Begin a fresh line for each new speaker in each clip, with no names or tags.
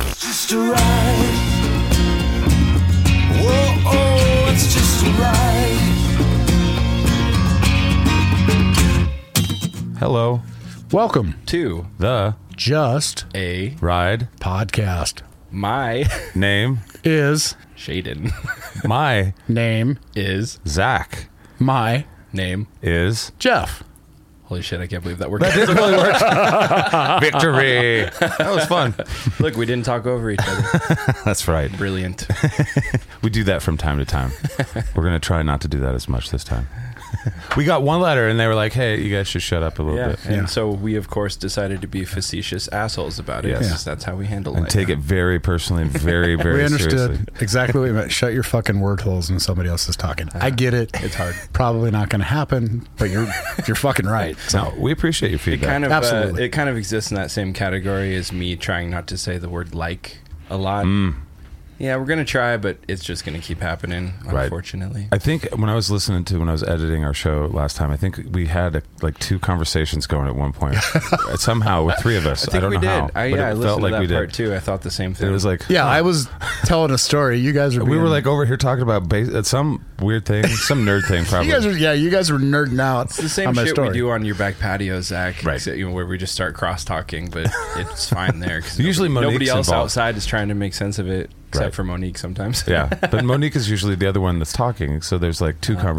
just a ride. Whoa, oh, it's just a ride.
Hello
Welcome
to the
just
A Ride.
podcast
My
Name
is
Shaden
my
name
is
Zach
my
name.
is
Jeff.
Holy shit, I can't believe that worked.
victory. that was fun.
Look, we didn't talk over each other.
That's right.
Brilliant.
We do that from time to time. We're gonna try not to do that as much this time. We got one letter and they were like, "Hey, you guys should shut up a little
Yeah.
bit
And
Yeah.
so we, of course, decided to be facetious assholes about it.
Yes.
because That's how we handle
and
life.
take it very personally, and very, very
We understood
seriously."
exactly what you meant. Shut your fucking word holes when somebody else is talking. I get it.
It's hard.
Probably not going to happen, but you're you're fucking right.
No, we appreciate your feedback.
Kind of, uh,
Absolutely.
it kind of exists in that same category as me trying not to say the word like a lot.
Mm.
Yeah, we're going to try, but it's just going to keep happening,
Right.
unfortunately.
I think when I was listening to when I was editing our show last time, I think we had uh, like two conversations going at one point. Somehow, with three of us, I,
think
don't
we
know
did.
how,
I, yeah, I listened to that part
did.
too. I thought the same thing.
It was like,
Yeah, I was telling a story. You guys are
we were
being-
like over here talking about base, uh, some weird thing, some nerd thing, probably.
you guys are yeah, you guys were nerding out
It's the same
on my
shit
story.
we do on your back patio, Zach.
Right.
except, you know, where we just start cross talking, but it's fine there. 'cause
Usually
nobody,
Monique's
nobody else
involved.
outside is trying to make sense of it, except
Right.
for Monique sometimes.
yeah, but Monique is usually the other one that's talking. So there's like two conversations.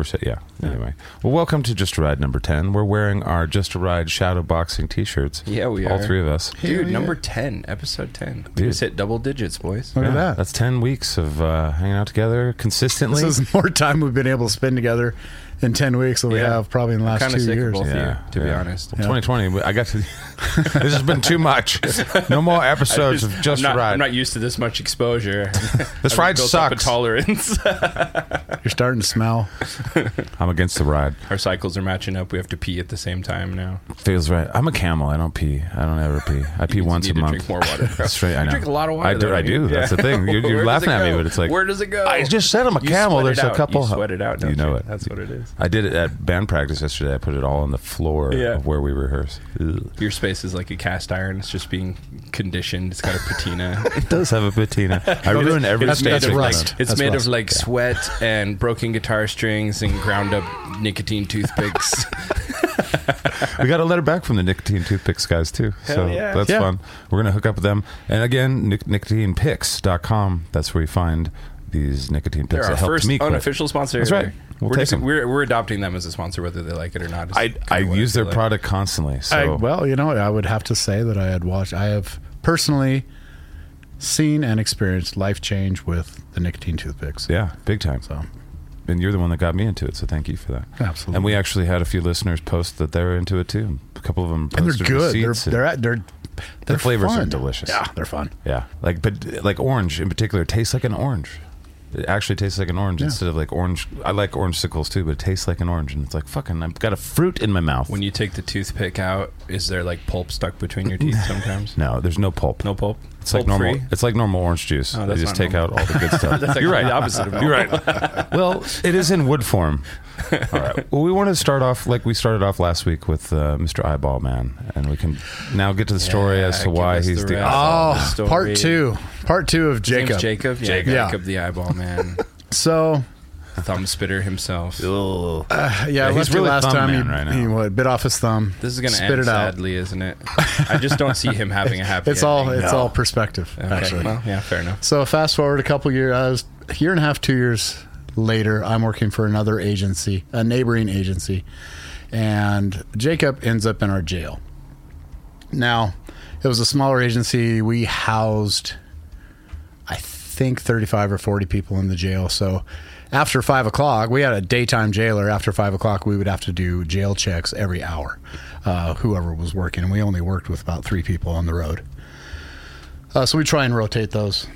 Yeah. Anyway, well, welcome to Just a Ride number ten. We're wearing our Just a Ride shadow boxing T-shirts.
Yeah, we
all
are.
three of us.
Dude,
yeah.
number 10, episode 10. We
Dude.
just hit double digits, boys.
Look
Yeah,
at that.
That's ten weeks of uh, hanging out together consistently.
this is more time we've been able to spend together in ten weeks than we
Yeah.
have probably in the
I'm
last
kinda
two
sick of
years.
both. with you, to be honest.
Well, 2020, I got to. this has been too much. No more episodes of Just
I'm not,
a Ride.
I'm not used to this much exposure.
this
I've
ride
built up a
sucks.
tolerance.
You're starting to smell.
I'm against the ride.
Our cycles are matching up. We have to pee at the same time now.
Feels right. I'm a camel. I don't pee. I don't ever pee. I pee
You
once
need
a
to
month.
drink more water, bro.
Straight, I
You
know.
drink a lot of water,
I do.
though,
I
don't
do.
you?
That's the
Yeah.
thing. You're,
Where
you're
does
laughing
it
at me,
go?
but it's like
Where does it go?
I just said I'm a
You
camel.
sweat
There's
it
a
out.
couple.
You sweat it out.
You
don't
know
you?
it.
That's what it is.
I did it at band practice yesterday. I put it all on the floor
Yeah.
of where we rehearse. Ugh.
Your space is like a cast iron. It's just being conditioned. It's got a patina.
It does have a patina. I ruin every
That's-
stage.
that's
of
right.
that.
it's
That's
made
rust.
of like sweat and broken guitar strings and ground up nicotine toothpicks.
we got a letter back from the nicotine toothpicks guys too so
Hell yeah.
that's
Yeah.
fun we're gonna hook up with them and again nic- nicotinepicks.com that's where you find these nicotine
They're
picks
our
that helped
first
me quit.
unofficial sponsor.
That's right. We'll
we're,
take
just,
'em.
we're we're adopting them as a sponsor, whether they like it or not. It's
i,
kinda
I
what
use their
feel like.
product constantly so
I, well, you know, I would have to say that I had watched. I have personally seen and experienced life change with the nicotine toothpicks.
yeah big time
So
and you're the one that got me into it so thank you for that
Absolutely.
and we actually had a few listeners post that they're into it too a couple of them
and
posted
they're good. They're
receipts and-
they're at, they're they're
flavors are
fun.
delicious.
Yeah, they're fun.
yeah like but like orange in particular tastes like an orange it actually tastes like an orange
Yeah.
instead of like orange. I like orange sickles too, but it tastes like an orange, and it's like fucking. I've got a fruit in my mouth.
When you take the toothpick out, is there like pulp stuck between your teeth sometimes?
No, there's no pulp.
No pulp.
It's like
Pulp-free?
normal. It's like normal orange juice.
Oh,
they
that's
just
not
take out
normal.
all the good stuff.
That's like
You're right.
the opposite of normal.
You're right. Well, it is in wood form. All right. Well, we want to start off like we started off last week with uh, Mr. Eyeball Man, and we can now get to the story
Yeah,
as to
give
why
us the
he's the.
rest.
eyeball.
Oh,
story.
part two. Part two of
James
Jacob.
Jacob. Yeah,
Jacob.
Jacob.
Yeah.
the eyeball man,
So
thumb spitter himself.
yeah, I
he's
left you
really
last
thumb
time. He,
man right now.
he would bit off his thumb.
This is going to
spit
end
it out.
sadly, isn't it? I just don't see him having a happy.
It's all
ending.
it's
No.
all perspective
Okay,
actually.
well, yeah, fair enough.
So fast forward a couple years, I was a year and a half, two years later, I'm working for another agency, a neighboring agency, and Jacob ends up in our jail. Now, it was a smaller agency. We housed, I think, 35 or 40 people in the jail. So after five o'clock, we had a daytime jailer. After five o'clock, we would have to do jail checks every hour, uh, whoever was working. And we only worked with about three people on the road. Uh, so we try and rotate those,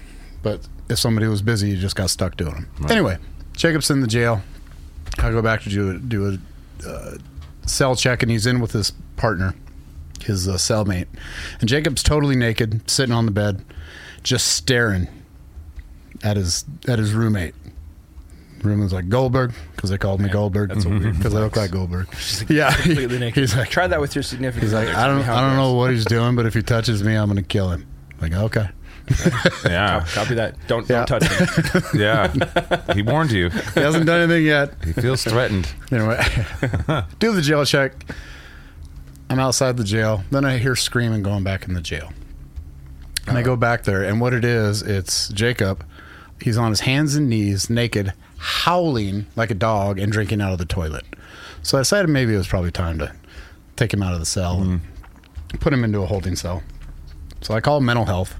but if somebody was busy, you just got stuck doing them. Anyway, Jacob's in the jail. I go back to do a, do a uh, cell check, and he's in with his partner, his uh, cellmate, and Jacob's totally naked, sitting on the bed, just staring at his at his roommate. Roommate's like Goldberg because they called me Goldberg
that's a weird
because I look like
flex.
Goldberg. yeah,
Completely naked.
he's like
Try that with your significant.
He's like,
other.
I
Tell
don't,
me how
I
it
don't
goes."
know what he's doing, but if he touches me, I'm gonna kill him. Like, okay.
Yeah.
Copy that. Don't
Yeah.
don't touch it.
yeah. He warned you.
He hasn't done anything yet.
He feels threatened.
Anyway, do the jail check. I'm outside the jail. Then I hear screaming going back in the jail. And I go back there, and what it is, it's Jacob. He's on his hands and knees, naked, howling like a dog and drinking out of the toilet. So I decided maybe it was probably time to take him out of the cell and put him into a holding cell. So I call mental health.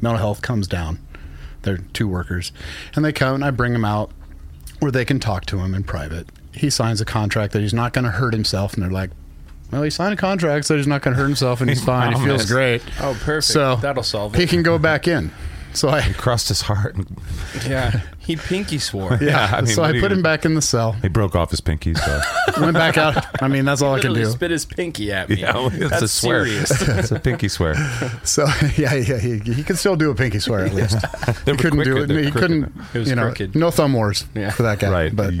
Mental health comes down. They're two workers, and they come and I bring him out where they can talk to him in private. He signs a contract that he's not going to hurt himself, and they're like, "Well, he signed a contract, so he's not going to hurt himself, and he's fine. He feels
promised.
great."
Oh, perfect.
So
That'll solve
He
it.
can go back in. So I,
Crossed his heart. And,
Yeah. He pinky swore.
yeah. I mean,
so
what
I
do
put
you-
him back in the cell.
He broke off his pinky. So.
Went back out. I mean, that's all I can
Literally
do.
spit his pinky at me.
Yeah, it's
That's
a swear.
serious.
it's a pinky swear.
So yeah, yeah, he, he can still do a pinky swear at least.
They
he
were
couldn't
crooked. They
do it.
were
He
crooked.
couldn't.
It was
you know,
crooked.
no thumb wars
Yeah.
for that guy.
Right.
But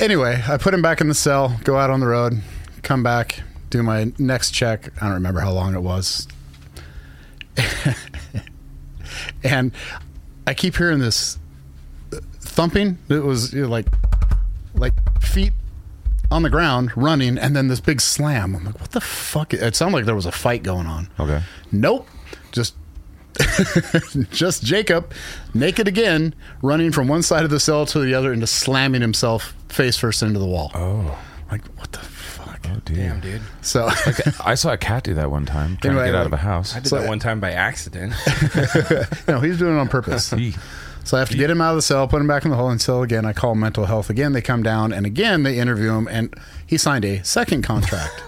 anyway, I put him back in the cell. Go out on the road. Come back. Do my next check. I don't remember how long it was. and I keep hearing this thumping. It was you know, like like feet on the ground running, and then this big slam. I'm like, what the fuck? It sounded like there was a fight going on.
Okay.
Nope. Just just Jacob, naked again, running from one side of the cell to the other and just slamming himself face first into the wall.
Oh.
Like, what the fuck?
Oh, dear.
Damn, dude.
So
I saw a cat do that one time trying
Anyway,
to get out
like-
of a house.
I did
So-
that one time by accident.
no, he's doing it on purpose.
Eek.
So I have to get him out of the cell, put him back in the hole until again I call mental health again. They come down and again they interview him and he signed a second contract.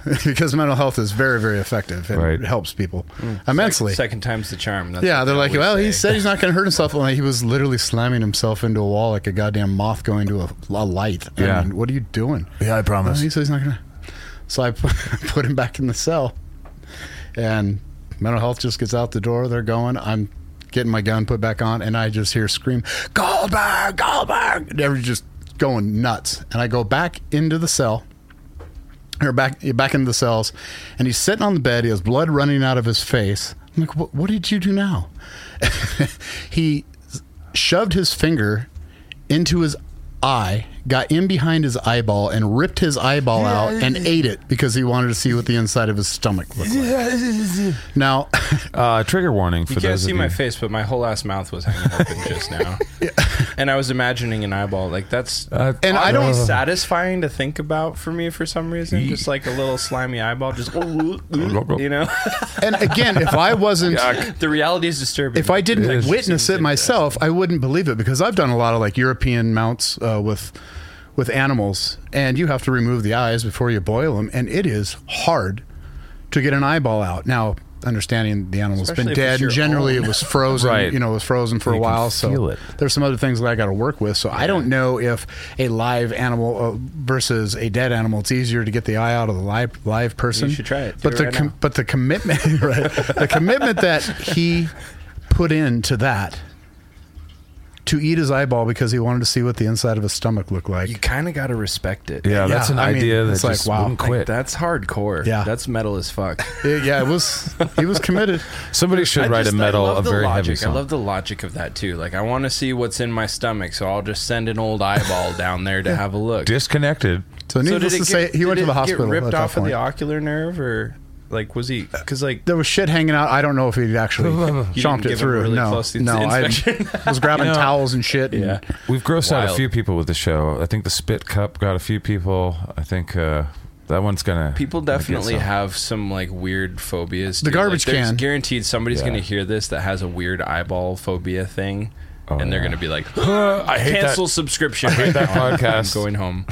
because mental health is very, very effective and
Right. Mm.
helps people immensely.
Second time's the charm. That's
Yeah,
what
they're
I
like,
would
well, he
say.
said he's not going to hurt himself. Like, he was literally slamming himself into a wall like a goddamn moth going to a, a light. I
Yeah.
mean, what are you doing?
Yeah, I
"No,
promise.
he said he's not going to. So I put, put him back in the cell, and mental health just gets out the door. They're going. I'm getting my gun put back on, and I just hear scream, Goldberg, Goldberg. They're just going nuts. And I go back into the cell or back back into the cells, and he's sitting on the bed. He has blood running out of his face. I'm like, what, what did you do now? he shoved his finger into his eye, got in behind his eyeball, and ripped his eyeball out and ate it because he wanted to see what the inside of his stomach looked like. Now,
Uh, trigger warning for
You can't
those
see
of
my
you.
face, but my whole ass mouth was hanging open just now. And I was imagining an eyeball. Like, that's
Uh,
and I
oddly
don't.
satisfying to think about for me for some reason. Just like a little slimy eyeball, just, you know?
And again, if I wasn't.
the reality is disturbing.
If I didn't
It is.
witness it
Seems
myself, I wouldn't believe it because I've done a lot of like European mounts uh, with with animals, and you have to remove the eyes before you boil them, and it is hard to get an eyeball out. Now, understanding the animal's
Especially
been
if it's
dead, and
your
generally
own.
it was frozen.
Right.
You know, it was frozen for a
You can
while, so
feel it.
there's some other things that I got to work with. So I don't know if a live animal uh, versus a dead animal, it's easier to get the eye out of the live live person.
should try it. Do
But
it
the
right
com-
now.
but the commitment, right? The commitment that he put into that to eat his eyeball because he wanted to see what the inside of his stomach looked like.
you kind of got to respect it.
yeah, that's
Yeah,
an
I mean,
idea that's
it's like,
just
wow,
wouldn't
like
quit.
That's hardcore.
Yeah.
That's metal as fuck.
It- yeah, it was. He was committed.
Somebody should
I
write
just-
a
I
metal,
love
a
the
very
logic.
heavy song.
I love the logic of that too. Like, I want to see what's in my stomach, so I'll just send an old eyeball down there to have a look.
Disconnected.
So needless to say, he
did
went to
it
the hospital.
Get ripped
at that
off of
point.
the ocular nerve, or like was he? Because like
there was shit hanging out. I don't know if he actually
You
chomped
didn't give
it
him
through.
really
no,
close
no, I
inspection.
was grabbing
You know,
towels and shit. And,
yeah.
We've grossed out a
Wild.
few people with the show. I think the Spit Cup got a few people. I think uh, that one's gonna.
People
gonna get
definitely
some.
have some like weird phobias.
The
dude. Like,
garbage
there's
can.
Guaranteed somebody's
Yeah.
going to hear this that has a weird eyeball phobia thing.
Oh,
and they're
yeah.
going to be like,
Uh, I hate
cancel
that.
subscription.
hate that podcast.
I'm going home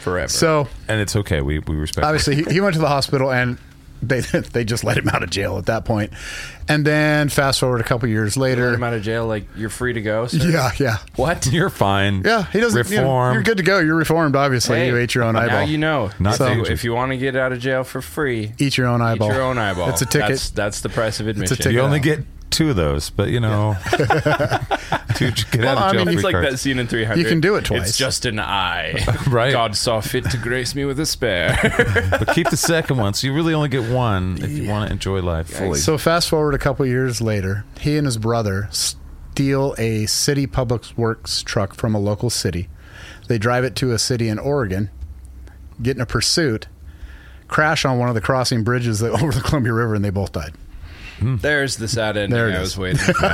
forever.
So
And it's okay. We we respect. it.
obviously he, he went to the hospital and they they just let him out of jail at that point. And then fast forward a couple years
Let
later.
him out of jail. Like you're free to go. sir.
Yeah, yeah.
What?
You're fine.
Yeah, he doesn't you know,
reform.
you're good to go. You're reformed, obviously.
Hey,
you ate your own eyeball.
Now you know.
Not
so
dangerous.
if you want to get out of jail for free,
Eat your own
eat
eyeball.
your own eyeball.
It's a ticket.
That's, that's the price of admission.
You
ticket.
only get two of those, but you know, two get
Well, I
out of jail
mean,
free
it's
It's like that
cards.
scene in 300.
You can do it
It's
twice.
just an eye.
Right.
God saw fit to grace me with a spare.
But keep the second one. So you really only get one if you want to enjoy life fully.
So fast forward a couple years later, he and his brother steal a city public works truck from a local city. They drive it to a city in Oregon, get in a pursuit, crash on one of the crossing bridges that over the Columbia River, and they both died.
There's the sad ending
There it
I
is.
was waiting for.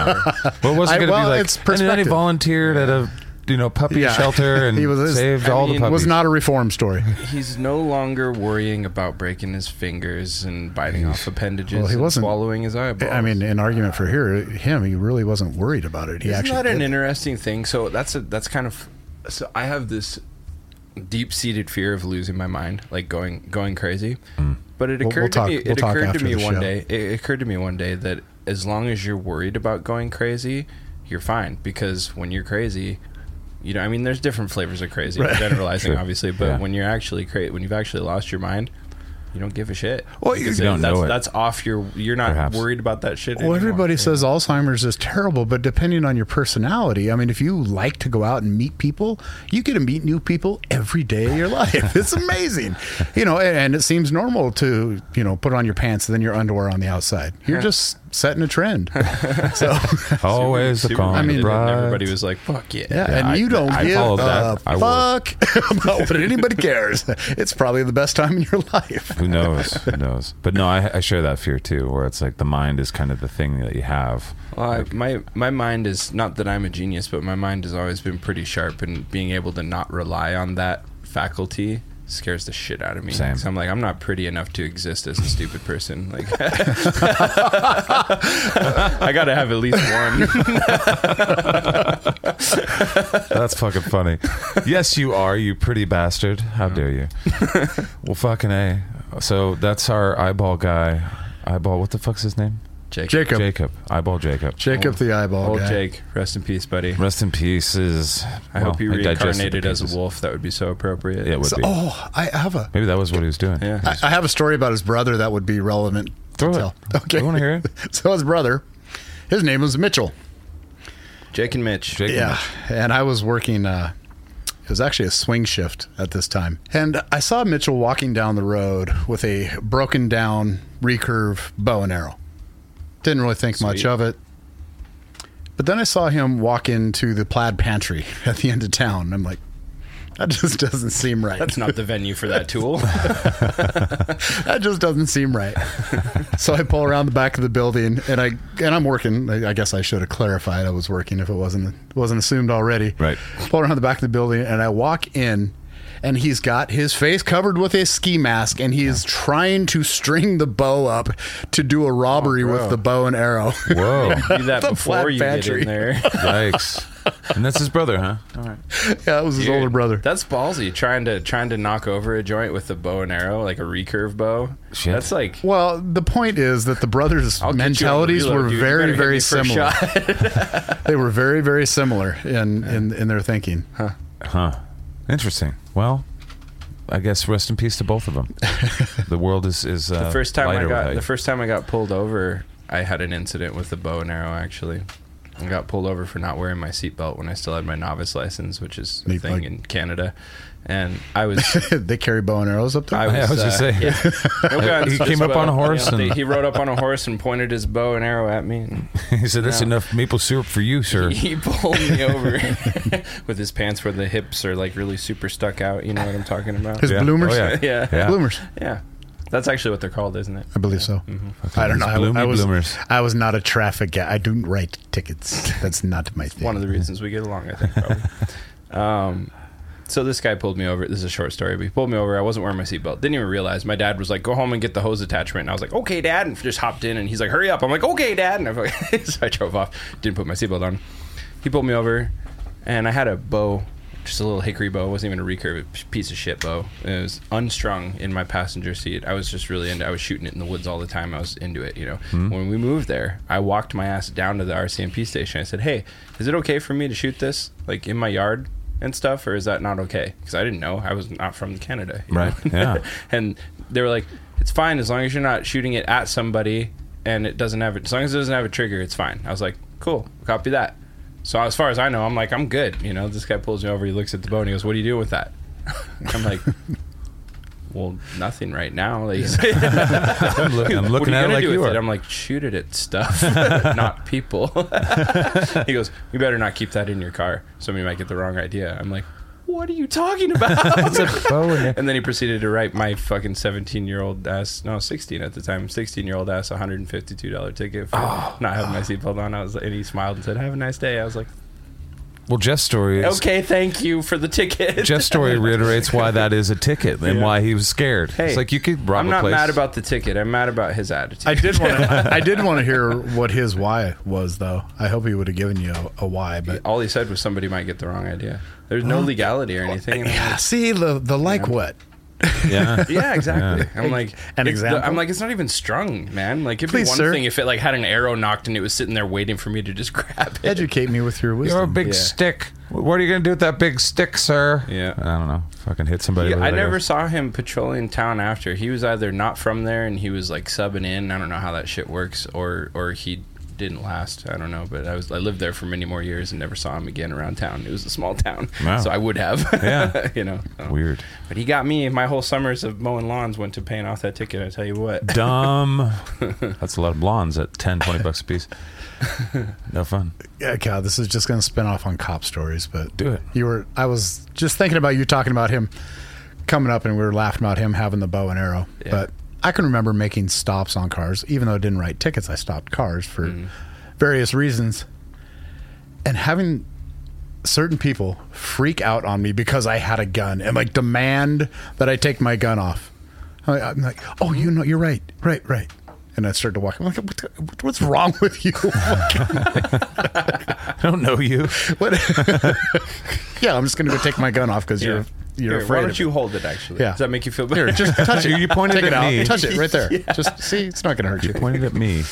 Well, it wasn't
I-
going to
well,
be like,
it's
and then he
perspective.
volunteered at a you know puppy
Yeah.
shelter and
He was-
saved
I
all
mean,
the puppies.
It was not a reform story.
He's no longer worrying about breaking his fingers and biting off appendages
Well, he
and
wasn't-
swallowing his eyeballs.
I mean, an argument for here, him, he really wasn't worried about it. He
Isn't
actually
that an
did.
interesting thing? So that's a that's kind of so I have this deep seated fear of losing my mind, like going going crazy. But it
Hmm. We'll- we'll
occurred
talk-
to me
we'll
it
talk
occurred to
after
me
the
one
show.
day it occurred to me one day that as long as you're worried about going crazy, you're fine because when you're crazy, you know, I mean, there's different flavors of crazy.
Right.
Generalizing,
Sure.
obviously, but
Yeah.
when you're actually cra- when you've actually lost your mind. You don't give a shit.
Well, you-
Because
You don't
that's,
know it.
That's off your. You're not
Perhaps.
worried about that shit.
Well,
anymore.
everybody
Yeah.
says Alzheimer's is terrible, but depending on your personality, I mean, if you like to go out and meet people, you get to meet new people every day of your life. It's amazing, you know. And, and it seems normal to you know put on your pants and then your underwear on the outside. You're just setting a trend. So
always the
Super
calm.
I mean-
minded, and
bright.
everybody was like, "Fuck yeah!"
yeah,
I-
and you don't
I
give
followed
a
that. I will.
fuck about what anybody cares. It's probably the best time in your life.
Who knows? Who knows? But no, I, I share that fear too, where it's like the mind is kind of the thing that you have.
Well, I, my my mind is not that I'm a genius, but my mind has always been pretty sharp, and being able to not rely on that faculty scares the shit out of me.
Same.
So I'm like, I'm not pretty enough to exist as a stupid person. Like, I gotta have at least one.
That's fucking funny. Yes, you are, you pretty bastard. How dare you? well, fucking A. So that's our eyeball guy. Eyeball, what the fuck's his name?
Jake,
Jacob, Jacob,
Jacob. Eyeball Jacob.
the eyeball
old
guy.
Jake, rest in peace, buddy.
Rest in pieces.
I
Well,
hope you
I digested the
reincarnated as
pieces.
a wolf. That would be so appropriate.
Yeah, it would
So-
be.
oh, I have a
Maybe that was what he was doing.
Yeah.
I, I have a story about his brother that would be relevant
Throw
to
it.
tell.
I wanna hear it.
so his brother, his name was Mitchell.
Jake and Mitch.
Jake
Yeah, and I was working. Uh, it was actually a swing shift at this time, and I saw Mitchell walking down the road with a broken down recurve bow and arrow. Didn't really think much
Sweet.
of it, but then I saw him walk into the plaid pantry at the end of town. and I'm like, that just doesn't seem right.
That's not the venue for that tool.
that just doesn't seem right. so I pull around the back of the building, and I and I'm working. I, I guess I should have clarified I was working if it wasn't wasn't assumed already.
Right.
Pull around the back of the building, and I walk in, and he's got his face covered with a ski mask, and he is trying to string the bow up to do a robbery
Oh,
with the bow and arrow.
Whoa.
Do that
The
before
flat
you get
pantry.
in there.
Yikes. And that's his brother, huh? All right.
yeah, it was his
Dude,
older brother.
That's ballsy. Trying to trying to knock over a joint with a bow and arrow, like a recurve bow.
Shit.
That's like
well, the point is that the brothers'
I'll get you on the
mentalities
reload,
were
dude. You better
very,
hit
very
me first
similar.
shot.
They were very, very similar in, in, in their thinking.
Huh. Interesting. Well, I guess rest in peace to both of them. the world is is uh,
the first time I
lighter
got
without you.
the first time I got pulled over, I had an incident with the bow and arrow. Actually, I got pulled over for not wearing my seatbelt when I still had my novice license, which is a
Neat,
thing
like-
in Canada. And I was
they carry bow and arrows up there.
I was,
Yeah, I was
uh,
just saying.
yeah. No guns,
He
just
came up on a
bow.
horse
You know,
and-
he rode up on a horse and pointed his bow and arrow at me.
He said, "That's
Yeah.
enough maple syrup for you, sir."
He pulled me over with his pants where the hips are like really super stuck out. You know what I'm talking about?
His bloomers.
Oh, yeah.
yeah.
Yeah.
Bloomers.
Yeah. That's actually what they're called, isn't it?
I believe so. I don't know.
These
I-
Mm-hmm. bloomy
I, was,
bloomers.
I was not a traffic guy. I don't write tickets. That's not my thing.
One of the reasons we get along, I think, probably. um, so this guy pulled me over. This is a short story, but he pulled me over. I wasn't wearing my seatbelt. Didn't even realize. My dad was like, go home and get the hose attachment. And I was like, okay, dad. And just hopped in and he's like, hurry up. I'm like, okay, dad. And I, so I drove off. Didn't put my seatbelt on. He pulled me over and I had a bow, just a little hickory bow. It wasn't even a recurve, it was a piece of shit bow. And it was unstrung in my passenger seat. I was just really into I was shooting it in the woods all the time. I was into it, you know. When we moved there, I walked my ass down to the RCMP station. I said, "Hey, is it okay for me to shoot this like in my yard?" And stuff, or is that not okay? Because I didn't know I was not from Canada, you know?
Right, yeah.
and they were like, "It's fine as long as you're not shooting it at somebody and it doesn't have it. As long as it doesn't have a trigger, it's fine. I was like, cool, copy that. So as far as I know, I'm like, I'm good. You know, this guy pulls me over. He looks at the bow and he goes, "What do you do with that?" I'm like, well, nothing right now. Like,
I'm, look- I'm
what are
looking
you
at it
gonna
like
do
you
with it?
are.
I'm like, shoot it at stuff, not people. he goes, you better not keep that in your car. Somebody might get the wrong idea. I'm like, what are you talking about?
Bow in your-
and then he proceeded to write my fucking 17 year old ass, no, 16 at the time, 16 year old ass, $152 ticket for
Oh,
not having my seatbelt on. I was, and he smiled and said, have a nice day. I was like,
Well, Jeff's story is
okay, thank you for the ticket.
Jeff's story reiterates why that is a ticket and
Yeah.
why he was scared.
Hey,
it's like you could rob
I'm
a
not
place.
mad about the ticket. I'm mad about his attitude.
I did want to. I did want to hear what his why was, though. I hope he would have given you a, a why, but
All he said was somebody might get the wrong idea. There's no legality or anything. And I'm
yeah. See the the like what?
yeah.
like, yeah, exactly. I'm
An
like it's the-
example?
I'm like it's not even strung, man. Like it'd be
Please,
one
sir.
thing if it like had an arrow knocked and it was sitting there waiting for me to just grab it.
Educate me with your wisdom.
You're a big
Yeah.
stick. What are you going to do with that big stick, sir?
Yeah.
I don't know. Fucking hit somebody
Yeah,
with
I
it,
never
guess.
saw him patrolling town after. He was either not from there and he was like subbing in. I don't know how that shit works, or or he didn't last. I don't know. But I was I lived there for many more years and never saw him again around town. It was a small town,
Wow.
so I would have.
Yeah.
you know. so.
Weird.
But he got me. My whole summers of mowing lawns went to paying off that ticket. I tell you what.
Dumb. That's a lot of blondes at 10, 20 bucks a piece. No fun.
yeah, God, this is just going to spin off on cop stories, but
Do it.
You were. I was just thinking about you talking about him coming up, and we were laughing about him having the bow and arrow.
Yeah.
But I can remember making stops on cars, even though I didn't write tickets. I stopped cars for
Mm-hmm.
various reasons, and having certain people freak out on me because I had a gun and like demand that I take my gun off. I- I'm like, oh, you know, you're right, right, right. And I started to walk. I'm like, what the- what's wrong with you?
I don't know you.
What? yeah, I'm just gonna go take my gun off because
Yeah.
you're you're
Here,
afraid.
Why don't
of
you hold it? Actually,
Yeah.
does that make you feel
it.
better?
Here, just touch
You-
it.
you pointed
Take
at
it out.
me.
Touch it right there. Just see, it's not gonna hurt you.
Pointed at me.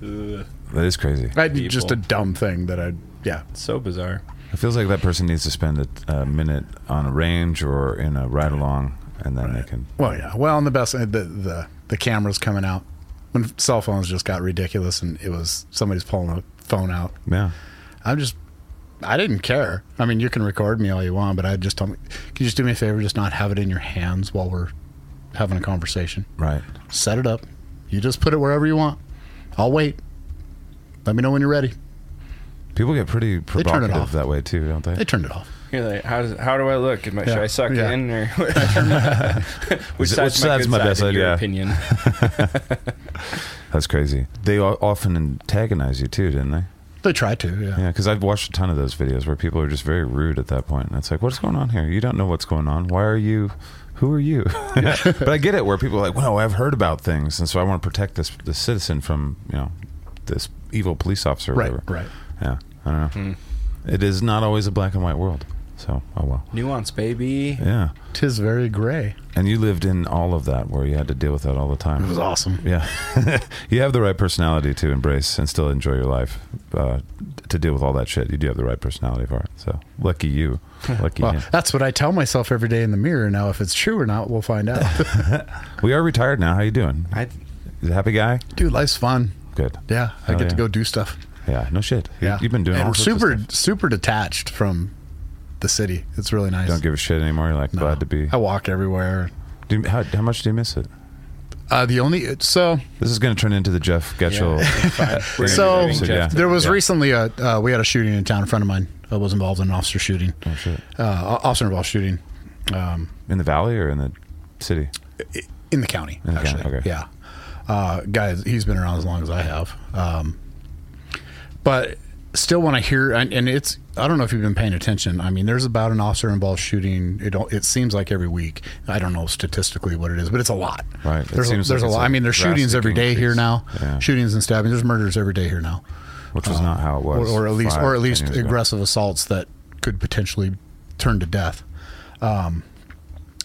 that is crazy.
I, just
people.
a dumb thing that I. Yeah,
so bizarre.
It feels like that person needs to spend a, a minute on a range or in a ride along, and then they can.
Well, yeah. Well, and the best uh, the the the cameras coming out when cell phones just got ridiculous, and it was somebody's pulling a phone out.
Yeah.
I'm just. I didn't care. I mean, you can record me all you want, but I just don't. Can you just do me a favor? Just not have it in your hands while we're having a conversation.
Right.
Set it up. You just put it wherever you want. I'll wait. Let me know when you're ready.
People get pretty
it
provocative
off.
that way too, don't they?
They turned it off.
You're like, how does how do I look? Am I, Should
Yeah.
I suck
Yeah.
in or
Which
which side's,
side's
my,
my
good
best
side, in your
idea?
opinion?
That's crazy. They o- often antagonize you too, didn't they?
They tried to. Yeah.
Yeah, because I've watched a ton of those videos where people are just very rude at that point. And it's like, what's going on here? You don't know what's going on. Why are you? Who are you? but I get it where people are like, well, I've heard about things, and so I want to protect this this citizen from you know this evil police officer. Or
Right.
Whatever.
Right.
Yeah. I don't
Hmm.
know. It is not always a black and white world. So oh well.
Nuance, baby.
Yeah.
Tis very gray.
And you lived in all of that where you had to deal with that all the time.
It was awesome.
Yeah. you have the right personality to embrace and still enjoy your life. Uh, to deal with all that shit, you do have the right personality for it. So lucky you. Lucky
Well,
him.
that's what I tell myself every day in the mirror. Now, if it's true or not, we'll find out.
We are retired now. How you doing?
I
You a happy guy?
Dude, life's fun.
Good.
Yeah, I
Hell
get
Oh, yeah.
to go do stuff.
Yeah. No shit. You-
Yeah,
You've been doing
and
all
we're
sorts of
super
stuff.
super detached from the city. It's really nice.
Don't give a shit anymore. You're like glad to be.
I walk everywhere.
Do you- how, how much do you miss it?
Uh, the only so
This is going to turn into the Jeff Getchell.
We're
so
interviewing Jeff.
there was
Yeah.
recently a uh, we had a shooting in town. A friend of mine uh, was involved in an officer shooting,
Oh, shit.
uh, officer involved shooting um,
In the valley or in the city?
in the county.
In the county,
actually,
okay.
yeah, uh, guy. He's been around as long as I have, um, but still when I hear and, and it's I don't know if you've been paying attention. I mean, there's about an officer involved shooting. It don't- it seems like every week. I don't know statistically what it is, but it's a lot.
Right. It
There's a,
seems like
there's a
it's
lot.
a
I mean, there's shootings
drastic
every day here
increase.
now.
Yeah.
Shootings and stabbings. There's murders every day here now.
Which was not how it
Oh. Or,
was.
or at least,
five,
or at
ten
least
years ago.
aggressive assaults that could potentially turn to death. Um,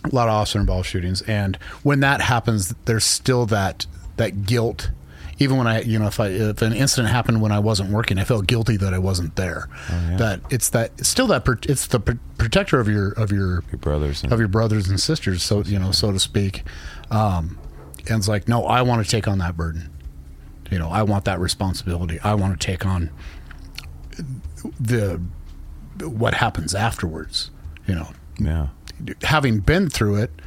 a lot of officer involved shootings, and when that happens, there's still that that guilt. Even when I, you know, if I if an incident happened when I wasn't working, I felt guilty that I wasn't there.
Oh, yeah.
That it's that it's still that pro- it's the pr- protector of your of your
Your brothers. And,
of your brothers and sisters, so you know, so to speak. Um, and it's like, no, I want to take on that burden. you know, I want that responsibility. I want to take on the what happens afterwards. You know,
Yeah.
having been through it,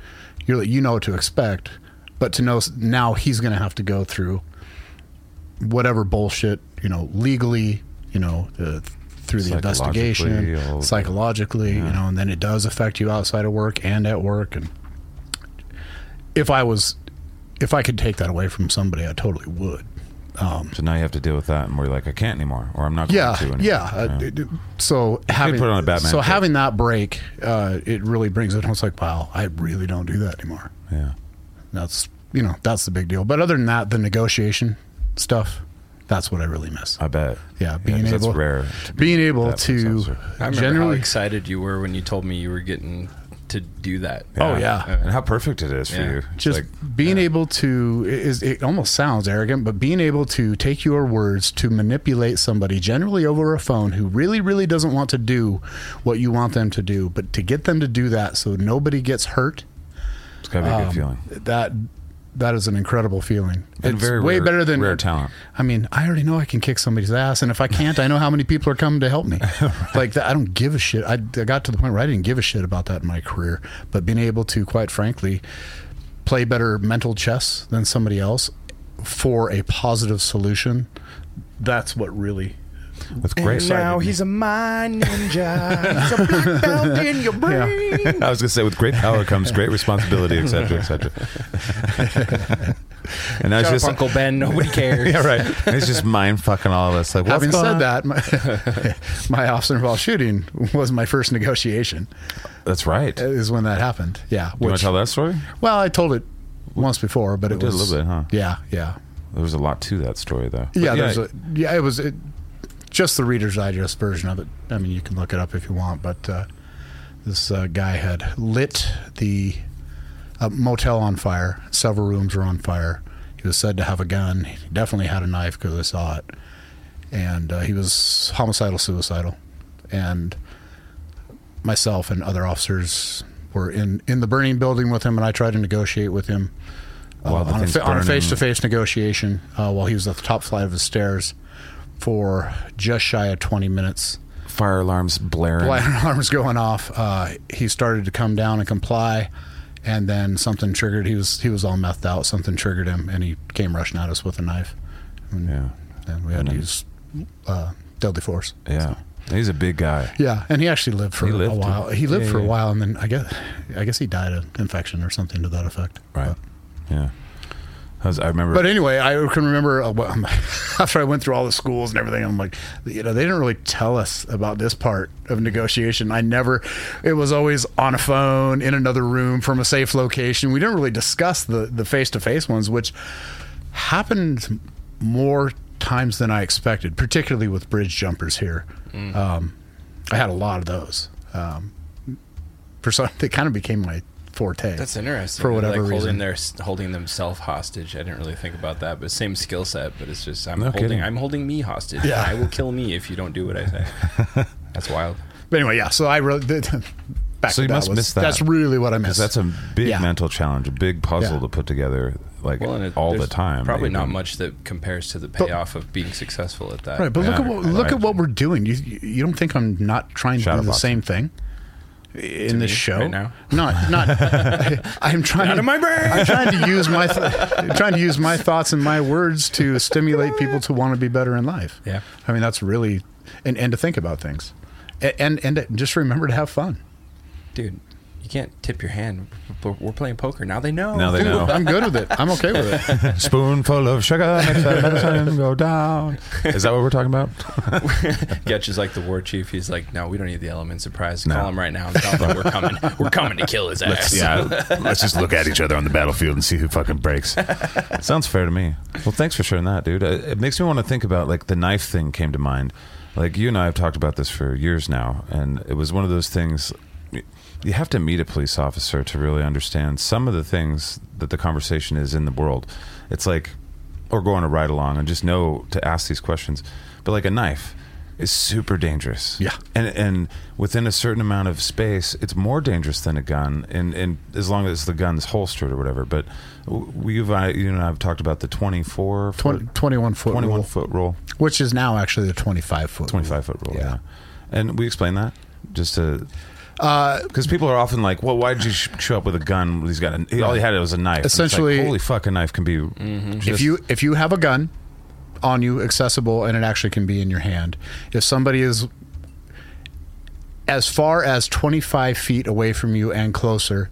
you're like, you know what to expect, but to know s- now he's going to have to go through whatever bullshit, you know, legally, you know, the, through the
Psychologically, all
investigation,
of it.
psychologically, you know, and then it does affect you outside of work and at work. And if I was, if I could take that away from somebody, I totally would.
So now you have to deal with that, and we're like, I can't anymore, or I'm not going
Yeah,
to anymore.
yeah. Uh, it- it- so having
put on a Batman
so
cape.
having that break, uh, it really brings it home. It's like, wow, I really don't do that anymore.
yeah.
that's you know that's the big deal but other than that the negotiation stuff that's what i really miss
I bet.
yeah being
'cause
able
That's rare.
being able
that
to
officer.
I remember how
generally
excited you were when you told me you were getting to do that. Uh,
Oh, yeah.
And how perfect it is for
Yeah.
you. It's
just
like,
being able to it is it almost sounds arrogant but being able to take your words to manipulate somebody generally over a phone who really really doesn't want to do what you want them to do but to get them to do that so nobody gets hurt
it's gotta be a good
um,
feeling.
that that is an incredible feeling
And
it's
very
way
rare-
better than
rare talent.
I mean, I already know I can kick somebody's ass, and if I can't, I know how many people are coming to help me. Like that, I don't give a shit. I, I got to the point where I didn't give a shit about that in my career, but being able to, quite frankly, play better mental chess than somebody else for a positive solution, that's what really.
That's great.
Oh, a mind ninja. he's a black belt in your brain.
I was gonna say, with great power comes great responsibility, et cetera, et cetera. and that's
Shut
just
up, Uncle Ben. Nobody cares.
yeah, right. And it's just mind fucking all of us. Like, what's
Having
going
said
on?
that, my, my officer involved shooting was my first negotiation.
That's right. Do
Is when that happened. Yeah.
you want
which-
to tell that story?
Well, I told it once before, but it
Oh, did a
was
little bit, huh?
Yeah, yeah,
There was a lot to that story, though. But
yeah. There's a, yeah, it was it, just the Reader's Digest version of it. I mean, you can look it up if you want, but uh, this uh, guy had lit the uh, motel on fire. Several rooms were on fire. He was said to have a gun. He definitely had a knife because I saw it, and uh, he was homicidal, suicidal, and myself and other officers were in in the burning building with him, and I tried to negotiate with him uh,
While the
on, a
thing's
fa- on a
burning.
face-to-face negotiation uh, while he was at the top flight of the stairs for just shy of 20 minutes.
fire alarms blaring.
Fire alarms going off. Uh, he started to come down and comply, and then something triggered. He was he was all methed out. Something triggered him, and he came rushing at us with a knife. And,
Yeah,
and we had to use uh, deadly force.
yeah. He's a big guy.
Yeah, and he actually lived for
He lived,
a while. He lived
yeah,
for a
yeah.
while, and then I guess I guess he died of infection or something to that effect.
Right.
But,
Yeah. I, was, I remember.
Uh, but anyway, I can remember uh, what- after I went through all the schools and everything. I'm like, you know, they didn't really tell us about this part of negotiation. I never. It was always on a phone in another room from a safe location. We didn't really discuss the the face to face ones, which happened more times than I expected, particularly with bridge jumpers here.
Mm.
Um, I had a lot of those. Um, for some, they kind of became my forte.
That's interesting.
For whatever
like
reason.
holding their holding themselves hostage. I didn't really think about that, but same skill set. But it's just I'm
No
holding
kidding.
I'm holding me hostage.
Yeah.
I will kill me if you don't do what I say. That's wild.
But anyway, yeah. So I wrote. The, back
So
to
you
that
must
was-
miss that.
That's really what I
because
missed.
that's a big
Yeah.
mental challenge, a big puzzle
Yeah.
to put together, like
and it-
all the
there's
time.
Probably not
even.
much that compares to the payoff of being successful at that.
right. But look
Yeah,
at what look
right.
at what we're doing. You you don't think I'm not trying to
Shadow
do the
boxing.
same thing in this
me
show?
right now?
Not not. I am trying
Out of my brain.
I'm trying to use my th- trying to use my thoughts and my words to stimulate people to want to be better in life.
Yeah.
I mean that's really and and to think about things, A- and and, and just remember to have fun.
Dude, you can't tip your hand. We're, we're playing poker. Now they know.
Now they
Dude,
know.
I'm good with it. I'm okay with it.
Spoonful of sugar makes that medicine go down. Is that what we're talking about?
Getch is like the war chief. He's like, no, we don't need the element surprise.
No.
Call him right now and tell him we're coming. We're coming to kill his ass.
yeah, let's just look at each other on the battlefield and see who fucking breaks. Sounds fair to me. Well, thanks for sharing that, dude. It it makes me want to think about like the knife thing came to mind. Like you and I have talked about this for years now, and it was one of those things. You have to meet a police officer to really understand some of the things that the conversation is in the world. It's like, or go on a ride along and just know to ask these questions. But like a knife, is super dangerous.
Yeah.
And and within a certain amount of space, it's more dangerous than a gun. And and as long as the gun's holstered or whatever. But w- we've I, you and I have talked about the twenty four
20, 21 foot
21
rule,
foot rule,
which is now actually the 25 foot
25 foot rule. Yeah.
Yeah.
And we explain that just to.
Uh,
Because people are often like, "Well, why did you sh- show up with a gun? He's got a, he- all he had was a knife." And it's like,
Essentially-
holy fuck, a knife can be. just-
if you if you have a gun on you accessible and it actually can be in your hand if somebody is as far as 25 feet away from you and closer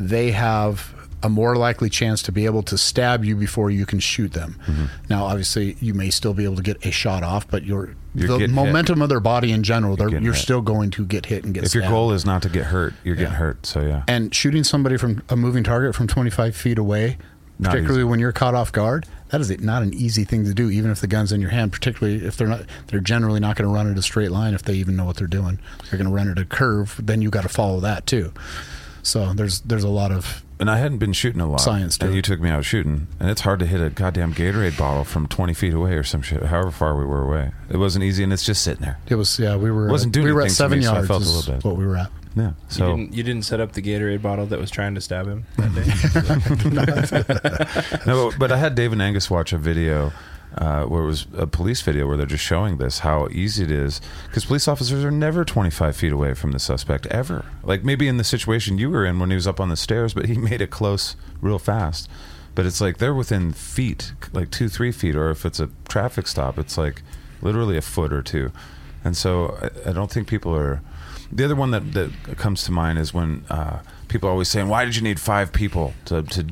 they have a more likely chance to be able to stab you before you can shoot them
Mm-hmm.
now obviously you may still be able to get a shot off but your
You're
the
getting hit.
momentum of their body in general they're,
getting
you're
hit.
still going to get hit and get
if your
stabbed.
goal is not to get hurt, you're getting
Yeah.
hurt. So yeah,
and shooting somebody from a moving target from 25 feet away
Not
particularly
easy.
when you're caught off guard that is not an easy thing to do even if the gun's in your hand particularly if they're not they're generally not going to run at a straight line if they even know what they're doing they're going to run at a curve then you got to follow that too so there's there's a lot of
and I hadn't been shooting a lot.
Science, dude.
And you took me out shooting, and it's hard to hit a goddamn Gatorade bottle from 20 feet away or some shit. However far we were away, it wasn't easy, and it's just sitting there.
it was yeah we were
Wasn't doing
we were at
anything to me,
seven
so I
yards
felt a
is
little bad.
what we were at
Yeah. So
you, didn't, you didn't set up the Gatorade bottle that was trying to stab him that day.
no, but, but I had Dave and Angus watch a video uh, where it was a police video where they're just showing this how easy it is because police officers are never 25 feet away from the suspect ever. Like maybe in the situation you were in when he was up on the stairs, but he made it close real fast. But it's like they're within feet, like two, three feet, or if it's a traffic stop, it's like literally a foot or two. And so I, I don't think people are. The other one that, that comes to mind is when uh, people are always saying, "Why did you need five people to, to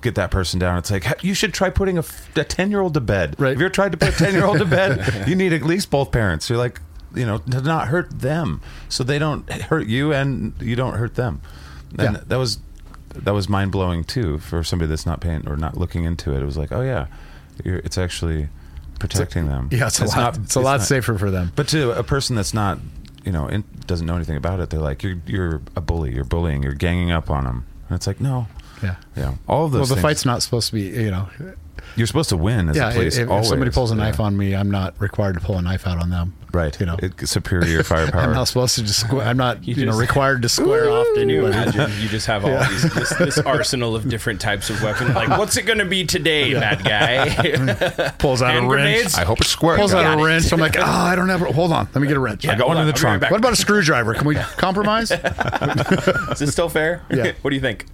get that person down. It's like "Hey, you should try putting a ten year old to bed.
Right.
If you're trying to put a ten year old to bed, you need at least both parents. You're like, you know, to not hurt them, so they don't hurt you, and you don't hurt them. And
Yeah.
that was that was mind blowing too for somebody that's not paying or not looking into it. It was like, oh yeah, you're, it's actually protecting them.
yeah it's, a lot
not-
it's, a lot
not-
safer for them
But to a person that's not, you know, in, doesn't know anything about it, they're like, you're you're a bully. You're bullying. You're ganging up on them. And it's like, no.
yeah
Yeah, all of those.
well the
things-
fight's not supposed to be you know
you're supposed to win as
yeah
a
if,
police.
if
always.
somebody pulls a
Yeah.
knife on me i'm not required to pull a knife out on them
right?
you know
It- superior firepower.
I'm not supposed to just. Squ- I'm not, you,
You
know,
just-
required to square off to
Can you
anybody.
imagine? You just have all these this, this arsenal of different types of weapons. Like, what's it going to be today, bad guy?
Pulls out
Hand
a wrench.
grenades?
I hope it's square.
Pulls
Got
out a
it.
wrench. I'm like, oh, I don't have. a- Hold on, let me get a wrench.
I got one in the
I'll be right
trunk.
back.
What about a screwdriver? Can we compromise?
Is this still fair?
Yeah.
what do you think?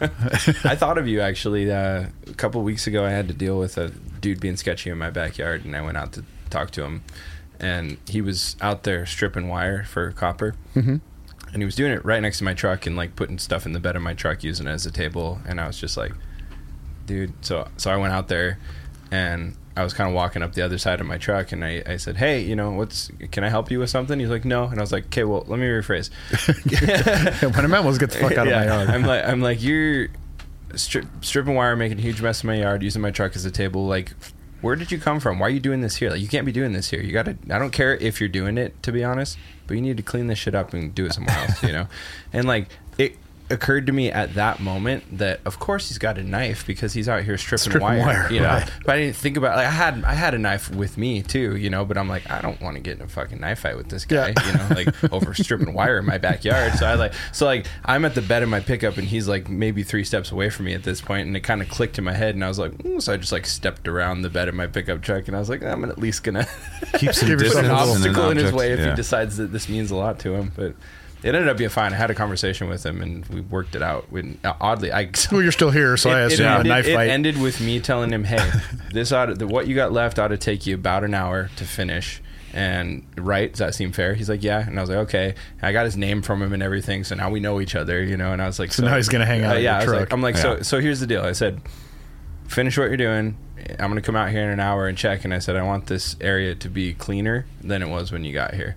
I thought of you actually uh, a couple weeks ago. I had to deal with a dude being sketchy in my backyard, and I went out to talk to him, and he was out there stripping wire for copper. Mm-hmm. And he was doing it right next to my truck and like putting stuff in the bed of my truck, using it as a table. And I was just like, dude. So so I went out there, and I was kind of walking up the other side of my truck, and I, I said, hey, you know, what's can I help you with something? He's like, no. And I was like, okay, well, let me rephrase.
when I meant was get the fuck out of my yard.
I'm like, I'm like, you're strip, stripping wire, making a huge mess in my yard, using my truck as a table. Like, where did you come from? Why are you doing this here? Like, you can't be doing this here. You gotta. I don't care if you're doing it, to be honest, but you need to clean this shit up and do it somewhere else. You know, and like it occurred to me at that moment that of course he's got a knife because he's out here stripping,
Stripping
wire,
wire,
you know
right.
but i didn't think about like i had i had a knife with me too you know but i'm like i don't want to get in a fucking knife fight with this guy
Yeah.
you know like over stripping wire in my backyard so i like so like i'm at the bed of my pickup and he's like maybe three steps away from me at this point and it kind of clicked in my head and i was like "Ooh," so i just like stepped around the bed of my pickup truck and i was like i'm at least gonna
Keep some
Give yourself
distance
put
an
an
and
obstacle in his
object.
way if
Yeah.
he decides that this means a lot to him. But it ended up being fine. I had a conversation with him and we worked it out. When oddly, I
well, you're still here, so I
it, it
assume a
ended,
knife
it
fight.
ended with me telling him, "Hey, this ought the, what you got left ought to take you about an hour to finish." And right, does that seem fair? He's like, "Yeah," and I was like, "Okay." And I got his name from him and everything, so now we know each other, you know. And I was like, "So, uh,
now he's gonna hang out at your
yeah, I was like-
truck.
I'm like, "So,
Yeah.
so here's the deal." I said, "Finish what you're doing. I'm gonna come out here in an hour and check." And I said, "I want this area to be cleaner than it was when you got here."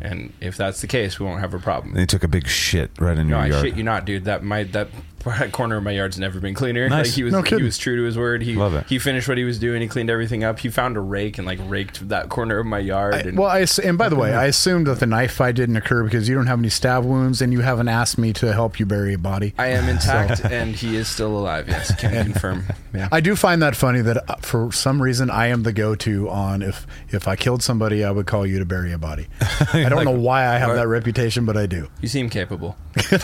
And if that's the case, we won't have a problem.
And he took a big shit right in
No,
your
I
yard.
shit you not, dude. That my that that corner of my yard's never been cleaner.
Nice.
Like he was
No
he
kidding.
was true to his word. He
Love it.
he finished what he was doing. He cleaned everything up. He found a rake and like raked that corner of my yard. and
Well, I ass- and by the
Mm-hmm.
way, I assumed that the knife fight didn't occur because you don't have any stab wounds and you haven't asked me to help you bury a body.
I am intact, and he is still alive. Yes, can confirm. Yeah.
I do find that funny that uh, for some reason I am the go-to on if if I killed somebody I would call you to bury a body. I don't know why I have that reputation, but I do.
You seem capable,
you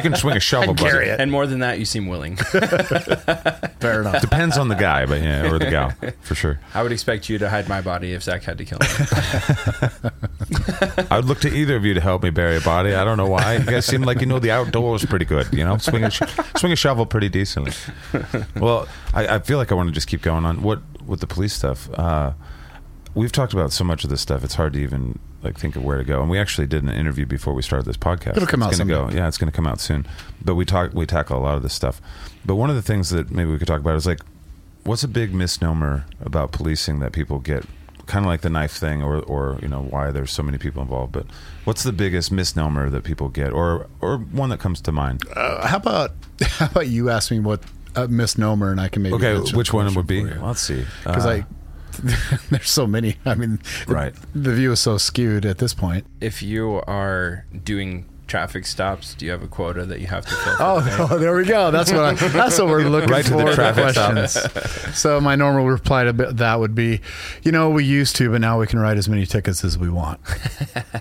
can swing a shovel, buddy.
carry it.
and more than that, you seem willing.
Fair enough.
Depends on the guy, but yeah, or the gal for sure.
I would expect you to hide my body if Zach had to kill me.
I would look to either of you to help me bury a body. I don't know why. You guys seem like you know the outdoors pretty good. You know, swing a, sh- swing a shovel pretty decently. Well, I, I feel like I want to just keep going on what with the police stuff. Uh, we've talked about so much of this stuff; it's hard to even like think of where to go. And we actually did an interview before we started this podcast.
It'll come
It's gonna
out someday.
Go. Yeah, it's going to come out soon. But we talk we tackle a lot of this stuff. But one of the things that maybe we could talk about is like, what's a big misnomer about policing that people get? Kind of like the knife thing, or or you know why there's so many people involved. But what's the biggest misnomer that people get, or or one that comes to mind?
Uh, how about how about you ask me what a misnomer and I can maybe
okay,
answer
which
the
one
question
would be?
for you.
Let's see.
because
Uh,
I there's so many. I mean,
Right.
The view is so skewed at this point.
if you are doing traffic stops, do you have a quota that you have to fill? for the day?
Oh, there we go. That's what I, that's what we're looking
Right to
for.
the traffic stop.
questions. so my normal reply to bi- that would be, you know, we used to, but now we can write as many tickets as we want.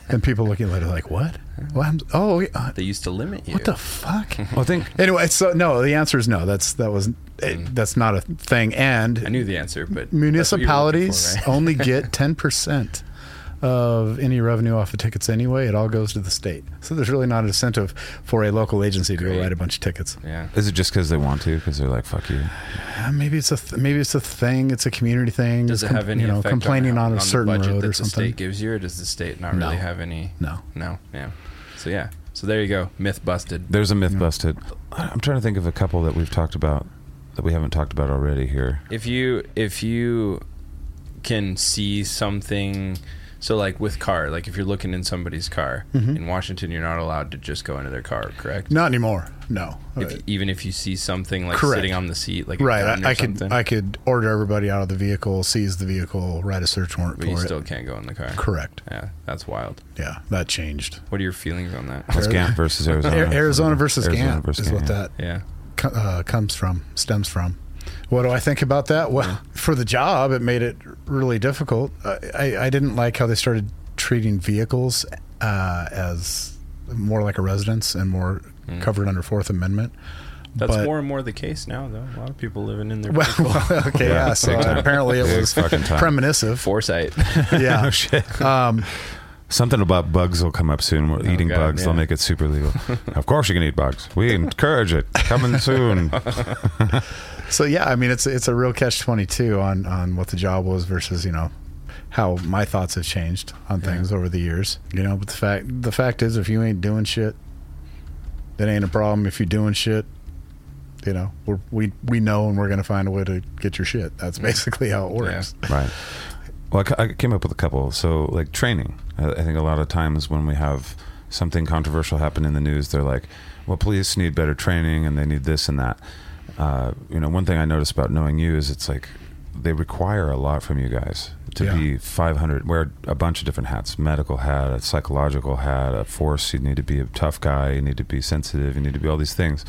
and people looking later like, what? What? happened- Oh, yeah, uh,
they used to limit you.
what the fuck?
well, I think
anyway, so no, the answer is no. That's that was it, that's not a thing. And
Mm. I knew the answer, but that's what you were looking for,
municipalities
right?
only get 10% of any revenue off the tickets anyway it all goes to the state so there's really not an incentive for a local agency to go
Great.
write a bunch of tickets
Yeah.
is it just because they want to? Because they're like, fuck you.
Uh, maybe it's a th- maybe it's a thing it's a community thing
Does it
It's com-
have any
you know
effect
complaining
on,
on,
on
a certain
the budget
road
that
or
the state
something
gives you, or does the state not
No.
really have any?
no
No. Yeah. So yeah. So there you go. Myth busted.
There's a myth busted. I'm trying to think of a couple that we've talked about that we haven't talked about already here.
If you if you can see something, so like with car, like if you're looking in somebody's car
Mm-hmm.
in Washington, you're not allowed to just go into their car, correct?
not anymore no
If, even if you see something like
Uh, Correct.
sitting on the seat, like a
right
gun
I,
or
I could
something,
i could order everybody out of the vehicle seize the vehicle write a search warrant
but
for
you
it
still can't go in the car.
correct
Yeah, that's wild.
yeah that changed
What are your feelings on that?
That's Gant versus
Oh,
Arizona.
Ar- Arizona versus
Arizona
Gant
versus
is what
Gant, yeah.
that
Yeah,
co- uh, comes from, stems from. What do I think about that? Well, for the job, it made it really difficult. I, I, I didn't like how they started treating vehicles uh, as more like a residence and more
Mm.
covered under Fourth Amendment.
that's
But-
more and more the case now, though. A lot of people living in their
Well, well, okay, yeah.
Yeah,
so
big time.
apparently it
Big
was
fucking time.
premonitive.
foresight.
Yeah. Um,
Oh, Something about bugs will come up soon.
Oh,
We're eating
God,
bugs. They'll
yeah.
make it super legal. of course you can eat bugs. We encourage it. Coming soon.
so yeah, I mean it's it's a real catch twenty two on on what the job was versus you know how my thoughts have changed on things over the years. You know, but the fact the fact is, if you ain't doing shit, it ain't a problem. If you're doing shit, you know we're, we we know and we're gonna find a way to get your shit. That's basically how it works.
right. Well, I ca- I came up with a couple. So, like training. I I think a lot of times when we have something controversial happen in the news, they're like, well, police need better training and they need this and that. Uh, you know, one thing I noticed about knowing you is it's like they require a lot from you guys to
Yeah.
be 500, wear a bunch of different hats medical hat, a psychological hat, a force. You need to be a tough guy, you need to be sensitive, you need to be all these things.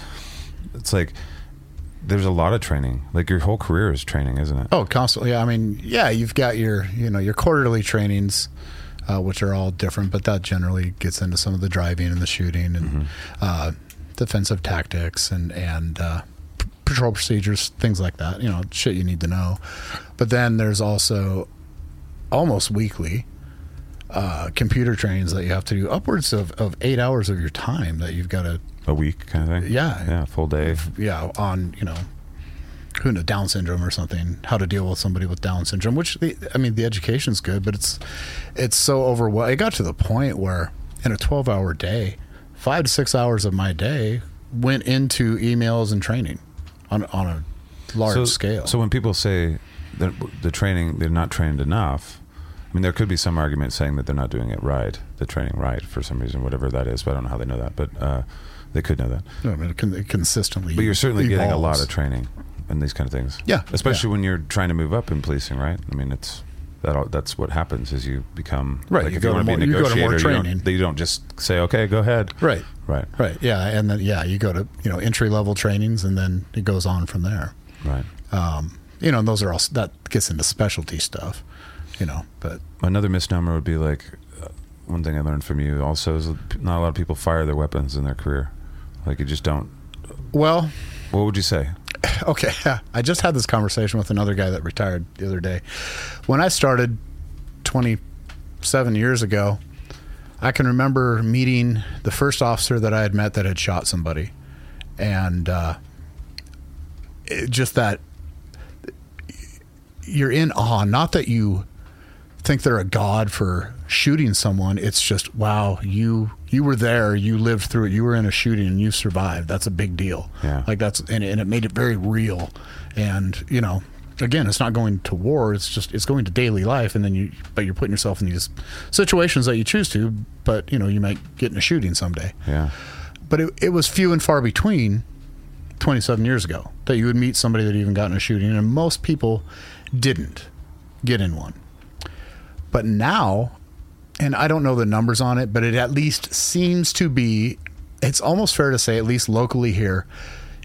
It's like, there's a lot of training. Like your whole career is training, isn't it?
Oh, constantly. I mean, yeah, you've got your you know your quarterly trainings, uh, which are all different, but that generally gets into some of the driving and the shooting and uh, defensive tactics and and uh, p- patrol procedures, things like that. You know, shit you need to know. But then there's also almost weekly uh, computer trainings that you have to do upwards of, of eight hours of your time that you've got to
a week kind of thing.
Yeah.
yeah, full day.
yeah, on you know, who knows Down syndrome or something, how to deal with somebody with Down syndrome. Which the, I mean, the education's good, but it's it's so overwhelming. It got to the point where in a twelve-hour day, five to six hours of my day went into emails and training on on a large
so,
scale.
So when people say that the training, they're not trained enough. mean, there could be some argument saying that they're not doing it right, the training right for some reason, whatever that is. But I don't know how they know that, but uh, they could know that.
No, I mean, it con- it consistently.
But you're certainly getting a lot
evolves.
of training and these kind of things.
Yeah,
especially when you're trying to move up in policing, right? I mean, it's that all, that's what happens is you become
Right,
Like
you
if
go
you
to
want to be a
more- you go to
negotiator,
more
you don't-
training.
you don't just say, "Okay, go ahead."
Right.
Right.
Right. Yeah. And then, yeah, you go to, you know, entry level trainings and then it goes on from there.
Right.
Um, you know, and those are all, that gets into specialty stuff, you know, but
Another misnomer would be like uh, one thing I learned from you also is that not a lot of people fire their weapons in their career. Like you just don't.
well,
What would you say?
okay. I just had this conversation with another guy that retired the other day. When I started 27 years ago, I can remember meeting the first officer that I had met that had shot somebody. And uh, it, just that you're in awe, not that you think they're a god for shooting someone it's just wow you you were there you lived through it you were in a shooting and you survived that's a big deal
Yeah.
like that's and, and it made it very real and you know again it's not going to war it's just it's going to daily life and then you but you're putting yourself in these situations that you choose to but you know you might get in a shooting someday
Yeah.
but it, it was few and far between 27 years ago that you would meet somebody that even got in a shooting and most people didn't get in one but now and i don't know the numbers on it but it at least seems to be it's almost fair to say at least locally here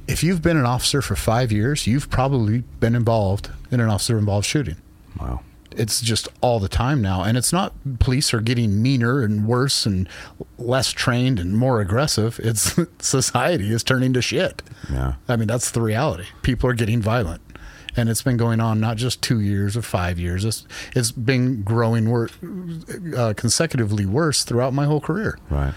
if you've been an officer for five years you've probably been involved in an officer involved shooting
Wow.
it's just all the time now and it's not police are getting meaner and worse and less trained and more aggressive it's society is turning to shit
Yeah.
i mean that's the reality people are getting violent and it's been going on not just two years or five years it's, it's been growing wor- uh, consecutively worse throughout my whole career
Right.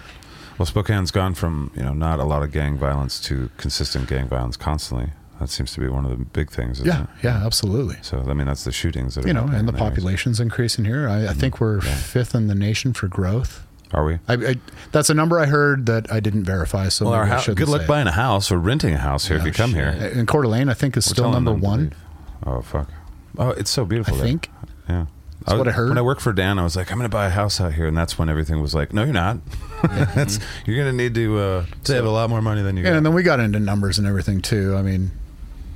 Well, Spokane's gone from you know not a lot of gang violence to consistent gang violence constantly. That seems to be one of the big things. Isn't
yeah
It?
yeah absolutely
So I mean, that's the shootings that are
you know and the
happening there.
population's increasing here i, I think we're fifth in the nation for growth
Are we?
I, I, that's a number I heard that I didn't verify. So
Well, our
maybe I
hou-
shouldn't
good luck
say it.
buying a house or renting a house here if you come here. We're
Uh, And Coeur d'Alene, I think, is still
telling
number
them to
one.
leave. Oh fuck! Oh, it's so beautiful.
I
there.
think.
Yeah.
That's what I heard.
When I worked for Dan, I was like, I'm going to buy a house out here, and that's when everything was like, No, you're not.
Mm-hmm.
That's- you're going to need to uh, save a lot more money than you.
Yeah,
got.
and then we got into numbers and everything too. I mean,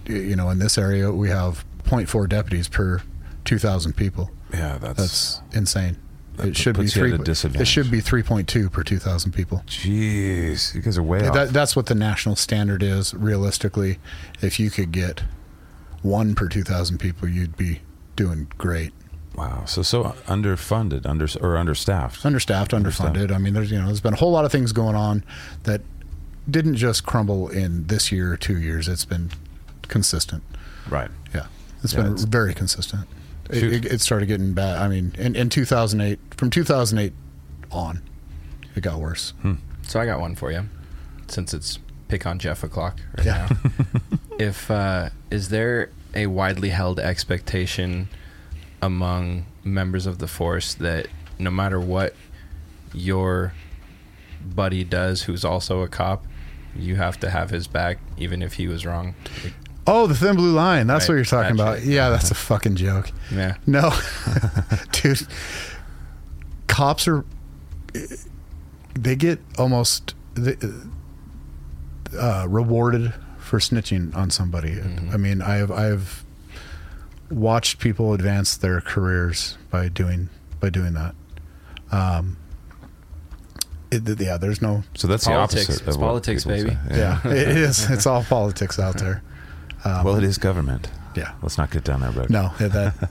y- you know, in this area we have 0.4 deputies per 2,000 people.
yeah, that's,
That's insane.
That
it should be
puts you at
three.
a
It
disadvantage.
should be 3.2 per 2,000 people.
jeez. You guys are way off.
That, that's what the national standard is. Realistically, if you could get one per 2,000 people, you'd be doing great.
wow. So so underfunded, under or understaffed.
understaffed, underfunded. I mean, there's you know, there's been a whole lot of things going on that didn't just crumble in this year or two years. It's been consistent.
right.
Yeah, it's
Yeah,
been
it's-
very consistent. It,
Shoot.
it, it started getting bad. I mean, in, in 2008, from 2008 on, it got worse.
Hmm.
So I got one for you, since it's pick on Jeff o'clock right
Yeah.
now. if uh, is there a widely held expectation among members of the force that no matter what your buddy does, who's also a cop, you have to have his back, even if he was wrong? Like,
Oh, the thin blue line. That's what
Right,
you're talking
that
about.
shit.
Yeah, that's a fucking joke.
yeah,
No, dude, cops are they get almost they, uh, rewarded for snitching on somebody. I mean, I've I've watched people advance their careers by doing by doing that. Um, it, yeah, there's no
So that's
Politics.
the opposite.
It's
of what
politics,
people
baby.
say.
yeah. it is. It's all politics out there.
Well, it is government.
Yeah.
Let's not get down that road.
No, yeah, that.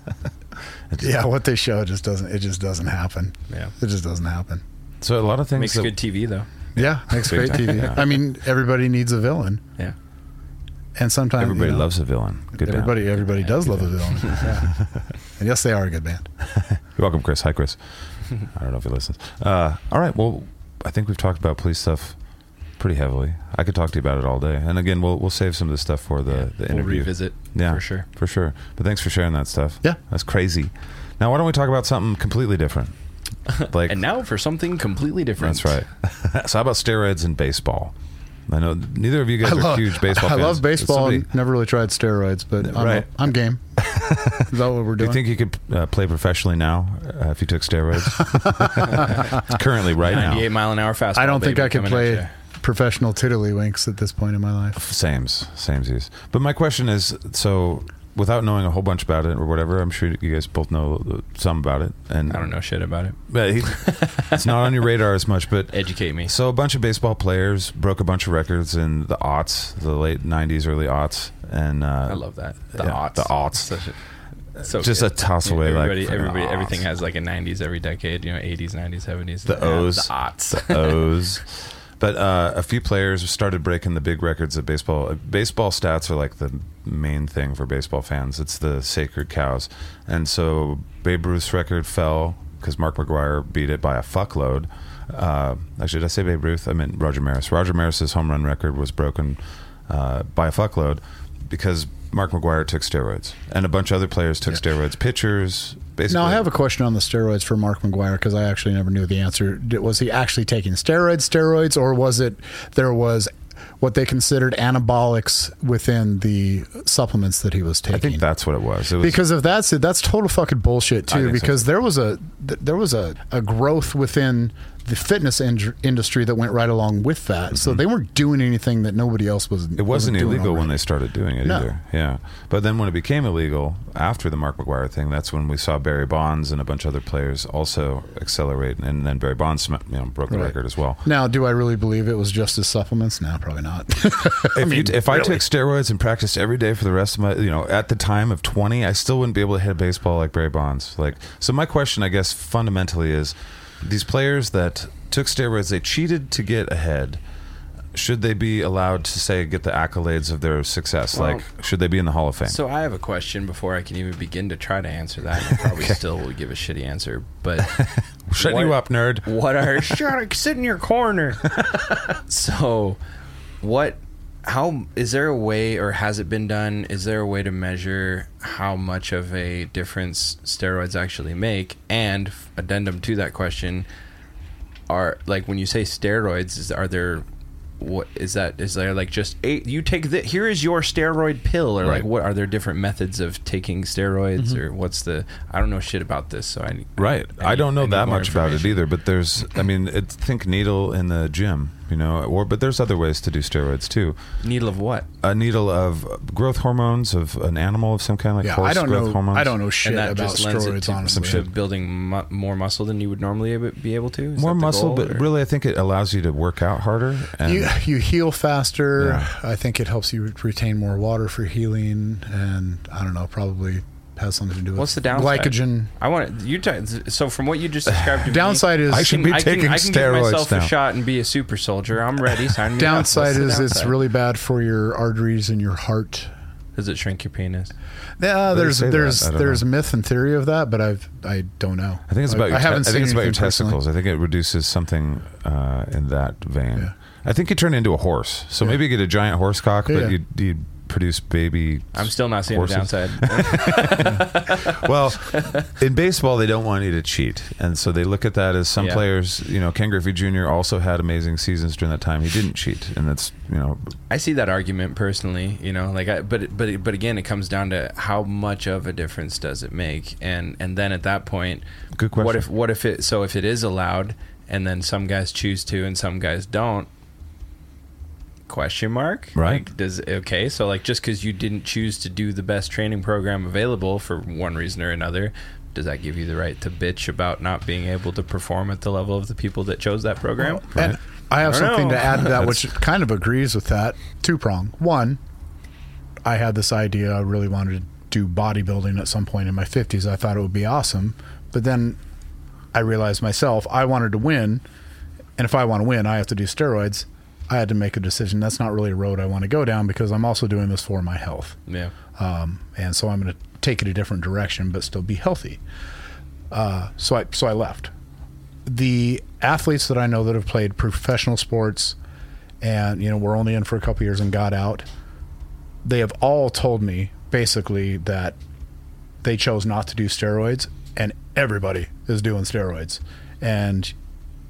yeah, what they show just doesn't. It just doesn't happen.
yeah.
It just doesn't happen.
So a lot of things
Makes
that-
good TV though.
Yeah, makes
Big
great
time.
TV.
Yeah.
I mean, everybody needs a villain,
Yeah.
and sometimes you
everybody
know,
loves a villain. Good down.
everybody. Everybody
Yeah,
does love
good
a villain. Yeah. and yes, they are a good band.
You're welcome, Chris. Hi, Chris. I don't know if he listens. Uh, all right. Well, I think we've talked about police stuff pretty heavily. I could talk to you about it all day. And again, we'll we'll save some of this stuff for the, the
We'll
interview.
revisit
Yeah,
for sure.
for sure. But thanks for sharing that stuff.
Yeah.
that's crazy. Now, why don't we talk about something completely different? Like
And now for something completely different.
that's right. so, how about steroids in baseball? I know neither of you guys
I
are
love
huge baseball.
I
fans.
love
If
baseball.
somebody-
and never really tried steroids, but I'm,
Right.
I'm game. Is that what we're
do
doing?
you think you could uh, play professionally now uh, if you took steroids? It's currently, right
Ninety-eight
now,
mile an hour fastball.
I don't think
baby,
I could
coming at
play
ya.
professional tiddlywinks at this point in my life.
same's same's. But my question is, so without knowing a whole bunch about it or whatever, I'm sure you guys both know some about it. And
I don't know shit about it.
But he, it's not on your radar as much. But
Educate me.
So a bunch of baseball players broke a bunch of records in the aughts, the late '90s, early aughts, and uh,
I love that. The
yeah,
aughts.
the aughts.
Such a- so
Just
good.
a toss away, like,
Everybody,
for the
everybody,
aughts.
everything has like a '90s every decade. You know, '80s, '90s, '70s.
The O's.
the aughts.
O's. But uh, a few players started breaking the big records of baseball. Uh, Baseball stats are like the main thing for baseball fans. It's the sacred cows, and so Babe Ruth's record fell because Mark McGuire beat it by a fuckload. Uh, actually, did I say Babe Ruth? I meant Roger Maris. Roger Maris's home run record was broken uh, by a fuckload because Mark McGuire took steroids, and a bunch of other players took steroids. Pitchers, basically.
Now I have a question on the steroids for Mark McGuire because I actually never knew the answer. Did- Was he actually taking steroids, steroids, or was it there was what they considered anabolics within the supplements that he was taking?
I think that's what it was. It was
because if that's it, that's total fucking bullshit
I
too.
think so.
Because there was a th- there was a, a growth within the fitness in- industry that went right along with that. So they weren't doing anything that nobody else was.
Mm-hmm. It wasn't illegal when they
already.
started doing it
No.
either. Yeah. But then when it became illegal after the Mark McGuire thing, that's when we saw Barry Bonds and a bunch of other players also accelerate. And then Barry Bonds you know, broke the
Right.
record as well.
Now, do I really believe it was just his supplements? No, probably not.
If, you, if I took steroids and practiced every day for the rest of my, you know, at the time of 20, I still wouldn't be able to hit a baseball like Barry Bonds. Like, so my question, I guess, fundamentally is these players that took steroids, they cheated to get ahead. Should they be allowed to say get the accolades of their success?
Well-
like, should they be in the Hall of Fame?
So I have a question before I can even begin to try to answer that. I probably still will give a shitty answer, but
Shut you
what-
up, nerd.
What are shut up, sit in your corner? so, what? How is there a way, or has it been done? Is there a way to measure how much of a difference steroids actually make? And f- addendum to that question, are like when you say steroids, is are there? What is that? Is there like just eight? You take the here is your steroid pill, or like
Right.
what are there different methods of taking steroids, or what's the? I don't know shit about this, so I
Right. I,
need-
don't know
need
that
more
much about it
information.
either, but there's, I mean, it's, think needle in the gym, you know, or, but there's other ways to do steroids too.
Needle of what?
A needle of growth hormones of an animal of some kind, like
yeah,
horse
I don't
growth
know.
hormones.
I don't know shit
and that
about
just lends it
steroids.
to
Honestly,
some shit building mu- more muscle than you would normally ab- be able to. Is
More
that the
muscle,
goal,
but
or-
really, I think it allows you to work out harder. And
you you heal faster.
Yeah.
I think it helps you retain more water for healing, and I don't know, probably has something to do with
What's the downside?
glycogen.
I want to, you. T- so from what you just described, to
Downside
me,
is- I should
be
I can,
taking
I can
steroids
give myself
now.
a shot and be a super soldier. I'm ready. Sign me up.
Downside
What's the
is it's
downside?
really bad for your arteries and your heart.
Does it shrink your penis?
Yeah,
They
there's
say that.
there's
I don't
there's
know.
myth and theory of that, but I've I don't know.
I think it's about your
I haven't
te- I think it's about your
anything personally.
testicles. I think it reduces something uh, in that vein.
Yeah.
I think you turn into a horse. So maybe you get a giant horse cock,
Yeah.
but you, you produce baby.
I'm still not seeing
horses.
the downside.
well, in baseball, they don't want you to cheat, and so they look at that as some
Yeah.
players. You know, Ken Griffey Jr. also had amazing seasons during that time. He didn't cheat, and that's you know,
I see that argument personally, you know, like I but but but again it comes down to how much of a difference does it make? And and then at that point
Good question.
what if what if it so if it is allowed and then some guys choose to and some guys don't question mark
Right.
Like, does okay so like just because you didn't choose to do the best training program available for one reason or another does that give you the right to bitch about not being able to perform at the level of the people that chose that program
And I have
I don't
something
know.
to add to that, which kind of agrees with that. Two prong. One, I had this idea. I really wanted to do bodybuilding at some point in my 50s. I thought it would be awesome. But then I realized myself, I wanted to win. And if I want to win, I have to do steroids. I had to make a decision. That's not really a road I want to go down because I'm also doing this for my health
yeah
um, and so I'm going to take it a different direction, but still be healthy. Uh, so I so I left. The athletes that I know that have played professional sports, and you know, were only in for a couple years and got out. They have all told me basically that they chose not to do steroids, and everybody is doing steroids, and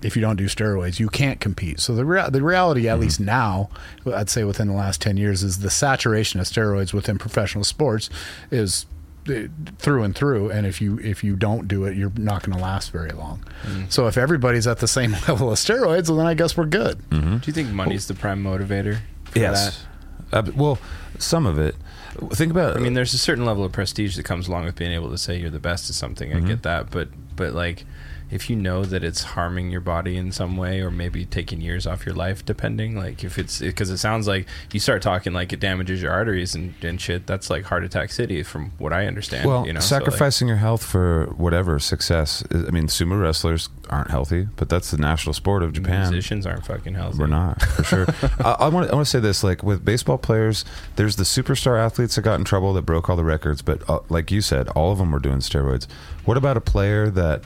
if you don't do steroids, you can't compete. So the rea- the reality, at least now, I'd say within the last ten years, is the saturation of steroids within professional sports is eh, through and through. And if you if you don't do it, you're not going to last very long. So if everybody's at the same level of steroids, well, then I guess we're good.
Do you think money's the prime motivator? For
Hmm? yes.
That?
Uh, but- well, some of it. Think about.
I mean, there's a certain level of prestige that comes along with being able to say you're the best at something. I
Mm-hmm.
get that, but but like, if you know that it's harming your body in some way, or maybe taking years off your life, depending, like if it's because it sounds like you start talking like it damages your arteries and, and shit. That's like heart attack city, from what I understand.
well,
you know, So, like,
sacrificing your health for whatever success. is- I mean, sumo wrestlers aren't healthy, but that's the national sport of Japan.
musicians aren't fucking healthy.
We're not for sure. I, I want to say this: like with baseball players, there's the superstar athletes that got in trouble that broke all the records, but uh, like you said, all of them were doing steroids. What about a player that,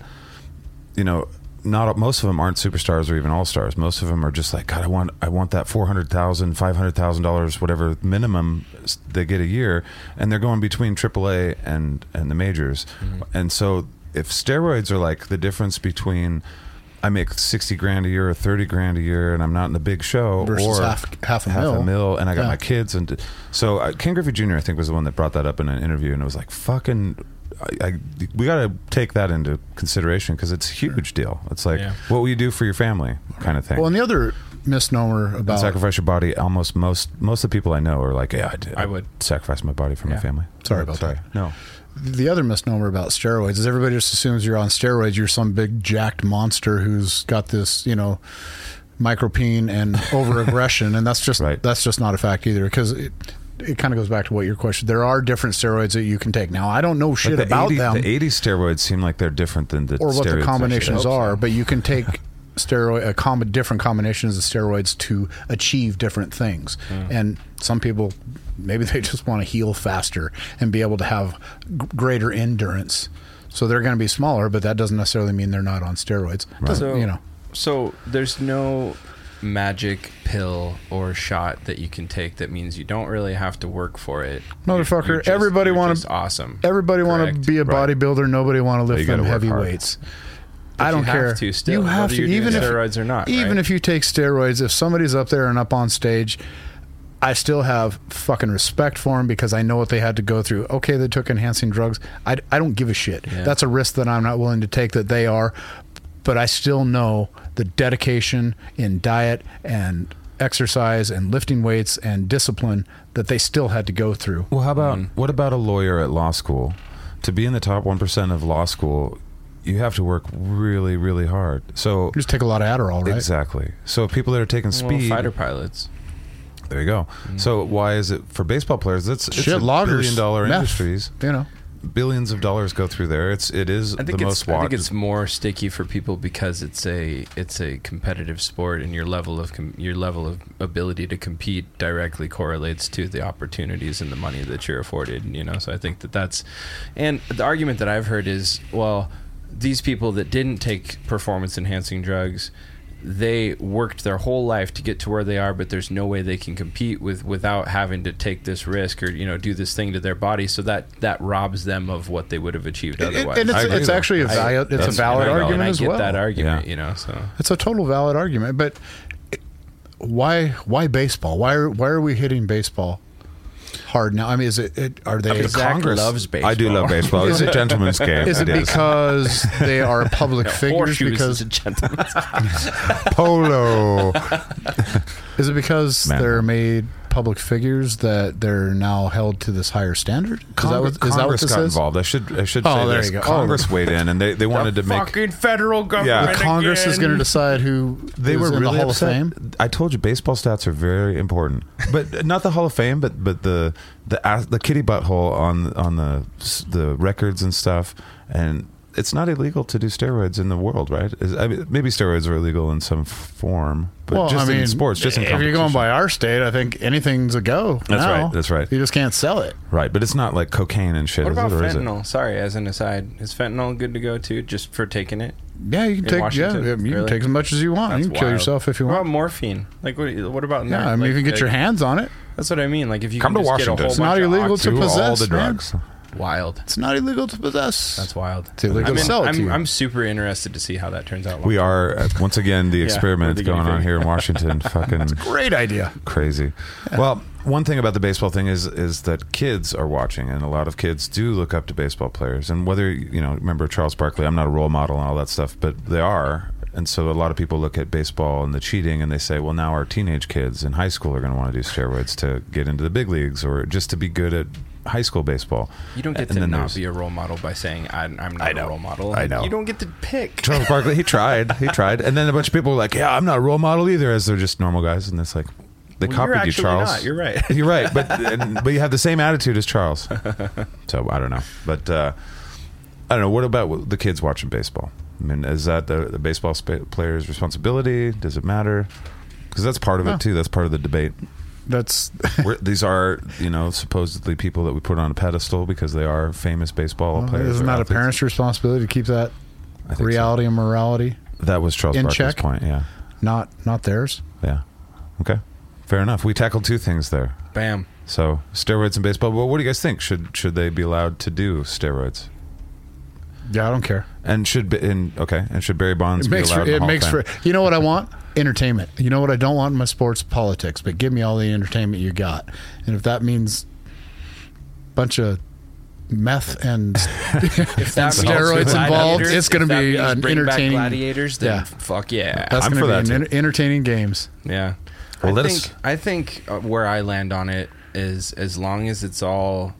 you know, not most of them aren't superstars or even all stars. Most of them are just like, God, I want, I want that four hundred thousand, five hundred thousand dollars, whatever minimum s- they get a year, and they're going between AAA and and the majors,
Mm-hmm.
and so if steroids are like the difference between I make sixty grand a year or thirty grand a year, and I'm not in the big show,
Versus
or
half- half a mil.
and I got
Yeah.
my kids, and d- so uh, Ken Griffey Jr. I think was the one that brought that up in an interview, and it was like fucking. I, I, we got to take that into consideration because it's a huge deal. It's like
Yeah.
what will you do for your family, kind of thing.
Well, and the other misnomer about
sacrifice your body. Almost most most of the people I know are like, yeah, I, did,
I would.
sacrifice my body for my
Yeah.
family.
Sorry about that.
No,
the other misnomer about steroids is everybody just assumes you're on steroids. You're some big jacked monster who's got this, you know, micropene and overaggression, and that's just
Right.
that's just not a fact either. Because it, it kind of goes back to what your question. There are different steroids that you can take. Now, I don't know shit
the
about
80,
them
the eighty steroids seem like they're different than the
or what the
steroids
combinations
actually-
are, but you can take steroid a com- different combinations of steroids to achieve different things. And some people maybe they just want to heal faster and be able to have g- greater endurance. So they're going to be smaller, but that doesn't necessarily mean they're not on steroids. Doesn't-
So,
you know.
so there's no magic pill or shot that you can take that means you don't really have to work for it.
Motherfucker,
You're- you're just-
everybody
you're
wanna-
just awesome.
Everybody want
Correct.
to be a
Right.
bodybuilder, nobody want to
you
lift
gotta
them
work
heavy
hard.
weights. I don't
you have
care.
to still,
you have
whether
to
you're doing
even if
steroids or not,
Even
right?
if you take steroids, if somebody's up there and up on stage, I still have fucking respect for them because I know what they had to go through. Okay, they took enhancing drugs. I, I don't give a shit.
Yeah.
That's a risk that I'm not willing to take that they are, but I still know the dedication in diet and exercise and lifting weights and discipline that they still had to go through.
Well, how about
Mm.
what about a lawyer at law school? To be in the top one percent of law school, you have to work really, really hard. So
Just take a lot of Adderall, right?
exactly. So people that are taking
Well,
speed,
fighter Mm. pilots.
there you go. So why is it for baseball players? It's, it's
Shit,
a
loggers,
billion dollar
meth,
industries.
You know.
Billions of dollars go through there. It's it is
I think
the most
it's
watched.
I think it's more sticky for people because it's a it's a competitive sport and your level of com- your level of ability to compete directly correlates to the opportunities and the money that you're afforded you know so I think that that's and the argument that I've heard is well these people that didn't take performance enhancing drugs they worked their whole life to get to where they are but there's no way they can compete with without having to take this risk or you know do this thing to their body so that that robs them of what they would have achieved
And-
otherwise
and
I
it's,
agree
it's
though.
actually a,
I-
valid, it's a
that's
valid
very valid.
argument
and I
as
get
well.
that argument,
Yeah.
you know. So
It's a total valid argument, but why why baseball? Why are why are we hitting baseball hard now? I mean, is it, it are they?
Because Zach loves
I do love baseball. It's a gentleman's game.
is it because they are public figures?
horseshoes
Because
is a gentleman.
polo?
is it because
Man.
they're made public figures that they're now held to this higher standard? Is that
Congress,
what, is that what
Congress
this
got
is?
involved. I should I should
Oh,
say
there
this.
you go. Oh.
Congress weighed in and they, they wanted to make
fucking federal
government
The Congress is going to decide who
they
is
were
in
really
the Hall
upset.
of Fame.
I told you baseball stats are very important, but not the Hall of Fame, but but the the ass- the kitty butthole on on the the records and stuff, and it's not illegal to do steroids in the world, right? Is, I mean, maybe steroids are illegal in some form, but
Well,
just
I mean,
in sports, just in
if you're going
competition.
by our state, I think anything's a go.
That's
now.
right, that's right.
You just can't sell it.
right, but it's not like cocaine and shit.
What
is
about
it, or is it?
fentanyl? Sorry, as an aside, is fentanyl good to go too, just for taking it?
Yeah, you can
In
take
Washington,
yeah, you can
really?
take as much as you want. Oh, you can kill yourself if you
What
want.
about morphine? Like, what, what about?
yeah,
that?
I mean,
Like-
you can get your
like-
hands on it.
That's what I mean. Like, if you
Come
can
to
just get a
Washington.
whole
It's
bunch
not
of
illegal
oxy-
to
Do all
possess,
the
man.
drugs.
Wild.
It's not illegal to possess.
That's wild.
To illegal
I'm, in-
sell it to
I'm,
you.
I'm super interested to see how that turns out.
We are uh, once again the experiment
the guinea
going on
pig.
here in Washington. Fucking
great idea.
crazy. Well, one thing about the baseball thing is is that kids are watching, and a lot of kids do look up to baseball players. And whether you know, remember Charles Barkley, I'm not a role model and all that stuff, but they are. And so a lot of people look at baseball and the cheating, and they say, well, now our teenage kids in high school are going to want to do steroids to get into the big leagues or just to be good at high school baseball.
You don't get
And
to
then
not
there's-
be a role model by saying I'm, I'm not a role model.
I know.
You don't get to pick.
Charles Barkley, he tried, he tried, and then a bunch of people were like, "Yeah, I'm not a role model either," as they're just normal guys, and it's like they
Well, you're
copied you,
actually
Charles.
not. You're right.
you're right, but and, but you have the same attitude as Charles. So I don't know, but uh, I don't know. What about the kids watching baseball? I mean, is that the, the baseball spa- player's responsibility? Does it matter? Because that's part of
No.
it too. That's part of the debate.
That's
We're, these are, you know, supposedly people that we put on a pedestal because they are famous baseball players.
isn't
or
that a
athletes.
parent's responsibility to keep that
I think so.
reality and morality?
That was Charles
in
Barkley's
check?
point. Yeah.
Not not theirs.
Yeah. Okay. Fair enough. We tackled two things there.
Bam.
So steroids and baseball. Well, what do you guys think? Should should they be allowed to do steroids?
Yeah, I don't care.
And should be, and okay. And should Barry Bonds
It makes
be allowed? in
for,
the
it
Hall of
makes
Fame?
for you know what I want entertainment. You know what I don't want in my sports politics, but give me all the entertainment you got, and if that means bunch of meth and
If that
And
means
steroids
gladiators-
involved, it's gonna
if that
be
means
an
bring back
entertaining-
gladiators. Then
Yeah.
fuck yeah.
that's
I'm
going
for
to
that
be
too.
an en- entertaining games.
Yeah.
Well,
I
let
think,
us-
I think uh, where I land on it is as long as it's all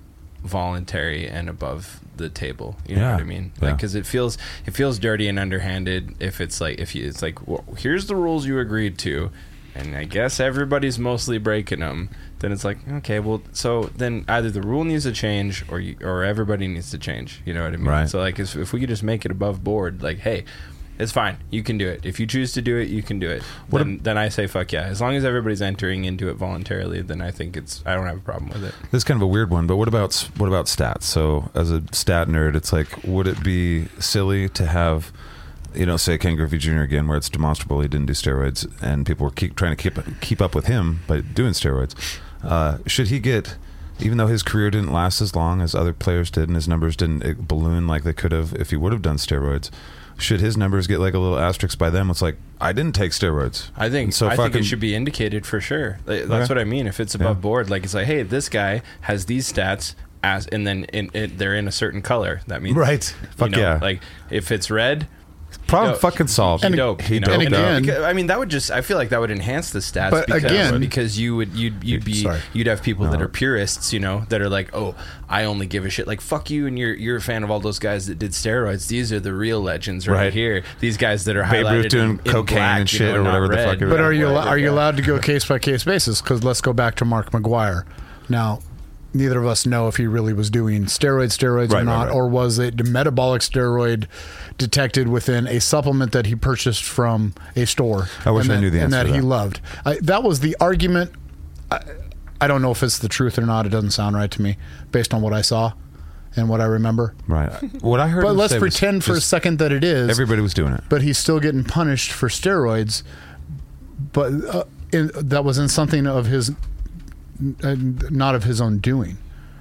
voluntary and above the table. You know
Yeah.
what I mean? Like
Yeah.
'cause because it feels it feels dirty and underhanded if it's like if you it's like well, here's the rules you agreed to, and I guess everybody's mostly breaking them. Then it's like okay, well, so then either the rule needs to change or you, or everybody needs to change. You know what I mean?
Right.
So like if, if we could just make it above board, like hey. It's fine. You can do it. If you choose to do it, you can do it.
What
then, then I say fuck yeah. As long as everybody's entering into it voluntarily, then I think it's I don't have a problem with it.
This is kind of a weird one, but what about what about stats? So, as a stat nerd, it's like, would it be silly to have, you know, say Ken Griffey Jr. again, where it's demonstrable he didn't do steroids, and people were keep trying to keep keep up with him by doing steroids? Uh, should he get, even though his career didn't last as long as other players did, and his numbers didn't eh, balloon like they could have if he would have done steroids? Should his numbers get like a little asterisk by them? It's like I didn't take steroids.
I think
And so
I think
fucking-
it should be indicated for sure. Like,
Okay.
That's what I mean. If it's above
Yeah.
board, like it's like, hey, this guy has these stats as, and then in, it, they're in a certain color. That means
Right.
you
Fuck
know,
yeah.
Like if it's red,
problem
you know,
fucking solved.
he dope.
he
you know?
doped
and again-
up.
Because- I mean, that would just I feel like that would enhance the stats.
But
because,
again-
because you would you'd you'd be
Sorry.
you'd have people that
No.
are purists, you know, that are like, oh, I only give a shit. Like fuck you, and you're you're a fan of all those guys that did steroids. These are the real legends right,
Right.
here. These guys that are
Babe Ruth
highlighted
doing
in- in
cocaine
black,
and
you
shit
know,
or
not
whatever the
red.
fuck it
But are you
Whatever,
are you
yeah.
allowed to go case by case basis? Because let's go back to Mark McGuire. Now, neither of us know if he really was doing steroid steroids
Right, right,
or not,
right.
or was it metabolic steroid detected within a supplement that he purchased from a store?
I wish
and
I
that-
knew the
and
answer
that
to
he
that.
loved. I, that was the argument. I, I don't know if it's the truth or not. It doesn't sound right to me based on what I saw and what I remember.
Right. What I heard.
But
him
let's
say was
pretend for a
just
second that it is
Everybody was doing it.
but he's still getting punished for steroids. But uh, in, that was in something of his, uh, not of his own doing.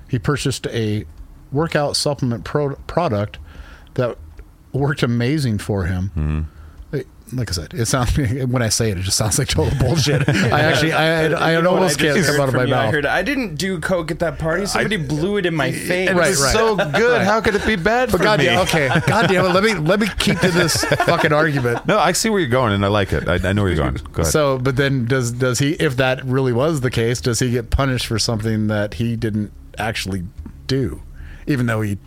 He purchased a workout supplement pro- product that worked amazing for him. It- Like I said, it sounds when I say it, it just sounds like total bullshit. I actually, I, I,
You
I
know what
almost
I just
can't
heard
come out of
from
my
you? I
mouth.
heard, I didn't do coke at that party. Somebody blew it in my face.
Right, right.
good. How could it be bad
But God, damn, okay, God damn it. Let me let me keep to this fucking argument.
No, I see where you're going, and I like it. I, I know where you're going. Go ahead.
So, but then does does he? If that really was the case, does he get punished for something that he didn't actually do, even though he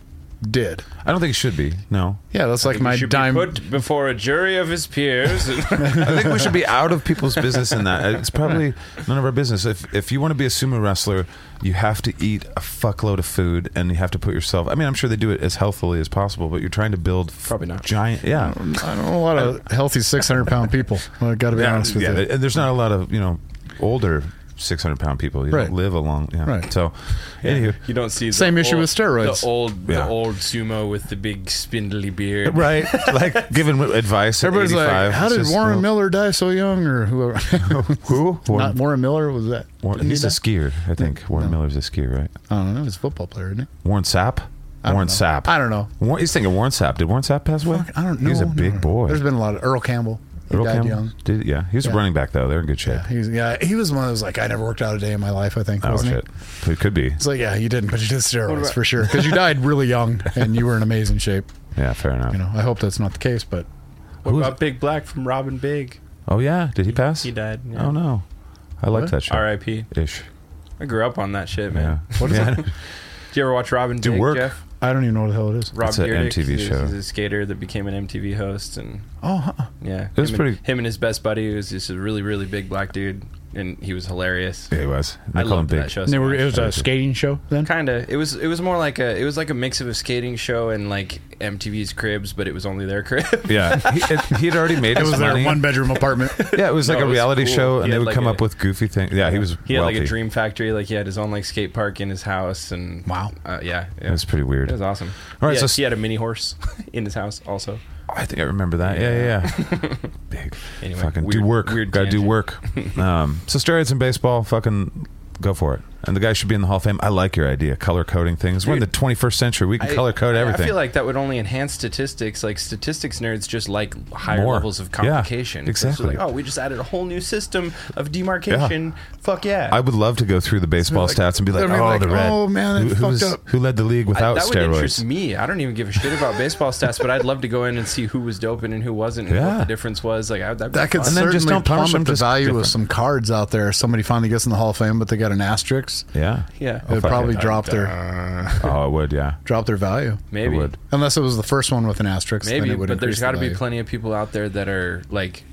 did?
I don't think it should be. No,
Yeah, that's like
He
my
should
dime.
be put before a jury of his peers.
I think we should be out of people's business in that. It's probably none of our business. If if you want to be a sumo wrestler, you have to eat a fuckload of food, and you have to put yourself. I mean, I'm sure they do it as healthily as possible, but you're trying to build
Probably not.
giant. Yeah,
I don't know a lot of healthy six hundred pound people. I got to be honest with
yeah.
you.
And there's not a lot of you know older 600 pound people. You
Right.
don't live along. Yeah.
Right.
So, anywho.
You don't see the
Same issue
old-
with steroids.
The old,
Yeah.
the old sumo with the big spindly beard.
Right. Like giving advice. at
Everybody's
85,
like, how
it's
did
just,
Warren
well,
Miller die so young or whoever?
Who?
Not
Warren,
Warren Miller, was that?
Warren,
did he
he's a
die?
skier, I think. Warren Miller's a skier, right?
I don't know. He's a football player, isn't he?
Warren Sapp?
I don't
Warren
know.
Sapp.
I don't know.
Warren, he's thinking Warren Sapp. Did Warren Sapp pass away?
Fuck, I don't know.
He was a
No,
big
no.
boy.
There's been a lot of Earl Campbell. He
Earl
died
Campbell?
young.
Did, yeah, he was a
Yeah.
running back though. They're in good shape.
He was, yeah, he was one of those like I never worked out a day in my life. I think
oh
wasn't
shit,
he?
it could be.
It's like yeah, you didn't, but you did steroids
about-
for sure because you died really young and you were in amazing shape.
Yeah, fair enough.
You know, I hope that's not the case, but
What
Who-
about Big Black from Robin Big?
Oh yeah, did he pass?
He died. yeah.
Oh no, I like
What?
that show.
R.I.P.
ish.
I grew up on that shit,
Yeah.
man.
What is it?
Did you ever watch Robin
Do
Big?
work.
Jeff?
I don't even know what the hell it is.
Rob
It's a
Dyrdek,
MTV
he's-
show.
He's a skater that became an MTV host, and
Oh, huh.
yeah,
It was
him
pretty-
And, him and his best buddy who was just a really, really big black dude, and he was hilarious.
Yeah, he was. They
I
call him
loved
Big.
that show.
And they were, it was
I
a
see.
skating show then.
Kind of. It was. It was more like a. It was like a mix of a skating show and like MTV's Cribs, but it was only their crib.
Yeah, he, it- he had already made
It
his
was
money.
their one bedroom apartment.
yeah, it was like
No,
a
it was
reality
cool.
show, and
He
they
had
would
like
come
a-
up with goofy things. Yeah, he was
He had
wealthy.
like a dream factory. Like he had his own like skate park in his house, and
Wow.
uh, yeah, yeah.
It was pretty weird.
It was awesome.
All right,
yeah,
so-
he had a mini horse in his house also.
I think I remember that. Yeah, yeah. yeah. Big.
Anyway,
fucking do
weird-
work.
weird
Gotta do
tangent.
work. Um, so steroids in baseball, fucking go for it. And the guy should be in the Hall of Fame. I like your idea, color coding things. We're in the 21st century. We can
I-
color code
I-
everything.
I feel like that would only enhance statistics. Like statistics nerds just like higher
More.
levels of
Yeah,
complication. So it's just
exactly.
like, oh, we just added a whole new system of demarcation. Fuck yeah.
I would love to go through the baseball
like-
stats and be like,
I mean,
oh,
like,
the red.
oh, man, that
who, who
fucked
was-
up."
Who led the league
I-
without
that would interest
steroids?
me. I don't even give a shit about baseball stats, but I'd love to go in and see who was doping and who wasn't, and
Yeah.
what the difference was. Like I, that'd be
That could
fun.
And then
certainly
just don't punish
plummet
them,
the
just
value
different.
of some cards out there. Somebody finally gets in the Hall of Fame, but they got an asterisk.
Yeah.
Yeah.
It would
Oh, fuck
probably
it.
drop their
Oh, it would, yeah.
drop their value.
maybe,
It would.
Unless it was the first one with an asterisk, then
maybe,
it would
but
increase
there's
the
got to be
value.
plenty of people out there that are like,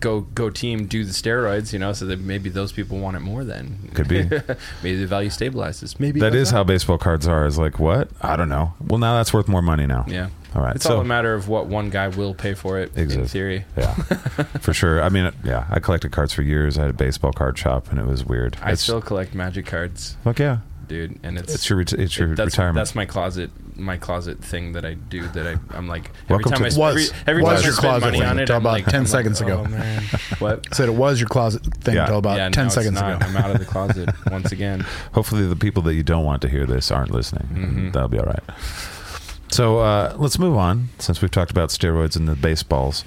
go go team, do the steroids, you know, so that maybe those people want it more. Then
Could be.
maybe the value stabilizes. Maybe
That is how baseball cards are. Is like, what? I don't know. Well, now that's worth more money now.
Yeah.
All right.
It's
so,
all a matter of what one guy will pay for it in
Exactly.
theory.
Yeah, for sure. I mean, yeah, I collected cards for years. I had a baseball card shop, and it was weird.
I
It's-
still collect magic cards,
fuck yeah.
dude, and it's
It's your ret- it's your
that's,
retirement.
That's my closet, my closet thing that I do. That I, I'm like every
Welcome
time
to-
I sp-
Was-
every, every
was
time
your
I spend
closet
money
thing
on it.
until
I'm
about
like,
10
I'm
seconds
like,
ago.
"Oh, man." what?
Said it was your closet thing
Yeah.
until about
Yeah,
ten
no, it's
seconds
not.
ago.
I'm out of the closet once again.
Hopefully, the people that you don't want to hear this aren't listening.
Mm-hmm.
and That'll be all right. So uh, let's move on, since we've talked about steroids and the baseballs,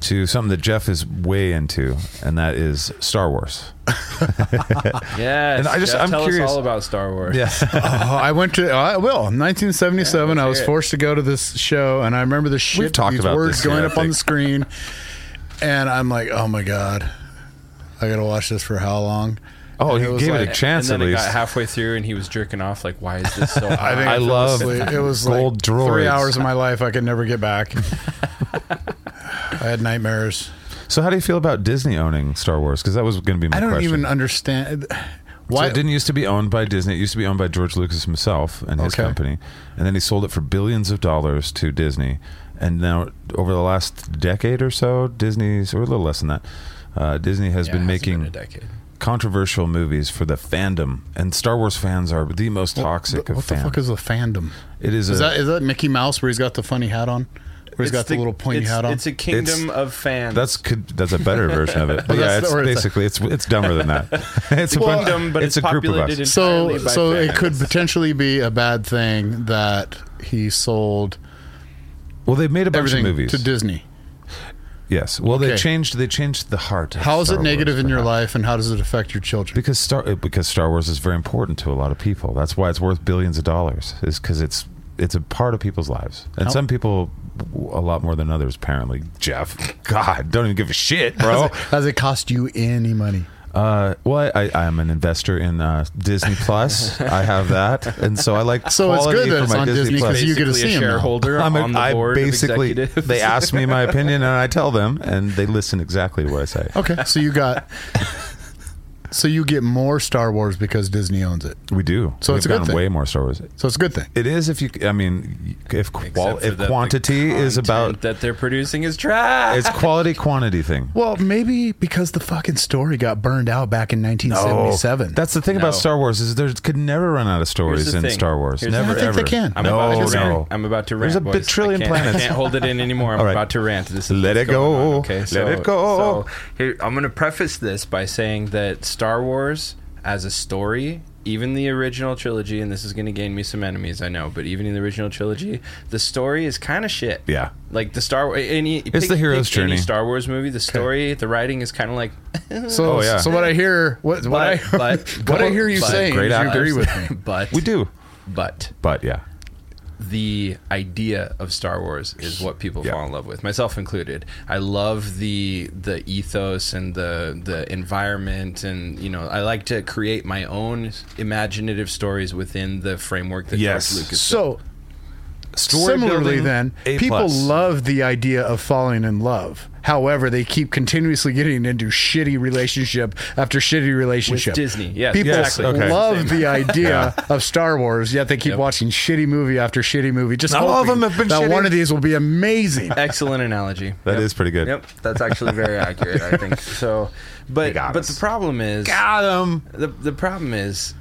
to something that Jeff is way into, and that is Star Wars.
Yes.
And I just-
Jeff,
I'm
tell
curious-
us all about Star Wars.
Yeah.
Oh, I went to. I will. 1977.
Yeah,
I
let's
was
hear it.
forced to go to this show, and I remember the shit.
talked
these
about
words
this,
going
yeah, I
up on
think.
the screen, and I'm like, oh my god, I gotta watch this for how long?
Oh,
And
you
was
gave it
like-
a chance
and
at
then it
least.
got halfway through, and he was jerking off. Like, why is this so?
I think
I
I, fell
love
asleep. It was like
gold drawers.
three hours of my life I could never get back. I had nightmares.
so, how do you feel about Disney owning Star Wars? Because that was going to be my
I don't
question.
even understand
Why
why
it didn't used to be owned by Disney. It used to be owned by George Lucas himself and his
Okay.
company, and then he sold it for billions of dollars to Disney. And now, over the last decade or so, Disney's or a little less than that, uh, Disney has
Yeah,
been
it hasn't
making
been a decade.
controversial movies for the fandom, and Star Wars fans are the most toxic
What
of
the
fans.
fuck is the fandom?
it is,
Is
a,
that is that Mickey Mouse where he's got the funny hat on? Where he's
It's
got the, little pointy
it's-
hat on?
It's a kingdom
It's-
of fans.
that's could, that's a better version of it. But yeah,
That's-
it's
or it's a-
basically it's it's dumber than that. It's a
Well,
bunch-
kingdom, but it's
a group of us.
populated in-
so
entirely by
so it
fans.
could potentially be a bad thing that he sold
well, they've made a bunch of
everything
movies.
to Disney.
yes. Well, they
Okay.
changed they changed the heart. of
How is
Star
it negative
Wars,
in your
perhaps.
life, and how does it affect your children?
because Star uh, because Star Wars is very important to a lot of people. That's why it's worth billions of dollars. Is because it's it's a part of people's lives, and
How-
some people w- a lot more than others. Apparently, Jeff, God, don't even give a shit, bro.
Has it cost you any money?
uh, well, I, I, I'm an investor in uh, Disney Plus. I have that, and so I like
So it's good
quality
that
for
it's
my
on Disney
Plus.
'cause you get to
Basically
see
a
him now.
shareholder
I'm a-
on the
I
board. of
basically
executives.
they ask me my opinion and I tell them, and they listen exactly to what I say.
Okay, so you got So you get more Star Wars because Disney owns it.
We do.
So
We've
it's a good
gotten
thing.
way more Star Wars.
So it's a good thing.
It is if you. I mean, if qual-
Except for
if
that the
quantity is about,
content that they're producing is trash.
it's quality quantity thing.
Well, maybe because the fucking story got burned out back in 1977.
Oh, That's the thing
No.
about Star Wars is there could never run out of
Here's
stories
the
in
thing.
Star Wars.
Here's the
never
thing.
I
ever.
think they can.
I'm
no,
about to
no.
rant. I'm about to rant.
There's a
boys.
bit trillion
I can't,
planets.
I can't hold it in anymore. I'm
All right.
about to rant. This is
Let
what's
it
going
go.
on, Okay,
Let
so,
it go.
So here, I'm going to preface this by saying that Star Wars as a story, even the original trilogy, and this is going to gain me some enemies, I know, but even in the original trilogy, the story is kind of shit.
Yeah.
Like the Star any
It's the hero's
pick any
journey.
Star Wars movie, the story, the writing is kind of like
so,
Oh, yeah.
so what I hear, what, what, I,
but-
what I hear you
but-
saying,
Great
is you agree
actors.
with me.
but
We do,
but
but yeah,
the idea of Star Wars is what people
Yeah.
fall in love with, myself included. I love the the ethos and the the environment, and you know, I like to create my own imaginative stories within the framework that
Yes.
George Lucas.
So
Story
similarly,
building,
then
A
people
plus.
love the idea of falling in love. However, they keep continuously getting into shitty relationship after shitty relationship.
Disney, yes,
people
exactly. Okay.
love the idea of Star Wars, yet they keep watching shitty movie after shitty movie. Just
Not all of
hoping
them have been
that
shitty.
one of these will be amazing.
Excellent analogy.
That is
Yep.
pretty good.
Yep, that's actually very accurate. I think so. But
got
but
us.
the problem is
Got him.
the the problem is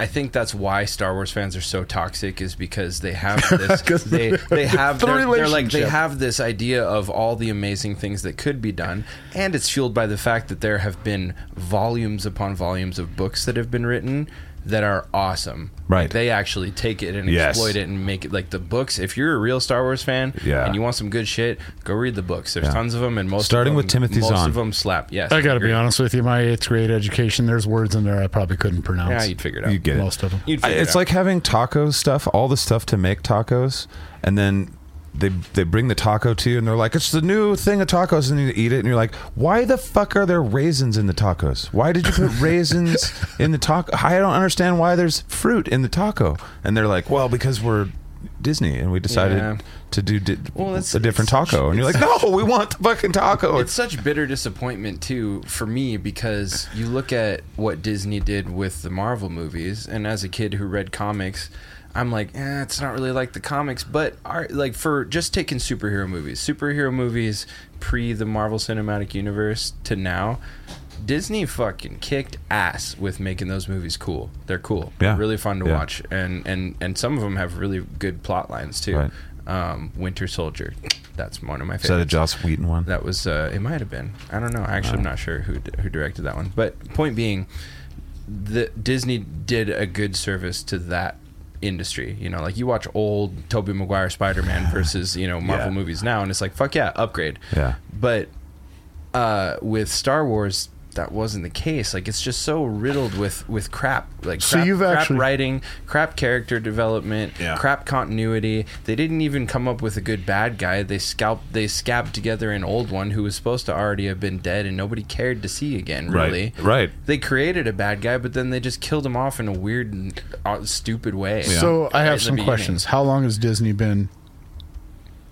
I think that's why Star Wars fans are so toxic is because they have this
'Cause
they they have
the
they're, they're like they
relationship.
have this idea of all the amazing things that could be done and it's fueled by the fact that there have been volumes upon volumes of books that have been written that are awesome.
Right.
Like, they actually take it and
Yes.
exploit it and make it like the books. If you're a real Star Wars fan
Yeah.
and you want some good shit, go read the books. There's
Yeah.
tons of them and most
Starting
of
with
them,
Timothy
most
Zahn.
of them slap. Yes.
I got to
agree.
be honest with you. My eighth grade education, there's words in there I probably couldn't
Yeah,
pronounce.
you'd figure it out.
You get it.
most of them.
You'd
I-
figure it
it's
out.
like having taco stuff, all the stuff to make tacos, and then they they bring the taco to you, and they're like, "It's the new thing of tacos," and you eat it, and you're like, "Why the fuck are there raisins in the tacos? Why did you put raisins in the taco? I don't understand why there's fruit in the taco." And they're like, "Well, because we're." Disney and we decided
Yeah.
to do di-
Well, that's-
a different
it's-
taco, and you're like, no, we want the fucking taco.
it's such bitter disappointment too for me because you look at what Disney did with the Marvel movies, and as a kid who read comics, I'm like, eh, it's not really like the comics, but are like for just taking superhero movies, superhero movies pre the Marvel Cinematic Universe to now. Disney fucking kicked ass with making those movies cool. They're cool.
Yeah.
Really fun to
Yeah.
watch. And, and and some of them have really good plot lines too.
Right.
Um, Winter Soldier. That's one of my favorites.
Is that a Joss Wheaton one?
Uh-huh.
That was uh, it. Might have been. I don't know. Actually, I'm not sure who di- who directed that one. But point being, the Disney did a good service to that industry. You know, like you watch old Tobey Maguire Spider Man versus you know Marvel
Yeah.
movies now, and it's like fuck yeah, upgrade.
Yeah.
But uh, with Star Wars. That wasn't the case. Like it's just so riddled with with crap, like
So
crap,
you've
crap
actually-
writing, crap character development,
Yeah.
crap continuity. They didn't even come up with a good bad guy. They scalped, they scabbed together an old one who was supposed to already have been dead and nobody cared to see again.
Right,
Really,
right.
They created a bad guy, but then they just killed him off in a weird, and, uh, stupid way.
So I
Right in
have
the
some
beginning.
questions. How long has Disney been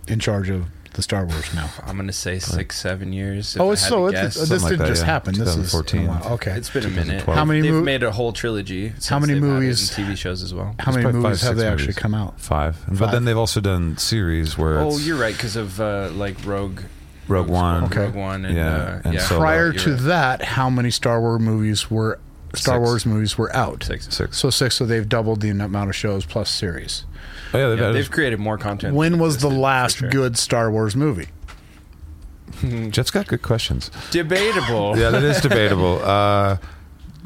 in charge of the Star Wars now?
I'm gonna say six, seven years. if
Oh,
I
it's
had
so
to
it's,
guess.
this
Something like
didn't
that,
just
yeah.
happen. This is oh,
2014.
wow, okay.
it's been a minute.
How
many
They've
mov-
made a whole trilogy. since
How many
they've had it,
movies-
and TV shows as well?
How many
It's probably
movies
five,
have they
six
actually
movies.
come out?
Five. But
Five.
then they've also done series where
Oh,
it's
you're right because of uh, like Rogue,
Rogue One.
Okay.
Rogue One, and,
Yeah,
uh,
and
yeah.
Solo.
Prior
You're
to
right.
that, how many Star Wars movies were Star
Six.
Wars movies were out?
Six.
Six.
So six. So they've doubled the amount of shows plus series.
Oh, yeah, they've,
Yeah,
added-
they've created more content.
When was the
than
last
existed, for sure.
good Star Wars movie?
Jeff's got good questions.
Debatable.
Yeah, that is debatable. Uh,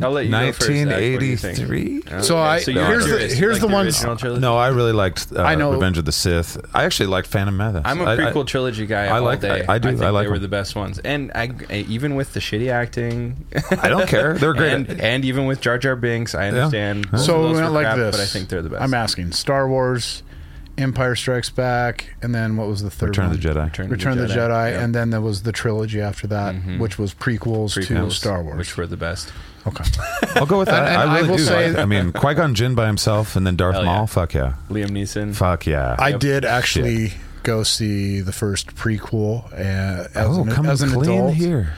I'll let you go first, Zach. What do you think?
1983.
So I-
you're
here's the-
curious,
here's the
the
ones-
original trilogy?
No, I really liked. Uh,
I know-
Revenge of the Sith. I actually liked Phantom Menace.
I'm a
I- I-
prequel trilogy guy.
I like-
All day.
I- I do.
think
I like
they were
them.
the best ones, and I, I- even with the shitty acting.
I don't care. They're great.
And, and even with Jar Jar Binks, I understand. both of
so
those
we
were
went like
crap,
this.
but I think they're the best.
I'm asking Star Wars, Empire Strikes Back, and then what was the third?
Return of
one?
the Jedi.
Return-
Return of the Jedi,
yeah.
and then there was the trilogy after that, which was prequels,
Mm-hmm. Prequels,
to Star Wars.
which were the best.
okay.
I'll go with that.
And- and
I
I
really
will
do.
say-
like- I mean, Qui Gon Jinn by himself, and then Darth
Hell yeah.
Maul. Fuck yeah.
Liam Neeson.
Fuck yeah.
I did actually go see the first prequel uh, as,
oh,
an,
come
as an
clean
adult.
here.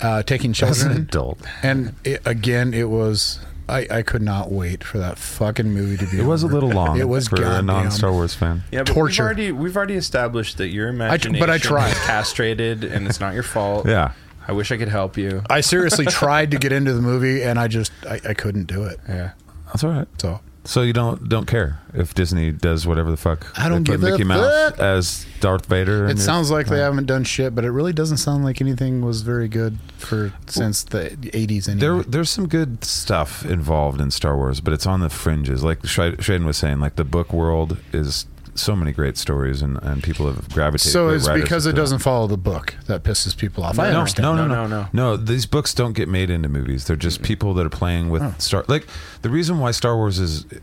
uh, taking
As an
children.
adult.
And it, again, it was I, I could not wait for that fucking movie to be.
It was a
over.
little long
It was
for a
goddamn-
non Star Wars fan.
Yeah, but
Torture.
We've already, we've already established that your
tr-
imagination
but I tried.
is castrated, and it's not your fault.
Yeah.
I wish I could help you.
I seriously tried to get into the movie, and I just I, I couldn't do it.
Yeah.
That's all right.
So
So you don't don't care if Disney does whatever the fuck
I don't
they put
give a
Mickey Mouse
fuck.
as Darth Vader.
it
and
sounds like they
Right.
haven't done shit, but it really doesn't sound like anything was very good for since the '80s. Anyway.
There, there's some good stuff involved in Star Wars, but it's on the fringes. Like Shad- Shaden was saying, like the book world is so many great stories, and, and people have gravitated.
so
great
it's
writers
because it
to them.
doesn't follow the book that pisses people off. I
no,
understand.
No, no,
No,
no, no,
no,
These books don't get made into movies. They're just people that are playing with Star. Like the reason why Star Wars is uh,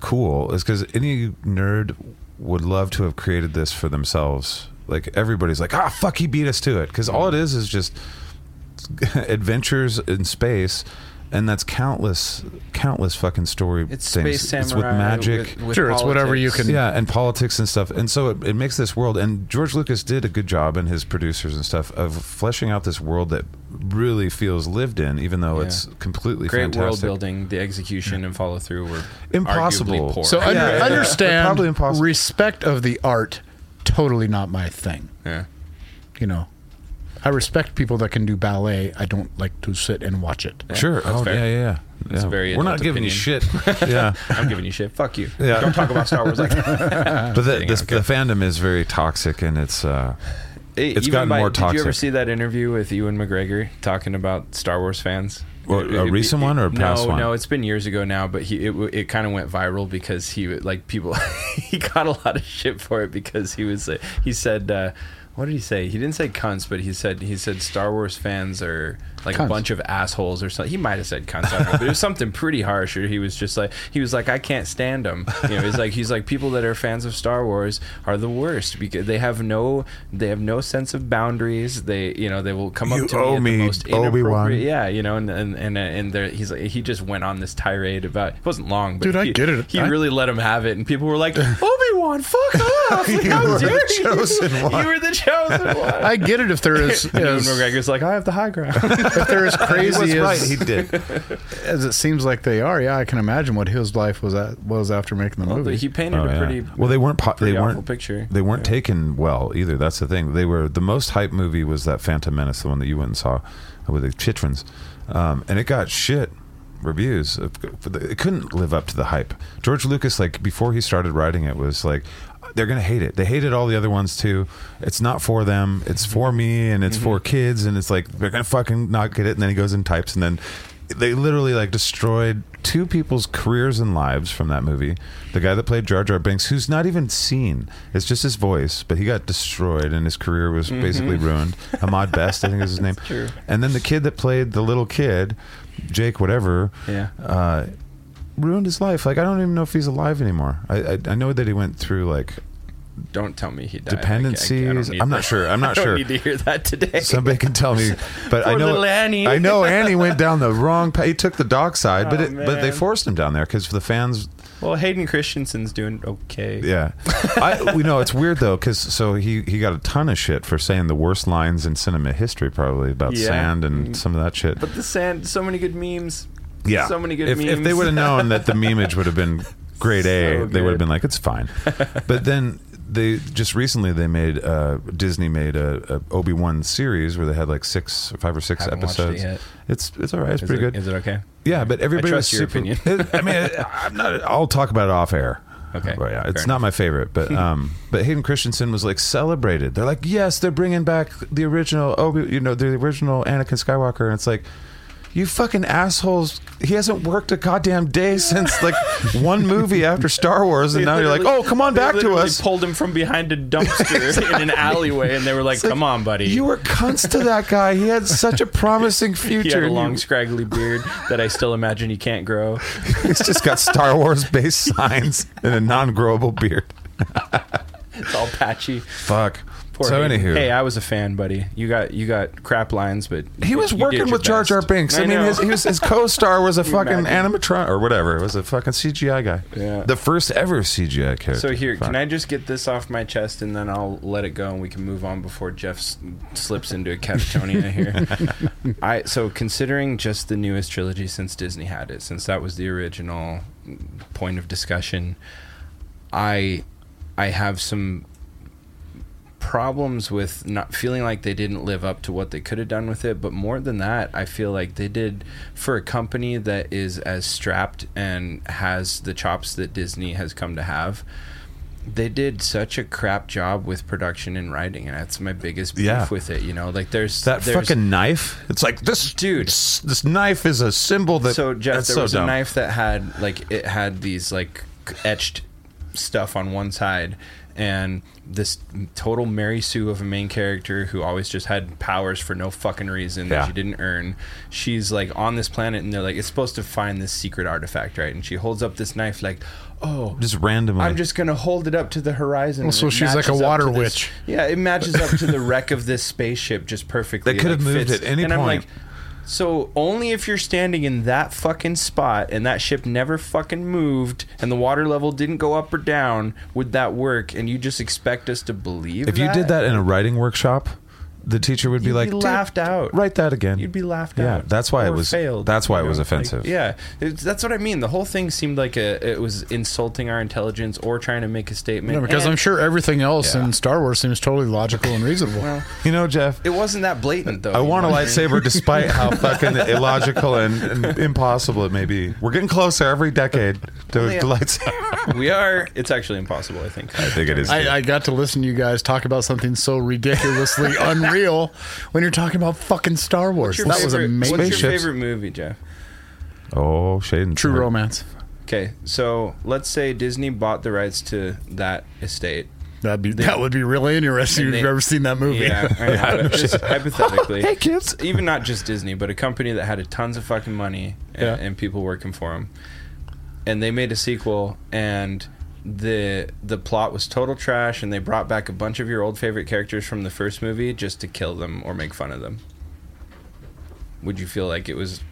cool is because any nerd would love to have created this for themselves. Like everybody's like, ah, fuck, he beat us to it. Because all it is is just adventures in space. And that's countless, countless fucking story
It's
things.
space samurai.
it's with magic,
with- with
Sure, it's whatever you
politics.
can-
yeah, and politics and stuff. And so it, it makes this world. And George Lucas did a good job, and his producers and stuff, of fleshing out this world that really feels lived in, even though
Yeah.
it's completely
Great world
fantastic.
building, the execution and follow through were
Impossible.
arguably Poor.
So
Yeah,
under,
yeah, yeah.
understand,
Probably impossible.
respect of the art, totally not my thing.
yeah.
You know, I respect people that can do ballet. I don't like to sit and watch it.
Sure.
That's
Oh
fair.
yeah, yeah, yeah.
That's
Yeah.
a very
We're not
adult
giving you
opinion.
shit. yeah,
I'm giving you shit. Fuck you.
Yeah.
Don't talk about Star Wars like
but the,
Kidding,
this,
okay.
the fandom is very toxic, and it's uh,
Hey,
It's
even
gotten more
Did you ever
toxic.
see that interview with Ewan McGregor talking about Star Wars fans?
Well, a
It- it-
recent one or a
no,
past one?
No, it's been years ago now, but he it, w- it kind of went viral because he w- like people he got a lot of shit for it because he was like, he said uh, what did he say? He didn't say cunts, but he said he said Star Wars fans are like a
Cunts.
bunch of assholes or something. He might have said cunts, I don't know, but it was something pretty harsh. Or he was just like he was like I can't stand them. You know, he's like he's like people that are fans of Star Wars are the worst because they have no they have no sense of boundaries. They you know they will come
You
up to
owe
me, at
me,
the most
Obi-Wan.
inappropriate. Yeah, you know, and and and, uh, and there, he's like he just went on this tirade about it wasn't long, but
Dude, I
he,
get it.
He
I-
really let him have it, and people were like Obi Wan, fuck off! Like, how
were the
dare you?
chosen one.
You were the chosen one.
I get it if there is,
And Ewan
is-
McGregor's like, I have the high ground.
if they're as
he was
crazy
right.
as,
He did.
as it seems like they are. Yeah, I can imagine what his life was at, was after making the
But
movie.
he painted
Oh,
a
yeah.
pretty
well. They weren't. Po- they
pretty awful
weren't.
picture.
They weren't taken well either. That's the thing. They were the most hype movie was that Phantom Menace, the one that you went and saw uh, with the Chitrins, um, and it got shit reviews. It couldn't live up to the hype. George Lucas, like before he started writing it, was like. They're gonna hate it. They hated all the other ones too. It's not for them. It's for me, and it's
Mm-hmm.
for kids. And it's like they're gonna fucking not get it. And then he goes and types, and then they literally like destroyed two people's careers and lives from that movie. The guy that played Jar Jar Binks, who's not even seen, it's just his voice, but he got destroyed and his career was basically ruined. Ahmad Best, I think is his name.
Mm-hmm. true.
And then the kid that played the little kid, Jake, whatever,
Yeah.
uh, ruined his life. Like I don't even know if he's alive anymore. I I, I know that he went through like
Don't tell me he died. I can't- I don't
dependencies.
need
I'm
that.
not sure. I'm
I
not
don't
sure.
need to hear that today.
Somebody can tell me, but I
Poor
know
little Annie.
I know Annie went down the wrong path. He took the dock side, but
Oh,
it, but they
man.
forced him down there because the fans.
Well, Hayden Christensen's doing okay.
Yeah, I we know it's weird though because so he he got a ton of shit for saying the worst lines in cinema history probably about
Yeah. Mm.
sand and some of that shit.
But the sand, so many good memes.
yeah,
So many good
if,
memes.
If they would have known that the memeage would have been grade A,
So
they would
good.
have been like, it's fine. But then they just recently they made uh, Disney made a, a Obi wan series where they had like six, five or six
Haven't watched it
episodes.
yet.
It's it's all right. It's
Is
pretty
it-
good.
Is it okay?
Yeah, but everybody
trust
was
your
super.
opinion.
It- I mean, it- I'm not. I'll talk about it off air.
Okay,
But yeah,
fair
it's not my favorite, but um, but Hayden Christensen was like celebrated. They're like, yes, they're bringing back the original. Oh, you know, the original Anakin Skywalker, and it's like. You fucking assholes! He hasn't worked a goddamn day since like one movie after Star Wars, and
They
now you're like,
literally-
"Oh, come on
they
back to
literally
us!"
Pulled him from behind a dumpster in an alleyway, and they were like,
It's like,
"Come on, buddy."
You were cunts to that guy. He had such a promising future.
he had a
and
long,
you-
scraggly beard that I still imagine he can't grow.
He's just got Star Wars based signs and a non growable beard.
It's all patchy.
Fuck.
Poor
So
Hayden.
anywho.
hey, I was a fan, buddy. You got you got crap lines, but
He was working with Jar Jar Binks. I, mean, his, he was, his co-star was a fucking animatron or whatever. It was a fucking CGI guy.
Yeah.
The first ever CGI character.
so here,
Fuck.
can I just get this off my chest and then I'll let it go and we can move on before Jeff s- slips into a catatonia here. I so considering just the newest trilogy since Disney had it, since that was the original point of discussion, I I have some problems with not feeling like they didn't live up to what they could have done with it but more than that i feel like they did for a company that is as strapped and has the chops that disney has come to have they did such a crap job with production and writing and that's my biggest beef
Yeah.
with it you know like there's
That
there's,
fucking knife. It's like this
Dude.
s- This knife is a symbol that.
so Jeff,
that's
there
so
was
dumb.
a knife that had like it had these like etched stuff on one side, and this total Mary Sue of a main character who always just had powers for no fucking reason that
Yeah.
she didn't earn. She's like on this planet, and they're like, it's supposed to find this secret artifact, right? And she holds up this knife, like, oh,
Just randomly.
I'm just gonna hold it up to the horizon. and
so
it
she's like a
matches up
water
to this-
witch.
yeah, it matches up to the wreck of this spaceship just perfectly.
They could have moved at any
and I'm
point.
like, so only if you're standing in that fucking spot and that ship never fucking moved and the water level didn't go up or down would that work? And you just expect us to believe?
if you did that in a writing workshop, the teacher would be
You'd
like,
be
"Dude,
laughed out.
Write that again.
You'd be laughed
yeah,
out.
that's why it
or
was.
failed.
That's why
you
it was
know? Like,
offensive.
yeah, It's- that's what I mean. The whole thing seemed like a it was insulting our intelligence or trying to make a statement.
No, because
And
I'm sure everything else
Yeah.
in Star Wars seems totally logical and reasonable.
You know, Jeff.
it wasn't that blatant though.
I
you
want a
know what mean?
lightsaber despite how fucking illogical and, and impossible it may be. We're getting closer every decade to
yeah.
to lightsaber.
We are. It's actually impossible, I think.
I think it is.
I, I got to listen to you guys talk about something so ridiculously unreal when you're talking about fucking Star Wars. That was amazing.
What's your
Spaceships.
favorite movie, Jeff?
oh, Shaden.
True Romance.
Okay, so let's say Disney bought the rights to that estate.
That'd be that would be really interesting if
And
you've
they-
ever seen that movie.
Yeah, I know, but just hypothetically.
Hey, kids.
Even not just Disney, but a company that had a tons of fucking money and,
Yeah.
and people working for them. And they made a sequel, and the the plot was total trash, and they brought back a bunch of your old favorite characters from the first movie just to kill them or make fun of them. Would you feel like it was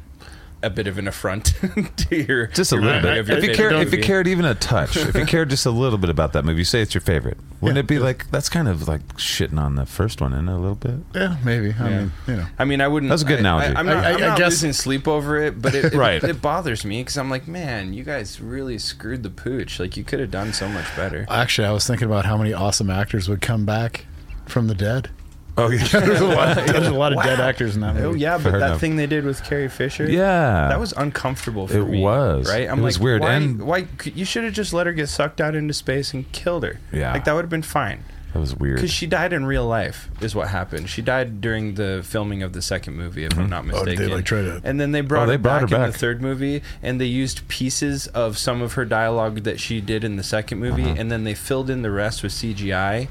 a bit of an affront to your
Just a
your
little
memory
bit.
of your
If you
favorite
cared, if you
movie?
cared even a touch, if you cared just a little bit about that movie, you say it's your favorite. Wouldn't it be like that's kind of like shitting on the first one in a little bit?
Yeah, maybe. I mean, you know.
I mean, I wouldn't.
That's a good
I-
analogy.
I, am not,
I- I-
am not
I guess-
losing sleep over it, but it, it,
Right.
it bothers me because I'm like, man, you guys really screwed the pooch. Like, you could have done so much better.
Actually, I was thinking about how many awesome actors would come back from the dead.
Oh yeah,
There's a lot, there's a lot of dead actors in that movie.
Oh yeah, but
Fair
that
enough.
thing they did with Carrie Fisher,
yeah.
that was uncomfortable for
It
me.
was.
right. I'm
It
like,
was weird,
Why,
and-
why c- you should have just let her get sucked out into space and killed her?
Yeah.
like that would have been fine.
that was weird.
Because she died in real life, is what happened. She died during the filming of the second movie, if I'm not
Hmm. Oh, they,
mistaken.
like, tried to-
And then they brought,
Oh, they
her,
brought
back
her
in the
back.
third movie, and they used pieces of some of her dialogue that she did in the second movie,
Uh-huh.
and then they filled in the rest with CGI.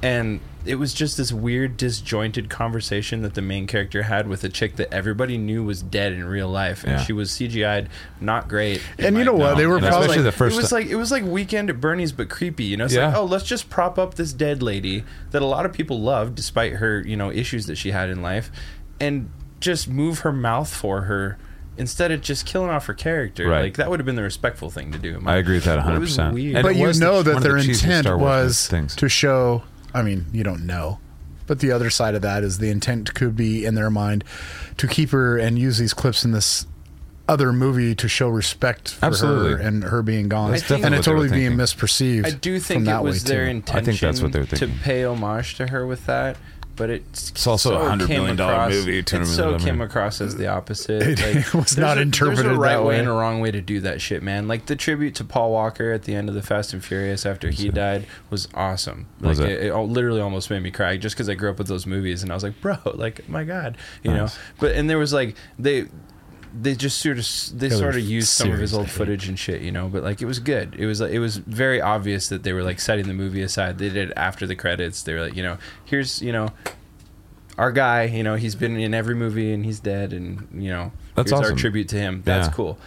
And it was just this weird, disjointed conversation that the main character had with a chick that everybody knew was dead in real life, and
Yeah.
she was CGI'd, not great.
And you know what? They were
and
probably
especially the
It
first.
was like it was like Weekend at Bernie's, but creepy. You know, it's like
Yeah.
oh, let's just prop up this dead lady that a lot of people love, despite her you know issues that she had in life, and just move her mouth for her instead of just killing off her character.
Right.
Like that would have been the respectful thing to do. in my-
I agree with that
But
100.
it was
percent
weird.
but
it
you
was the-
know that
one of the
their
cheesiest
intent
Star Wars
was
things.
to show. I mean, you don't know, but the other side of that is the intent could be in their mind to keep her and use these clips in this other movie to show respect for her
Absolutely.
and her being gone,
That's definitely
and it
what they were
totally being
thinking.
misperceived.
I do
from
think
that
it was
way,
their
too.
intention.
I think that's what they're
to
thinking.
pay homage to her with that. But it's,
It's also a
so
$100
came
million dollar
across-
movie, $200
It so
million.
came across as the opposite.
It was
there's
not
a-
interpreted that
There's a right
way.
way and a wrong way to do that shit, man. Like the tribute to Paul Walker at the end of the Fast and Furious after he died was awesome. Like
Was it?
it, al- literally almost made me cry just because I grew up with those movies and I was like, bro, like my god, you
Nice.
know. But and there was like they. They just sort of s- they
They're
sort of used some of his
serious, I
old
hate
footage footage and shit, you know. But like, it was good. It was like it was very obvious that they were like setting the movie aside. They did it after the credits. They were like, you know, here's you know, our guy. You know, he's been in every movie and he's dead, and you know,
That's
here's
awesome.
our tribute to him. That's
Yeah.
cool.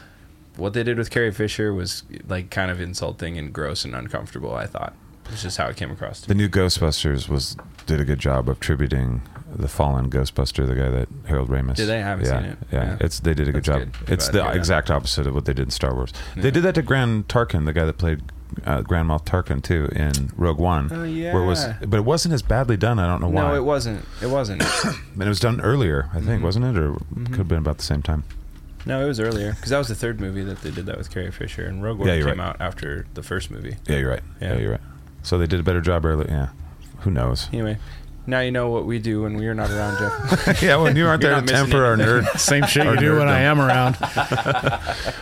What they did with Carrie Fisher was like kind of insulting and gross and uncomfortable. I thought. It's just how it came across. To
The
me.
new Ghostbusters was did a good job of tributing the fallen Ghostbuster, the guy that Harold Ramis.
Did they? I haven't
yeah,
seen it.
Yeah.
Yeah.
it's they did a good
That's
job.
good.
It's
Glad to
the
hear that.
exact opposite of what they did in Star Wars.
Yeah.
They did that to Grand Tarkin, the guy that played uh, Grand Moff Tarkin too in Rogue One.
Oh,
where it was
yeah.
but it wasn't as badly done. I don't know why.
No, it Mm-hmm. wasn't. It wasn't.
And it was done earlier, I think, wasn't it, or could have been about the same time.
no, it was earlier because that was the third movie that they did that with Carrie Fisher, and Rogue One
Yeah,
came
you're right.
out after the first movie.
Yeah, you're right.
Yeah.
Yeah, you're right. So they did a better job earlier. Yeah, who knows?
Anyway, now you know what we do when we are not around, Jeff.
yeah, when you aren't
You're
there
not
to
missing
temper our nerd
Same shit
Our
you do when I am around.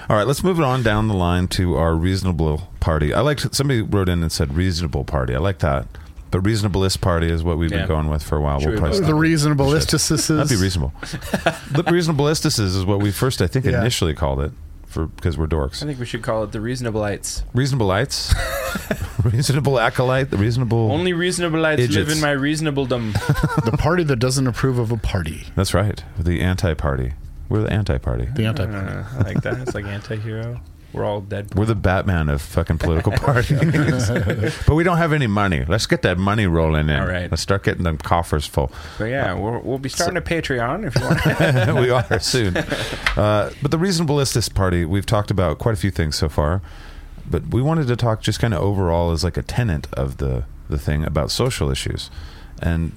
All right, let's move it on down the line to our reasonable party. I liked somebody wrote in and said reasonable party. I like that. But reasonablest party is what we've
Yeah.
been going with for a while.
Should we vote?
the reasonableisticus
That'd be reasonable. the reasonablestices is what we first, I think,
Yeah.
initially called it for because we're
I
dorks.
think we should call it the Reasonableites.
Reasonableites, reasonable acolyte, the reasonable.
Only Reasonableites live
Idiots.
in my reasonabledom.
the party that doesn't approve of a party.
That's right. The anti-party. We're the anti-party.
The anti party.
uh, I like that. It's like anti-hero. We're all dead.
We're the Batman of fucking political parties. but we don't have any money. Let's get that money rolling in.
All right.
Let's start getting them coffers full.
But
Uh,
yeah, we'll, we'll be starting a Patreon if you want.
we are soon. Uh, but the reasonableistist party, we've talked about quite a few things so far, but we wanted to talk just kind of overall as like a tenant of the the thing about social issues, and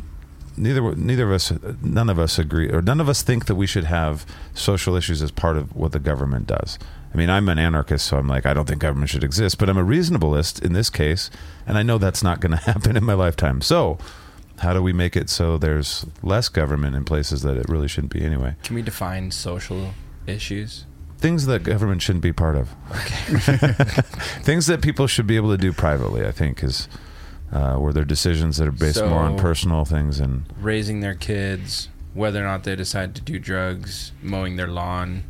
neither neither of us, none of us agree, or none of us think that we should have social issues as part of what the government does. I mean, I'm an anarchist, so I'm like, I don't think government should exist, but I'm a reasonableist in this case, and I know that's not going to happen in my lifetime. So, how do we make it so there's less government in places that it really shouldn't be anyway?
Can we define social issues?
Things that government shouldn't be part of. Things that people should be able to do privately, I think, is uh, where there are decisions that are based more on
So-
personal things and
Raising their kids, whether or not they decide to do drugs, mowing their lawn,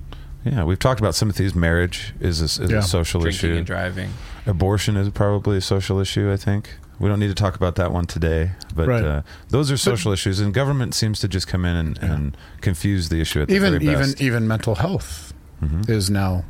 yeah, we've talked about some of these. Marriage is a, is
Yeah.
a social
drinking
issue.
and driving.
Abortion is probably a social issue. I think we don't need to talk about that one today, but
Right.
uh, those are social issues, and government seems to just come in and, and confuse the issue at the
Even
very best. Mm-hmm.
even even mental health is now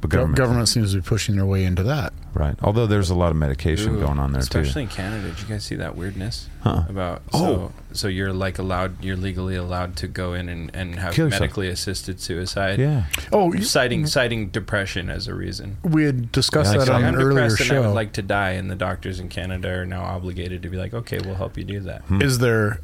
But
government. government seems to be pushing their way into that.
Right. Although there's a lot of medication
Ooh,
going on there
especially in Canada. Did you guys see that weirdness
Huh.
about?
Oh.
so, so you're like allowed, you're legally allowed to go in and, and have
Kill yourself.
medically assisted suicide.
too. Yeah.
Oh, you-
citing citing depression as a reason.
we had discussed
Yeah,
that
like,
on
I'm
an earlier
depressed and I
show.
would like to die, and the doctors in Canada are now obligated to be like, okay, we'll help you do that.
is there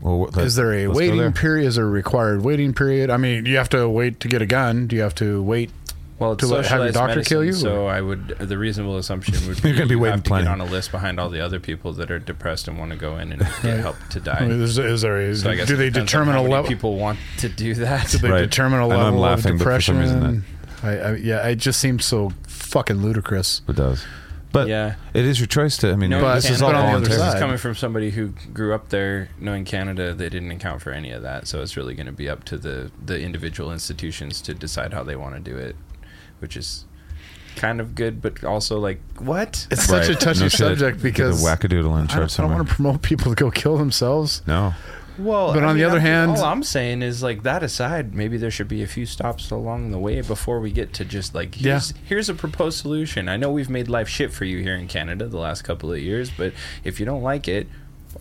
Well, wh- let-
is there a
let's go
waiting
there.
period? Is there a required waiting period? I mean, do you have to wait to get a gun? Do you have to wait?
Well, it's
To let- have your
socialized
doctor
medicine,
kill you,
So I would. The reasonable assumption would be
You're gonna be
you
waiting
have to
plenty.
get on a list behind all the other people that are depressed and want to go in and get help to
I mean,
die.
is, is there a,
So I guess
do
it
they
depends on
determine
how
a
many
level?
People want to do that.
They
Right.
determine a
I know I'm
level
laughing,
of
but for
depression.
some reason that-
I, I, yeah, it just seems so fucking ludicrous.
It does. But
Yeah.
it is your choice to. I mean,
No,
But-
this
you
is
can't.
all
but on the other
voluntary.
This is
side.
coming from somebody who grew up there, knowing Canada, they didn't account for any of that. So it's really going to be up to the the individual institutions to decide how they want to do it, which is kind of good, but also like what?
It's such a
Right.
touchy
No shit.
subject
Get
because
the
I
wackadoodle in
don't,
charge
I don't
somewhere.
want to promote people to go kill themselves.
no.
Well,
But on the other hand-
I'm- all I'm saying is like that aside, maybe there should be a few stops along the way before we get to just like
Yeah.
here's here's a proposed solution. I know we've made life shit for you here in Canada the last couple of years, but if you don't like it,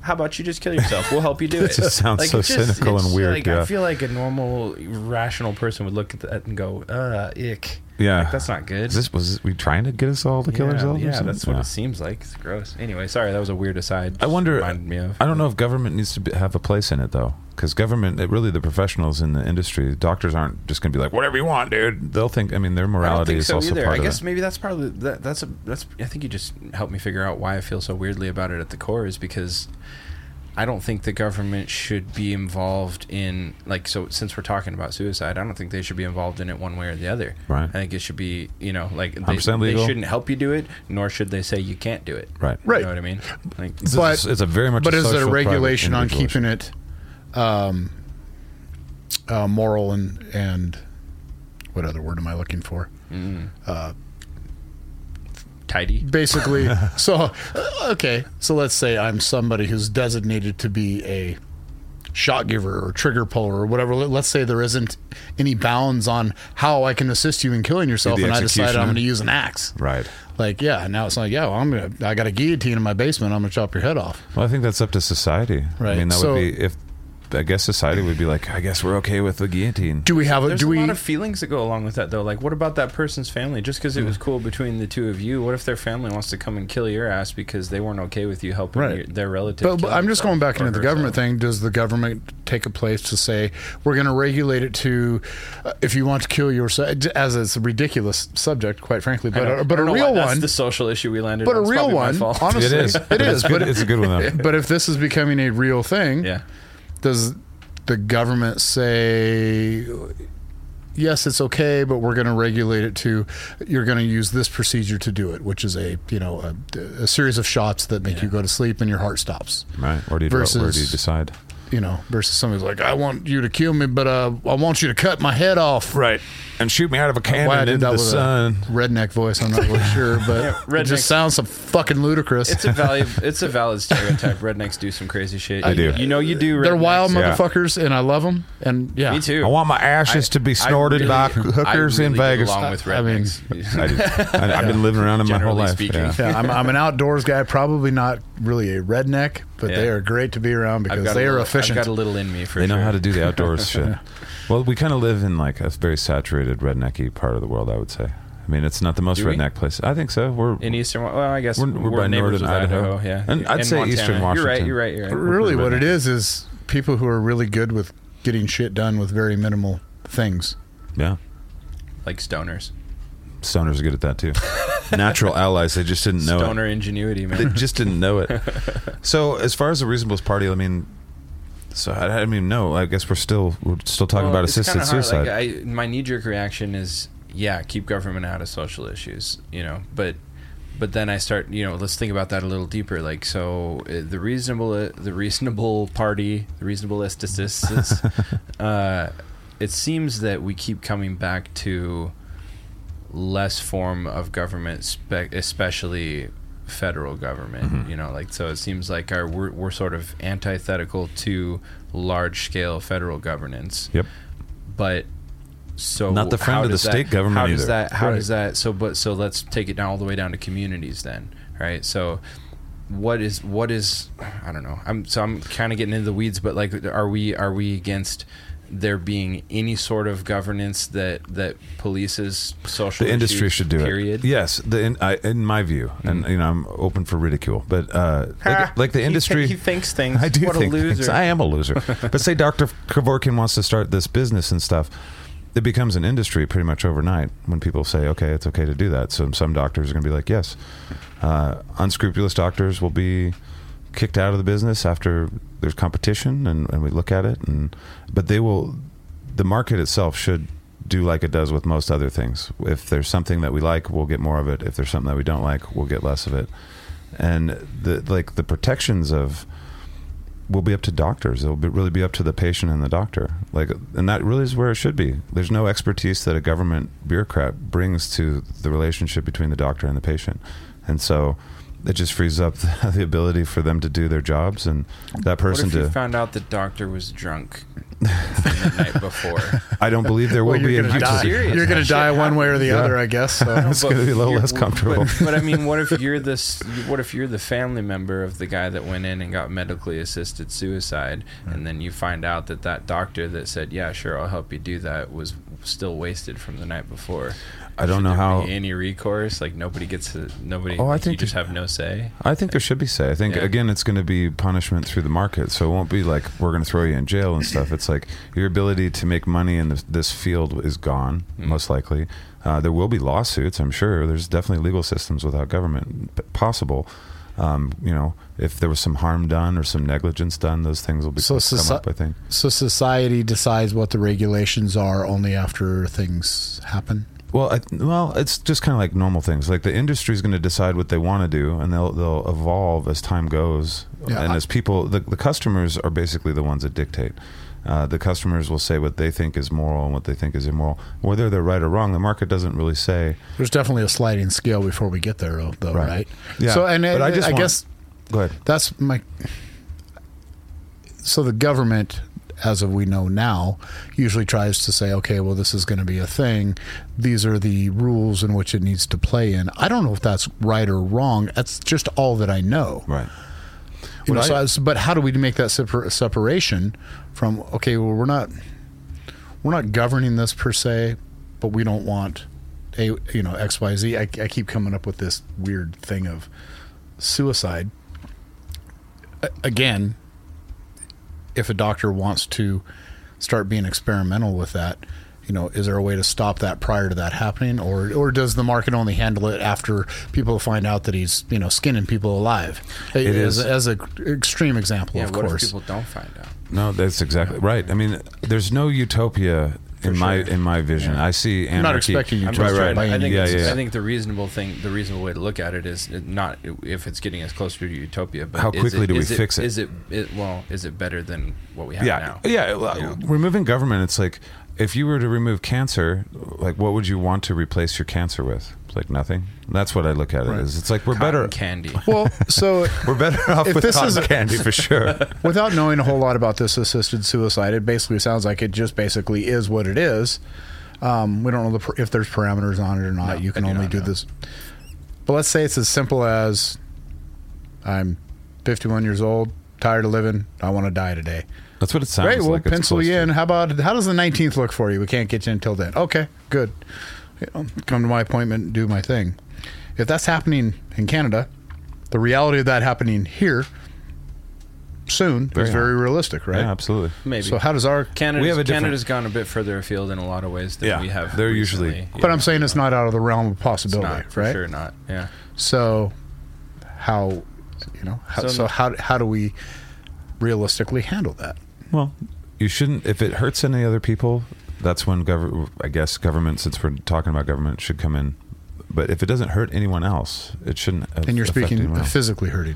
how about you just kill yourself? We'll help you do it.
This just sounds so
it's
cynical and
it's
weird,
Like, I
yeah.
feel like a normal, rational person would look at that and go, "Uh, ick."
Yeah.
Like, that's not good.
Is this was this, we trying to get us all to kill
yeah,
ourselves? or
Yeah,
something?
that's what
Yeah.
it seems like. It's gross. Anyway, sorry, that was a weird aside.
I
Just
wonder.
Reminded me of.
I don't know if government needs to be, have a place in it though, because government, it, really, the professionals in the industry, doctors aren't just going to be like, whatever you want, dude. They'll think. I mean, their
I don't
morality
think
is
so
also
either.
part
I
of
guess
it.
maybe that's probably that, that's a that's. I think you just helped me figure out why I feel so weirdly about it at the core is because I don't think the government should be involved in like so. Since we're talking about suicide, I don't think they should be involved in it one way or the other.
Right.
I think it should be you know like they,
100%
they
legal.
shouldn't help you do it, nor should they say you can't do it.
Right.
Right.
You know what I mean? Like,
This
But-
is- it's a very much.
But
a
is there
social, private,
regulation on
individual issue.
keeping it um, uh, moral and and what other word am I looking for?
tidy.
Basically, so uh, okay. So let's say I'm somebody who's designated to be a shot giver or trigger puller or whatever. Let- Let's say there isn't any bounds on how I can assist you in killing yourself,
the
and I decided I'm
executioner.
going to use an axe.
Right.
Like, yeah, now it's like, yeah, well, I'm gonna, I got a guillotine in my basement. I'm gonna chop your head off.
Well, I think that's up to society. I
Right.
mean, that
So-
would be if I guess society would be like, I guess we're okay with the guillotine.
Do we have a?
There's
Do
a
we?
lot of feelings that go along with that, though. Like, what about that person's family? Just because it
Mm.
was cool between the two of you, what if their family wants to come and kill your ass because they weren't okay with you helping
Right.
your, their relative?
But, but
kill
I'm just going
himself
back into
or
the government
herself?
thing. Does the government take a place to say we're going to regulate it to uh, if you want to kill yourself? As it's a ridiculous subject, quite frankly, but
I
a,
don't
but a
know why
real
that's
one,
the social issue we landed.
but a
on. It's
real
probably my
one.
fault.
Honestly,
it is.
It
It's
is.
good,
But
it's a good one though.
but if this is becoming a real thing,
Yeah.
does the government say yes it's okay but we're going to regulate it to you're going to use this procedure to do it which is a you know a, a series of shots that make you go to sleep and your heart stops
Right. Or do you, where do you
Versus-
decide?
you know versus somebody's like i want you to kill me but uh, i want you to cut my head off
Right. And shoot me out of a cannon
why I
into
did that
the
with
sun.
a redneck voice, I'm not really sure, but it
redneck-
just sounds so fucking ludicrous.
It's a valid. It's a valid stereotype. Rednecks do some crazy shit. They
do.
You know you do.
They're
rednecks.
wild
Yeah.
motherfuckers, and I love them. And yeah,
Me too.
I want my ashes to be
I
snorted
really-
by
I
hookers
really
in
get
Vegas.
Along with
I mean-
rednecks.
I do. I, I've been living around them my whole
Generally
life.
speaking.
Yeah.
Yeah, I'm, I'm an outdoors guy, probably not really a redneck, but
Yeah.
they are great to be around
I've
because
got
they
a
are
little,
efficient.
I've got a little in me for
They know
sure.
how to do the outdoors shit. Well, we kind of live in like a very saturated rednecky part of the world, I would say. I mean, it's not the most
Do we?
redneck place. I think so. We're
in eastern. Well, I guess
We're-
we're,
we're by
neighbors
northern
with Idaho.
Idaho.
Yeah,
And I'd say eastern
You're right.
Washington.
You're right. You're right.
really, what it
redneck.
is is people who are really good with getting shit done with very minimal things.
yeah.
Like stoners.
Stoners are good at that too. Natural allies. They just didn't know. it.
Stoner ingenuity,
they
man.
just didn't know it. So as far as the reasonable's party, I mean, so I, I don't even know. I guess we're still we're still talking
Well,
about
it's kinda
assisted
hard.
suicide.
Like, uh, I, my knee jerk reaction is, yeah, keep government out of social issues, you know. But but then I start, you know, let's think about that a little deeper. Like, so uh, the reasonable, the reasonable party, the reasonable estheticists, uh, it seems that we keep coming back to less form of government, spe- especially federal government.
Mm-hmm.
You know, like so it seems like our we're, we're sort of antithetical to large scale federal governance
yep.
but so
Not the friend
how
of the
does that-
state government
How does
either.
that? How
Right.
does that? So, but so let's take it down all the way down to communities then, right? So, what is what is? I don't know. I'm so I'm kind of getting into the weeds, but like, are we are we against? There being any sort of governance that that polices social
The industry
issues,
should do
period? Mm.
it. Yes, the in, I, in my view, and you know, I'm open for ridicule, but uh, like, like the
He thi-
industry,
he thinks things.
I do
What a
think things.
loser.
I am a loser. but say Dr. Kevorkian wants to start this business and stuff. It becomes an industry pretty much overnight when people say, "Okay, it's okay to do that." So some doctors are going to be like, "Yes." Uh, unscrupulous doctors will be kicked out of the business after there's competition, and, and we look at it. And but they will. The market itself should do like it does with most other things. If there's something that we like, we'll get more of it. If there's something that we don't like, we'll get less of it. And the like the protections of will be up to doctors. It'll be, really be up to the patient and the doctor. Like, and that really is where it should be. There's no expertise that a government bureaucrat brings to the relationship between the doctor and the patient, and so it just frees up the, ability for them to do their jobs and that
What
person
if you
to.
found out the doctor was drunk the night before?
I don't believe there will
Well,
be
you're
a YouTube.
gonna die.
Serious.
You're gonna
That shit
die one way or the
Yeah.
other, I guess. So.
It's gonna be a little
you're-
less comfortable.
But, but I mean, what if you're this? What if you're the family member of the guy that went in and got medically assisted suicide,
Mm.
and then you find out that that doctor that said, "Yeah, sure, I'll help you do that," was still wasted from the night before.
I don't
Should
know
there
how-
be any recourse. Like nobody gets to, nobody.
Oh, I
like, you
think
just
there-
have no say.
I think there should be say. I think
Yeah.
again, it's going to be punishment through the market, so it won't be like we're going to throw you in jail and stuff. It's like your ability to make money in this, this field is gone, most likely. Uh, there will be lawsuits, I'm sure. There's definitely legal systems without government p- possible. Um, you know, if there was some harm done or some negligence done, those things will be
So
come
soci-
up. I think.
so society decides what the regulations are only after things happen.
Well, I, well, it's just kind of like normal things. Like the industry's going to decide what they want to do, and they'll they'll evolve as time goes,
Yeah,
and
I-
as people, the, the customers are basically the ones that dictate. Uh, the customers will say what they think is moral and what they think is immoral, whether they're right or wrong. The market doesn't really say.
There's definitely a sliding scale before we get there, though, though,
Right.
right?
Yeah,
So, and uh,
but
I,
I just
I
want-
guess
Go ahead.
that's my so the government, as of we know now, usually tries to say, okay, well, this is going to be a thing. These are the rules in which it needs to play in. I don't know if that's right or wrong. That's just all that I know.
Right.
You know,
Well,
so
I-
I was- but how do we make that separ- separation from okay? Well, we're not we're not governing this per se, but we don't want a you know X Y Z. I, I keep coming up with this weird thing of suicide. A- again, if a doctor wants to start being experimental with that. You know, is there a way to stop that prior to that happening, or or does the market only handle it after people find out that he's you know skinning people alive?
It
as,
is-
as an extreme example,
Yeah,
of
what
course.
if people don't find out?
No, that's exactly right. I mean, there's no utopia in my
sure.
in my vision. I see anarchy.
expecting
I'm
utopia
Right,
just
right.
trying.
by
I
any
think
yeah,
it's-
yeah, yeah.
I think the reasonable thing, the reasonable way to look at it is it not if it's getting us closer to utopia. But
How
is
quickly
it,
do we
is
fix it?
Is it, it well? Is it better than what we have
yeah,
now?
yeah, well,
You know?
Removing government, it's like if you were to remove cancer, like what would you want to replace your cancer with? It's like nothing. That's what I look at it as. It's like we're
Cotton
better.
candy.
Well, so
we're better off
If
with
this
cotton
is-
candy for sure.
without knowing a whole lot about this assisted suicide, it basically sounds like it just basically is what it is. Um, we don't know the, par- if there's parameters on it or not.
No,
you can
I do
only
not
do
know.
this. But let's say it's as simple as I'm 51 years old, tired of living, I want to die today.
That's what it sounds
Great, we'll
like. It's
pencil
close
you
to-
in. How about how does the 19th look for you? We can't get you until then. Okay, good. You know, Come to my appointment, do my thing. If that's happening in Canada, the reality of that happening here soon
Very
is very realistic, right?
Yeah, absolutely.
Maybe.
So how does our
Canada's,
We have a different-
Canada's gone a bit further afield in a lot of ways than
Yeah,
we have.
they're
recently.
usually-
Yeah,
But I'm saying it's not out of the realm of
it's
possibility,
not, for
right?
Sure not. Yeah.
So how you know, how, so,
So-
how how do we realistically handle that?
Well, you shouldn't. If it hurts any other people, that's when gov- I guess government, since we're talking about government, should come in. But if it doesn't hurt anyone else, it shouldn't. a-
And you're
affect
speaking
anyone else.
physically hurting.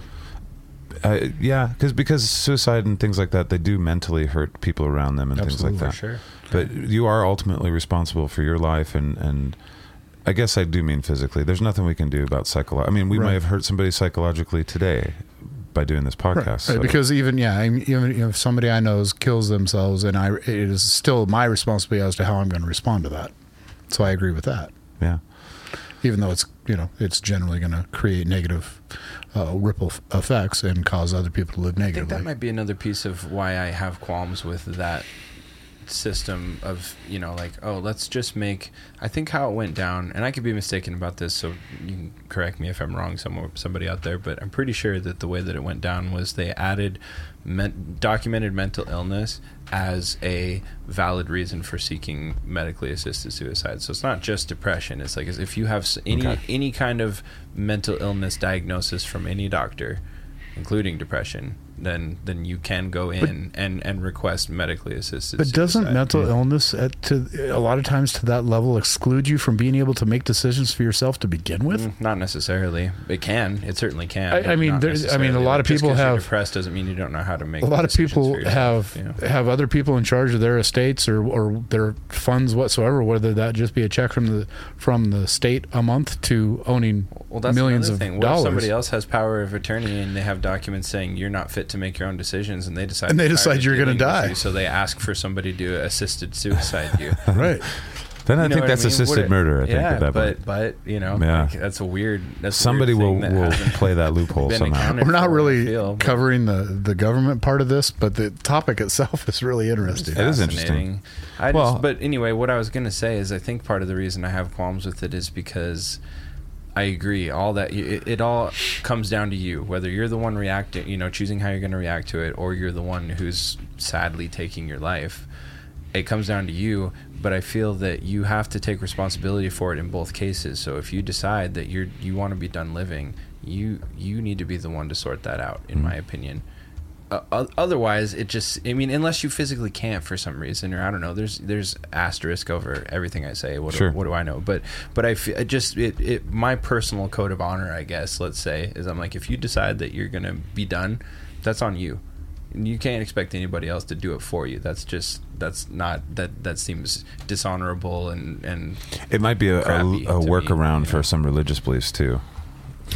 uh, yeah, because because suicide and things like that, they do mentally hurt people around them and
Absolutely.
things like that.
Sure.
But you are ultimately responsible for your life, and and I guess I do mean physically. There's nothing we can do about psychological. I mean, we
Right.
may have hurt somebody psychologically today by doing this podcast.
Right, right,
so-
because even yeah, I mean, even if somebody I knows kills themselves, and I, it is still my responsibility as to how I'm going to respond to that. So I agree with that,
yeah.
even though it's you know it's generally going to create negative uh, ripple f- effects and cause other people to live
I think
negatively.
that might be another piece of why I have qualms with that system of you know like oh let's just make I think how it went down and I could be mistaken about this so you can correct me if I'm wrong somewhere somebody out there but I'm pretty sure that the way that it went down was they added men, documented mental illness as a valid reason for seeking medically assisted suicide so it's not just depression it's like if you have s- any
Okay.
any kind of mental illness diagnosis from any doctor including depression, then then you can go in and and request medically assisted.
but doesn't
suicide.
mental
Hmm.
illness at, to a lot of times to that level exclude you from being able to make decisions for yourself to begin with?
Mm, not necessarily? It can. It certainly can.
I- I
but
mean,
not
there's- I mean, a
necessarily.
lot of
Just
people
'cause you're
have-
depressed doesn't mean you don't know how to make.
a lot of
decisions
people
for yourself,
have
you know?
have other people in charge of their estates or, or their funds whatsoever whether that just be a check from the from the state a month to owning
Well, that's
millions
another
of
thing. What
dollars
If somebody else has power of attorney and they have documents saying you're not fit to make your own decisions, and they decide
And they
they're
decide
tired of
you're gonna
dealing with
die.
you, so they ask for somebody to assisted suicide you.
right
Then I
You know
think
what
that's
mean?
assisted
What-
murder. I think
yeah,
at that
but,
point.
but you know,
Yeah.
like, that's a weird. That's a weird
Somebody will
thing that
will
hasn't
play that loophole
been
somehow.
accounted-
we're not
for
really
feel, but-
covering the the government part of this but the topic itself is really interesting
It is
fascinating.
interesting.
I just,
Well-
but anyway, what I was going to say is I think part of the reason I have qualms with it is because I agree. All that it, it all comes down to you, whether you're the one reacting, you know, choosing how you're going to react to it, or you're the one who's sadly taking your life. It comes down to you, but I feel that you have to take responsibility for it in both cases. So if you decide that you're you want to be done living, you you need to be the one to sort that out, in my opinion uh, o- otherwise it just i mean unless you physically can't for some reason or i don't know there's there's asterisk over everything i say what,
Sure.
do, what do i know but but i f- it just it, it my personal code of honor i guess let's say is i'm like if you decide that you're gonna be done that's on you And you can't expect anybody else to do it for you that's just that's not that that seems dishonorable and and
It might be a, a, a
Crappy to me,
workaround
you know.
for some religious beliefs too.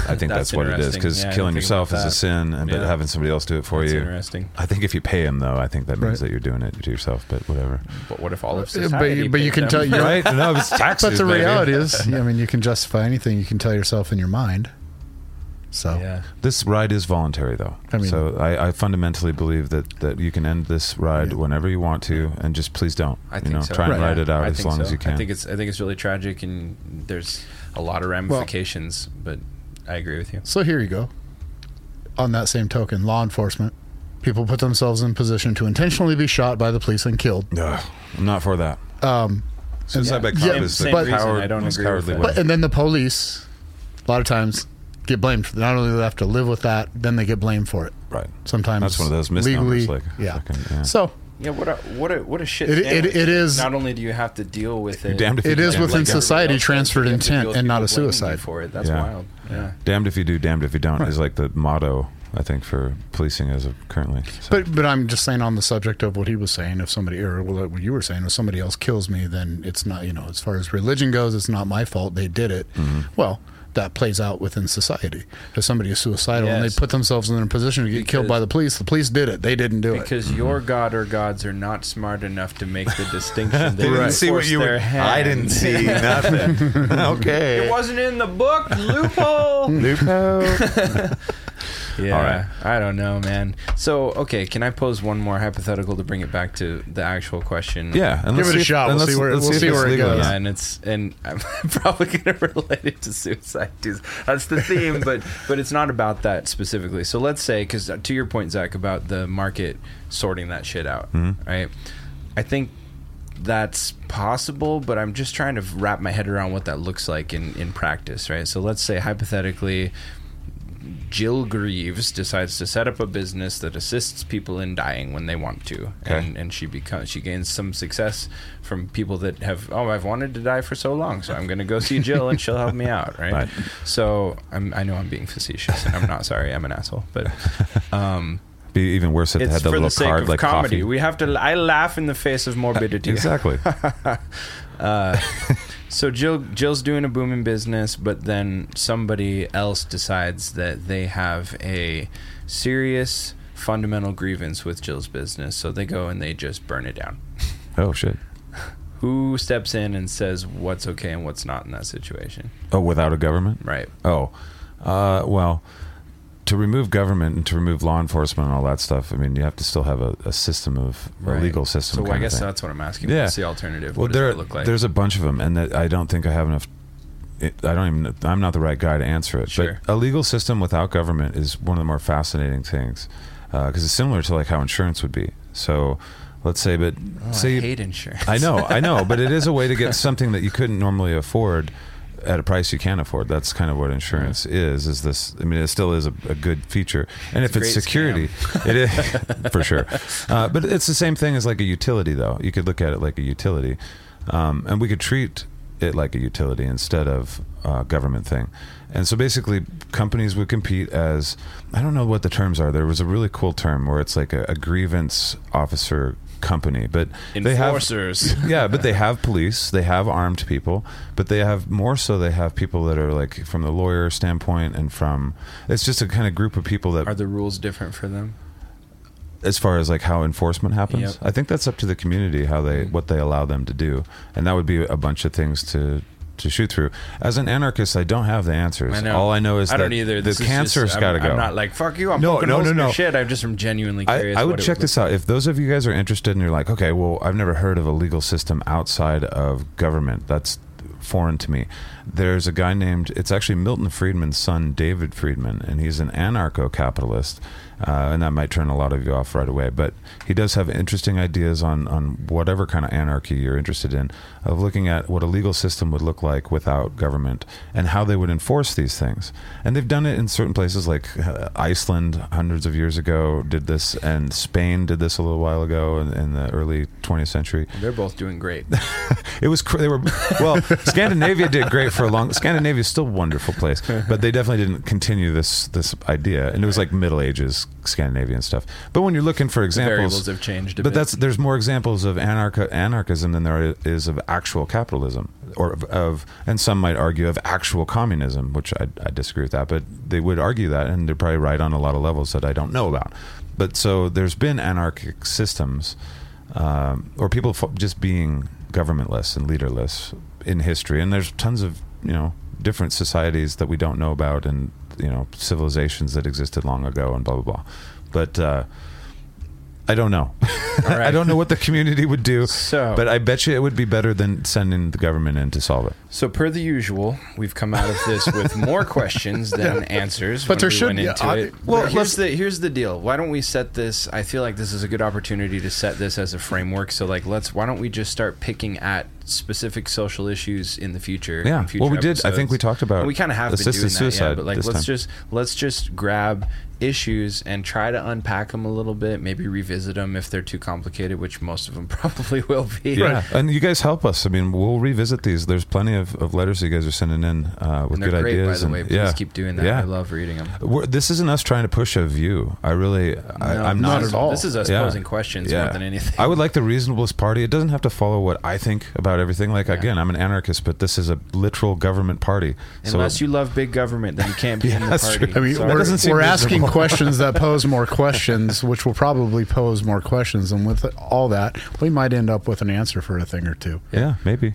I think that's,
That's
what it is
interesting.
because
Yeah, I didn't
killing
think
yourself
about
is a
that.
sin, and but
Yeah.
having somebody else do it for
That's
you.
interesting.
I think if you pay him though, I think that means
Right.
that you're doing it to yourself. But whatever,
But what if all of
Yeah, Uh, but-
society?
but you can
picked them?
tell you're-
right? No, it's taxes.
But the
baby.
reality is, yeah, I mean, you can justify anything you can tell yourself in your mind. So,
Yeah.
This ride is voluntary, though.
I mean-
so I, I fundamentally believe that, that you can end this ride
Yeah.
whenever you want to, and just please don't.
I
you
think
know,
so.
try and
Right.
ride it out
I
as
think
long
so.
as you can.
I think it's I think it's really tragic and there's a lot of ramifications, but I agree with you.
so here you go. On that same token, law enforcement people put themselves in position to intentionally be shot by the police and killed.
Ugh, I'm not for that.
Um,
Suicide by
Yeah,
cop
same-
is the
same reason
coward,
I don't
most
agree with
cowardly
that.
way.
but and then the police, a lot of times, get blamed. For, not only do they have to live with that, then they get blamed for it.
right.
Sometimes
That's one of those
legally,
misnomers. like,
yeah.
fucking, yeah.
So
Yeah, what a what a what a shit.
It- it-
sandwich.
it is-
Not only do you have to deal with it,
damned if you
it is
Yeah,
within
like
society transferred
You have to deal
intent
with
and not a
people blaming you
suicide.
for it. That's
Yeah.
wild. Yeah.
damned if you do, damned if you don't is like the motto I think for policing as of currently. So-
But but I'm just saying on the subject of what he was saying. If somebody or what what you were saying, if somebody else kills me, then it's not you know as far as religion goes, it's not my fault. They did it. Well, that plays out within society. If somebody is suicidal and they
Yes.
put themselves in a position to get killed
Because-
by the police, the police did it. They didn't do it.
Because
Mm-hmm.
your god or gods are not smart enough to make the distinction.
They didn't see what
force
you
their
were.
hand.
I didn't see nothing. okay.
It wasn't in the book. Loophole. yeah.
All right.
I don't know, man. So, okay, can I pose one more hypothetical to bring it back to the actual question?
Yeah, and
Give
let's
it a
see if-
shot.
and
We'll
let's-
see where-
let's
we'll
if
see
it's
where it
legal or
goes.
not.
Yeah, and it's and I'm probably gonna relate it to suicide too. That's the theme, but but it's not about that specifically. So let's say, because to your point, Zach, about the market sorting that shit out,
Mm-hmm.
right? I think that's possible, but I'm just trying to wrap my head around what that looks like in in practice, right? So let's say hypothetically, Jill Greaves decides to set up a business that assists people in dying when they want to,
Okay.
and and she becomes she gains some success from people that have oh I've wanted to die for so long, so I'm going to go see Jill and she'll help me out, right?
Right.
So I'm, I know I'm being facetious, and I'm not sorry, I'm an asshole, but um,
Be even worse if they
it's
had that
for
little
the sake
card
of
like
comedy.
coffee.
We have to. I laugh in the face of morbidity.
Exactly.
Uh, so Jill Jill's doing a booming business, but then somebody else decides that they have a serious fundamental grievance with Jill's business, so they go and they just burn it down.
oh shit.
Who steps in and says what's okay and what's not in that situation?
Oh, without a government?
Right.
Oh, uh, well, to remove government and to remove law enforcement and all that stuff, I mean, you have to still have a, a system of a
Right.
legal system.
So
kind
I
of
guess
thing.
that's what I'm asking.
Yeah.
What's the alternative?
Well,
what does
there,
it look like?
there's a bunch of them, and that I don't think I have enough. It, I don't even. I'm not the right guy to answer it.
Sure.
But a legal system without government is one of the more fascinating things, because it's similar to like how insurance would be. So, let's say, but
Oh,
say
I hate insurance.
I know, I know, but it is a way to get something that you couldn't normally afford at a price you can afford. That's kind of what insurance is. Is this? I mean, it still is a, a good feature, and if
a
it's
great
security, it is for sure. Uh, but it's the same thing as like a utility, though. You could look at it like a utility, um, and we could treat it like a utility instead of a government thing. And so basically, companies would compete as I don't know what the terms are. There was a really cool term where it's like a, a grievance officer company, but they have
Enforcers.
yeah, but they have police, they have armed people, but they have more so they have people that are like from the lawyer standpoint and from it's just a kind of group of people that
Are the rules different for them?
as far as like how enforcement happens.
Yep.
I think that's up to the community how they what they allow them to do, and that would be a bunch of things to to shoot through. As an anarchist, I don't have the answers.
I know.
All I know is
I
that
don't either.
the
This is
cancer's
just-
got to
I'm-
go.
I'm not like fuck you. I'm
No,
poking
no,
holes
no,
in your
no.
shit. I'm just I'm genuinely
I,
curious.
I
what
would
it
check
look
this out. If those of you guys are interested and you're like, okay, well, I've never heard of a legal system outside of government. That's foreign to me. There's a guy named, it's actually Milton Friedman's son, David Friedman, and he's an anarcho capitalist. Uh, and that might turn a lot of you off right away. But he does have interesting ideas on, on whatever kind of anarchy you're interested in, of looking at what a legal system would look like without government and how they would enforce these things. And they've done it in certain places like uh, Iceland hundreds of years ago did this, and Spain did this a little while ago in, in the early 20th century.
They're both doing great.
It was cr- they were well. Scandinavia did great for a long. Scandinavia is still a wonderful place, but they definitely didn't continue this this idea. And it was like Middle Ages Scandinavian stuff. But when you're looking for examples,
variables have changed a
but
bit.
that's there's more examples of anarcho- anarchism than there is of actual capitalism, or of, of and some might argue of actual communism, which I, I disagree with that. But they would argue that, and they're probably right on a lot of levels that I don't know about. But so there's been anarchic systems, um, or people f- just being governmentless and leaderless in history, and there's tons of you know different societies that we don't know about, and you know civilizations that existed long ago, and blah blah blah. But uh, I don't know.
right.
I don't know what the community would do,
So-
but I bet you it would be better than sending the government in to solve it.
So, per the usual, we've come out of this with more questions than answers.
But
when
there
we
should
went
be-
into
I-
it.
well,
Well,
let's-
here's the here's the deal. Why don't we set this? I feel like this is a good opportunity to set this as a framework. So, like, let's why don't we just start picking at specific social issues in the future?
Yeah.
in future
Well, we did- I think we talked about
we kind of have been
assisted
doing that, yeah,
suicide
but like,
this
let's
time.
just let's just grab issues and try to unpack them a little bit. Maybe revisit them if they're too complicated, which most of them probably will be.
And you guys help us. I mean, we'll revisit these. There's plenty of, of letters you guys are sending in uh, with
And they're
good
great,
ideas.
by the way.
and-
Please
yeah.
keep doing that.
Yeah.
I love reading them.
We're, this isn't us trying to push a view. I really,
No,
I, I'm not
this
Not
is-
at all.
This is us
Yeah.
posing questions more than anything.
I would like the reasonablest party. It doesn't have to follow what I think about everything. Like again, I'm an anarchist, but this is a literal government party.
Unless
so,
you love big government, then you can't be
Yeah,
in the
that's
party.
true.
I mean,
Sorry. That
we're,
doesn't seem
we're asking
reasonable.
questions that pose more questions, which will probably pose more questions. And with all that, we might end up with an answer for a thing or two.
yeah, maybe.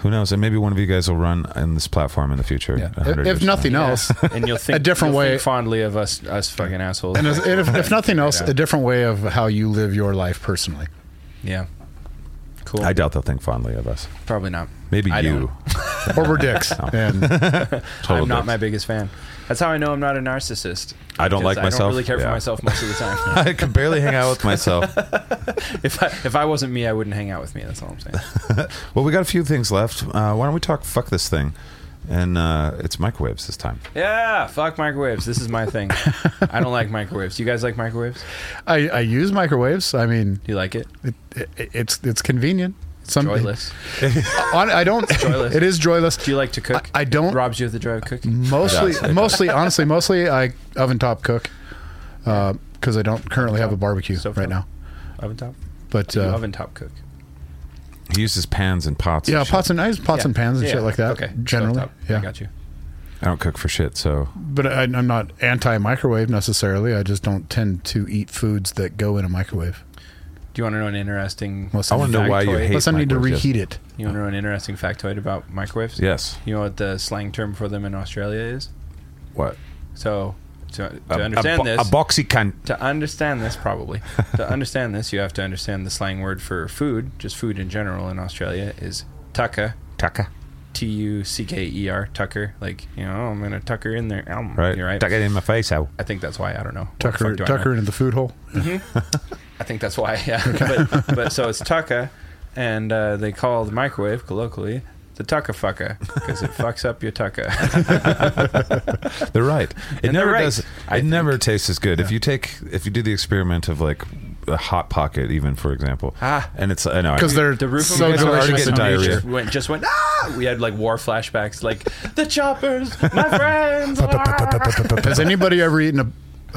Who knows? And maybe one of you guys will run in this platform in the future.
Yeah.
100
If
years from
nothing else,
and you'll think
A different
you'll
way-
think fondly of us, us fucking assholes.
and if, if, if nothing else,
Yeah.
a different way of how you live your life personally.
yeah, cool.
now. I doubt they'll think fondly of us.
Probably not.
Maybe
I
you.
don't.
Or we're dicks. And
Total
I'm not
dicks.
my biggest fan. That's how I know I'm not a narcissist.
I don't
Because
like myself.
I don't really care
Yeah.
for myself most of the time.
I can barely hang out with myself.
if I, if I wasn't me, I wouldn't hang out with me. That's all I'm saying.
Well, we got a few things left. Uh, why don't we talk fuck this thing? And uh, it's microwaves this time.
Yeah, fuck microwaves. This is my thing. I don't like microwaves. You guys like microwaves?
I, I use microwaves. I mean,
Do you like it?
it, it, it's it's convenient. Some,
Joyless.
On, I don't.
joyless.
It is joyless.
Do you like to cook?
I don't-
Robs you of the joy of cooking.
Mostly,
That's it.
mostly, honestly, mostly I oven top cook because I don't currently have a barbecue
So fun.
right now.
Mm-hmm.
Oven top.
But
You
uh,
oven top cook.
He uses pans and pots.
yeah,
shit.
pots and I use pots
Yeah.
and pans and
Yeah,
shit like that.
Okay.
Generally,
Stovetop.
yeah.
I got you.
I don't cook for shit, so
But I, I'm not anti microwave necessarily. I just don't tend to eat foods that go in a microwave.
Do you want to know an interesting?
Unless
I want to know why you
Factoid.
hate.
Unless I need to
microwaves, yes.
reheat it.
You want to know an interesting factoid about microwaves?
Yes.
You know what the slang term for them in Australia is?
What?
So to, to
A- a
understand
bo-
this,
a boxy cunt.
to understand this, probably to understand this, you have to understand the slang word for food, just food in general in Australia, is tucker.
Tucker.
T U C K E R Tucker. Like you know, I'm gonna tucker in there. Um,
Right.
You're right.
Tuck it in my face, how?
I think that's why. I don't know. What the
Tucker,
fuck do I know?
Tucker into the food hole.
Mm-hmm.
I think that's why. Yeah. but, but so it's Tucka, and uh, they call the microwave colloquially the Tucka fucker because it fucks up your Tucka.
They're right. It
And they're
never
right,
does. It
I think.
never tastes as good. If you take, if you do the experiment of like a hot pocket, even for example,
Ah.
and it's I know I-
Because they're
the roof
so
of
already
my
delicious.
mouth
getting
and-
diarrhea.
just went just went ah. We had like war flashbacks, like the choppers, my friends. ah!"
Has anybody ever eaten a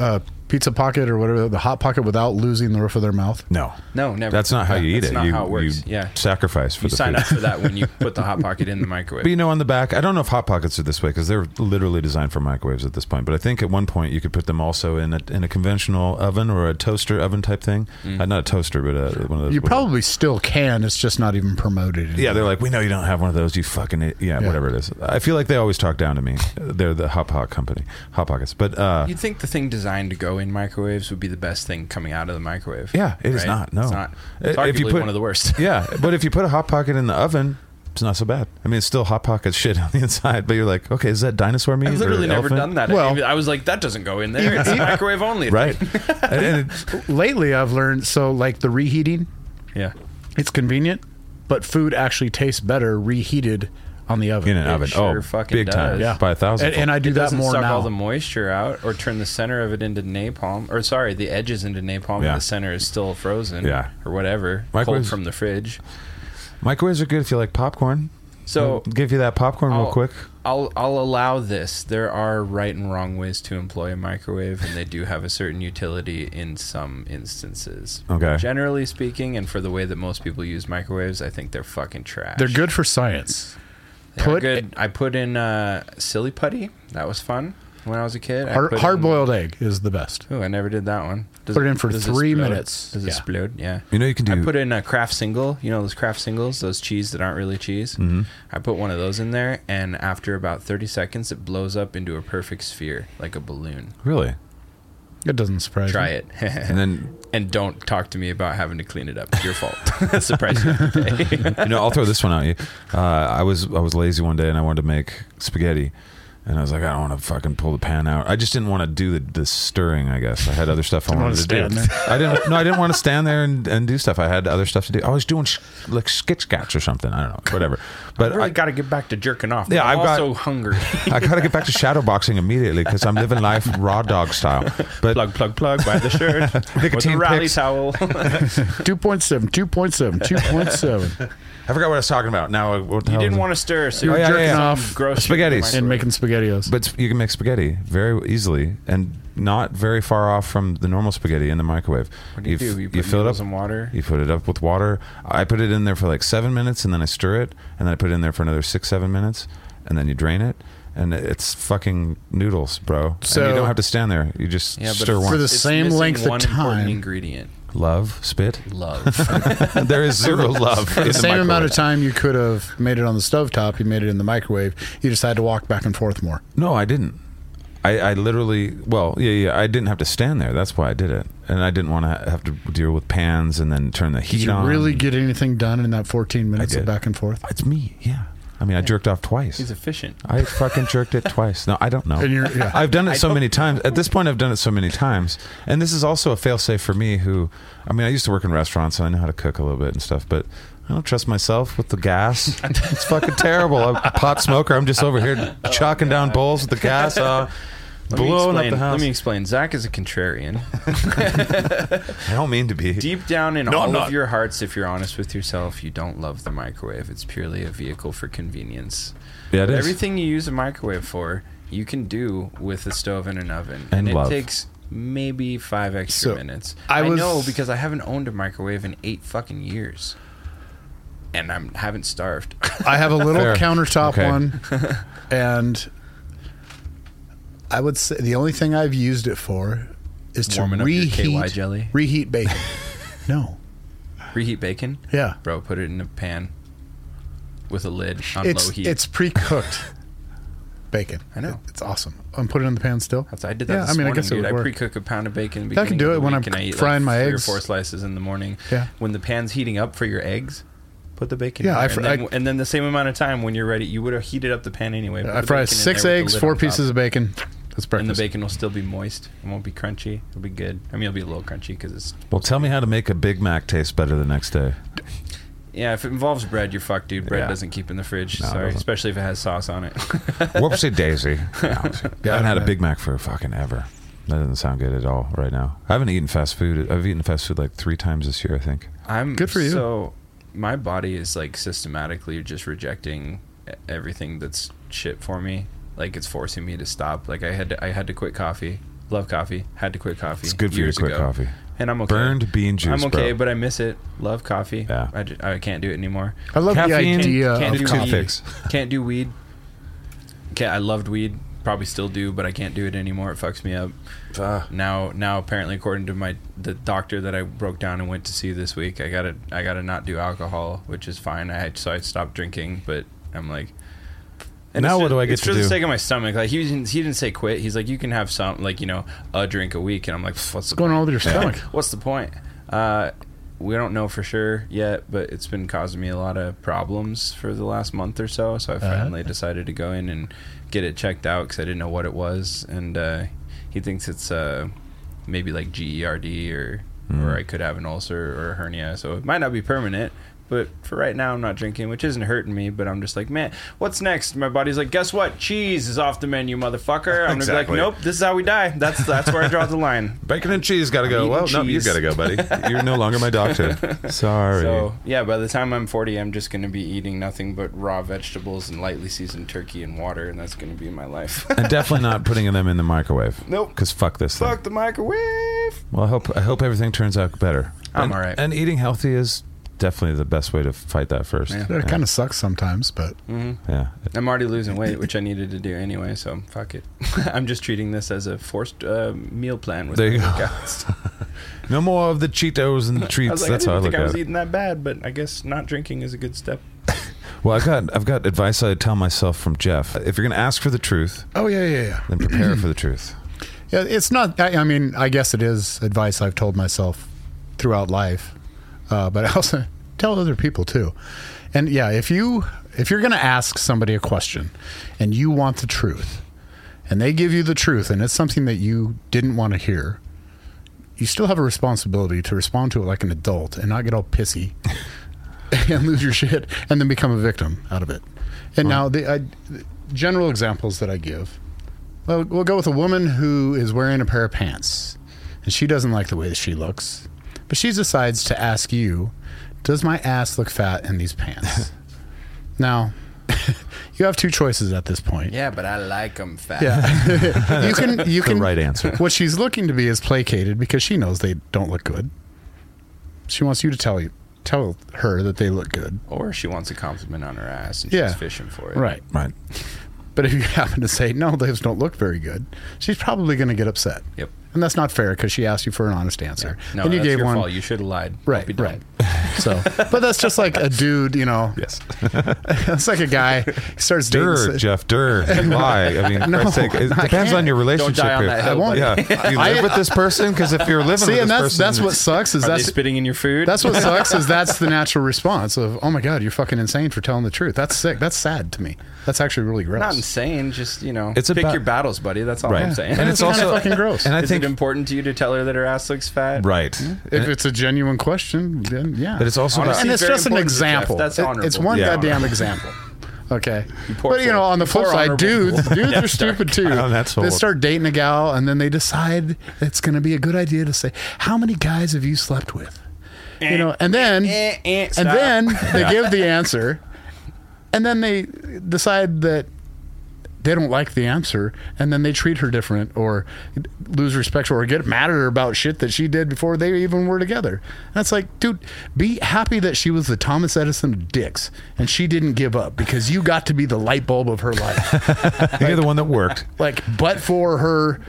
uh, pizza pocket or whatever the hot pocket without losing the roof of their mouth?
No,
No, never.
That's not how
Yeah,
you eat
that's
it.
not
you,
how it works.
you
Yeah.
sacrifice for
You
the
sign
food.
up for that when you put the hot pocket in the microwave.
But you know, on the back, I don't know if hot pockets are this way because they're literally designed for microwaves at this point. But I think at one point you could put them also in a, in a conventional oven or a toaster oven type thing.
Mm.
Uh, not a toaster, but a, one of those. whatever.
You probably still can. It's just not even promoted. anymore.
Yeah, they're like, we know you don't have one of those. You fucking i- yeah,
Yeah.
whatever it is. I feel like they always talk down to me. They're the hot pot company, hot pockets. But uh,
You'd think the thing designed to go in microwaves would be the best thing coming out of the microwave.
yeah, it is not.
right?
No, Uh,
it's not. It's
I-
arguably one of the worst.
yeah, but if you put a hot pocket in the oven. It's not so bad. I mean, it's still hot pocket shit on the inside, but you're like, okay, is that dinosaur meat?
I've
or
literally never
elephant?
done that.
Well-
I was like, that doesn't go in there. It's microwave only.
right? and, and it-
Lately, I've learned so like the reheating,
Yeah.
it's convenient, but food actually tastes better reheated on the oven.
in an oven,
sure
oh,
fucking
big time,
does. Yeah.
by a thousand.
and, and I do
It
that
doesn't
more
suck
now.
all the moisture out or turn the center of it into napalm. Or sorry, the edges into napalm
Yeah.
and the center is still frozen.
Yeah.
Or whatever.
Microwaves-
Cold from the fridge.
Microwaves are good if you like popcorn.
So
give you that popcorn real
I'll-
quick.
I'll I'll allow this. There are right and wrong ways to employ a microwave, and they do have a certain utility in some instances.
Okay.
Generally speaking, and for the way that most people use microwaves, I think they're fucking trash.
They're good for science.
They are
put-
good. I put in uh, silly putty. That was fun when I was a kid. I
Hard,
put in-
hard boiled egg is the best.
Ooh, I never did that one. Does
Put it in for
does
three
explode?
minutes.
Does it
Yeah.
explode? Yeah.
You know you can
I
do-
put in a craft single. You know those craft singles, those cheese that aren't really cheese. Mm-hmm. I put one of those in there, and after about thirty seconds, it blows up into a perfect sphere like a balloon.
Really?
It doesn't surprise
Try
me.
it,
And
and,
then
don't talk to me about having to clean it up. It's Your fault. That's the price you have to pay.
you know, I'll throw this one out. You, uh, I was I was lazy one day and I wanted to make spaghetti, and I was like, I don't want to fucking pull the pan out. I just didn't want to do the, the stirring. I guess I had other stuff I
Didn't
wanted
wanna
to do.
stand there.
I didn't. No, I didn't want to stand there and, and do stuff. I had other stuff to do. I was doing sh- like skit scats or something. I don't know, whatever. But
I really
I,
got to get back to jerking off.
Yeah,
I'm
I've got-
also hungry.
I gotta get back to shadowboxing immediately because I'm living life raw dog style. But
plug, plug, plug. Buy the shirt. with a
Nicotine
rally
picks.
towel.
2.7, 2.7, 2.7
I forgot what I was talking about. Now uh, what the
you
hell
didn't
was it?
want to stir, so
Oh,
you're
yeah,
jerking
yeah, yeah.
off gross
Spaghettis.
shit in
and
the
making SpaghettiOs.
But you can make spaghetti very easily and not very far off from the normal spaghetti in the microwave.
What do you,
f-
do? You, put
fill it up.
in water.
You put it up with water. I put it in there for like seven minutes, and then I stir it, and then I put it in there for another six, seven minutes, and then you drain it, and it's fucking noodles, bro. and
So-
you don't have to stand there. You just stir
it's-
one.
For the
it's
same
missing
length of
one important
time.
ingredient,
love, spit.
love.
there is zero love. in
the same amount
microwave.
of time you could have made it on the stovetop, you made it in the microwave. You just had to walk back and forth more.
No, I didn't. I, I literally, well, yeah, yeah. I didn't have to stand there. That's why I did it, and I didn't want to have to deal with pans and then turn the heat
Did you
on.
really get anything done in that 14 minutes of
did.
back and forth?
It's me. Yeah. I mean, I jerked off
He's
twice.
efficient.
I fucking jerked it twice. No, I don't know.
And you're, yeah.
I've done it so many times. At this point, I've done it so many times, and this is also a failsafe for me. Who, I mean, I used to work in restaurants, and I know how to cook a little bit and stuff, but. I don't trust myself with the gas. It's fucking terrible. I'm a pot smoker. I'm just over here chalking down bowls with the gas, uh,
Let me,
blowing up
explain,
the house.
let me explain. Zach is a contrarian.
I don't mean to be.
Deep down in all
I'm
of
not.
your hearts, if you're honest with yourself, you don't love the microwave. It's purely a vehicle for convenience.
Yeah, it is.
Everything you use a microwave for, you can do with a stove and an oven.
And
it
love.
takes maybe five extra
So,
minutes.
I
I,
was-
know because I haven't owned a microwave in eight fucking years. And I haven't starved.
I have a little
Fair.
countertop
Okay.
one, and I would say the only thing I've used it for is to
Warming up your KY
reheat
jelly?
reheat bacon. no,
Reheat bacon?
yeah,
Bro, put it in a pan with a lid on low
it's
heat.
it's pre-cooked bacon.
I know.
it's awesome. I'm putting it in the pan still.
That's- I did that.
Yeah,
this
I mean, I
morning,
guess it
dude.
would work.
I pre-cook a pound of bacon. In the
I can
beginning
do
of
it
the
when
week,
I'm
and I eat,
frying
like
my
three
eggs.
Or four slices in the morning.
Yeah.
When the pan's heating up for your eggs, put the bacon.
Yeah,
in
I
there.
fr-
and, then,
I-
and then the same amount of time when you're ready, you would have heated up the pan anyway. Put
I
the
Uh, fry
bacon in
six
there with the
eggs,
lid
four
on top.
pieces of bacon. That's breakfast.
And the bacon will still be moist. It won't be crunchy. It'll be good. I mean, it'll be a little crunchy because it's
Well, tell me how to make a Big Mac taste better the next day.
yeah. If it involves bread, you're fucked, dude. Bread
Yeah.
doesn't keep in the fridge.
No, it
Sorry,
doesn't.
especially if it has sauce on it.
Whoopsie daisy. Yeah, obviously. I haven't had a
man.
Big Mac for fucking ever. That doesn't sound good at all right now. I haven't eaten fast food. I've eaten fast food like three times this year, I think.
I'm
Good for you.
So my body is like systematically just rejecting e- everything that's shit for me. Like it's forcing me to stop. Like I had to, I had to quit coffee. Love coffee. Had to quit coffee.
It's good for you
years
to quit
ago.
coffee.
And I'm okay.
Burned bean juice.
I'm okay,
bro.
but I miss it. Love coffee.
Yeah.
I, ju- I can't do it anymore.
I love
Caffeine
the idea
can't
of
do
coffee.
toothpicks.
Can't do weed. Can't, I loved weed. Probably still do, but I can't do it anymore. It fucks me up.
Ah.
Now, now apparently, according to my the doctor that I broke down and went to see this week, I gotta I gotta not do alcohol, which is fine. I so I stopped drinking, but I'm like.
Now what
it's ju-
do I get
it's
to
for
do?
the sake of my stomach. Like he didn't, he didn't say quit. He's like, you can have some, like you know, a drink a week, and I'm like, what's the
What's going on with your stomach?
What's the point? Uh, we don't know for sure yet, but it's been causing me a lot of problems for the last month or so. So I
Uh-huh.
finally decided to go in and get it checked out because I didn't know what it was, and uh, he thinks it's uh, maybe like GERD or or I could have an ulcer or a hernia. So it might not be permanent. But for right now, I'm not drinking, which isn't hurting me. But I'm just like, man, what's next? My body's like, guess what? Cheese is off the menu, motherfucker. I'm gonna
Exactly.
be like, nope, this is how we die. That's that's where I draw the line.
Bacon and cheese got to go.
eating
Well, no, you
cheese.
got to go, buddy. You're no longer my doctor. Sorry.
So yeah, by the time I'm 40, I'm just gonna be eating nothing but raw vegetables and lightly seasoned turkey and water, and that's gonna be my life.
And definitely not putting them in the microwave.
Nope.
Because fuck this thing.
Fuck the microwave.
Well, I hope I hope everything turns out better.
I'm
And-
all right.
And eating healthy is definitely the best way to fight that first.
Yeah. Mm-hmm.
It kind of sucks sometimes, but
Yeah.
I'm already losing weight, which I needed to do anyway, so fuck it. I'm just treating this as a forced uh, meal plan with
There
my
you go.
workouts.
No more of the Cheetos and the
I
treats.
was like,
That's
I
how I
didn't
look
think I was
at it.
eating that bad, but I guess not drinking is a good step.
Well, I got I've got advice I tell myself from Jeff. If you're going to ask for the truth,
oh yeah, yeah, yeah.
then prepare for the truth.
Yeah, it's not. I, I mean, I guess it is advice I've told myself throughout life, uh, but I also tell other people too. And yeah, if you if you're going to ask somebody a question and you want the truth, and they give you the truth, and it's something that you didn't want to hear, you still have a responsibility to respond to it like an adult and not get all pissy and lose your shit and then become a victim out of it. And now the I, the general examples that I give. Well, we'll go with a woman who is wearing a pair of pants, and she doesn't like the way that she looks, but she decides to ask you, "Does my ass look fat in these pants?" now, you have two choices at this point.
Yeah, but I like them fat.
Yeah, you can. You
The
can.
right answer.
What she's looking to be is placated because she knows they don't look good. She wants you to tell you, tell her that they look good.
Or she wants a compliment on her ass and
Yeah.
she's fishing for it.
Right.
Right.
But if you happen to say, no, those don't look very good, she's probably going to get upset.
Yep.
And that's not fair because she asked you for an honest answer.
No,
and you
that's
gave
your
one.
fault. You should have lied. Don't
Right,
be dumb.
right. So, but that's just like a dude, you know.
Yes.
It's like a guy he starts dating.
Durr,
s-
Jeff Durr. You lie. I mean,
No,
for sake, it
I
depends on
can't.
your
Don't
relationship.
die on
here.
that hill.
I won't.
buddy.
Yeah. Do you live with this person? Because if you're living
See,
with
and
this
that's
person,
that's what sucks is
Are they
that's
spitting in your food?
that's what sucks is that's the natural response of oh my god you're fucking insane for telling the truth that's sick that's sad to me that's actually really gross
not insane. Just you know,
It's
pick
about-
your battles, buddy. That's all
Right.
I'm saying.
And it's
It's kinda
also
fucking gross.
And I
is
think
it important Hmm? to you to tell her that her ass looks fat?
right.
if it's a genuine question then yeah
But it's also about-
Honestly,
and it's
very
just an
important to Jeff.
example
That's
It-
honorable.
it's one
Yeah.
goddamn example okay
poor
but you know
fool.
on the
You
flip
poor
side
honorable
dudes
fool.
dudes
Yeah,
are stupid too
Oh, that's
they
horrible.
start dating a gal and then they decide it's going to be a good idea to say how many guys have you slept with you know and then
eh, eh,
and
stop.
then they give the answer and then they decide that they don't like the answer and then they treat her different or lose respect for her or get mad at her about shit that she did before they even were together. And it's like, dude, be happy that she was the Thomas Edison of dicks and she didn't give up because you got to be the light bulb of her life.
You're the one that worked.
like, but for her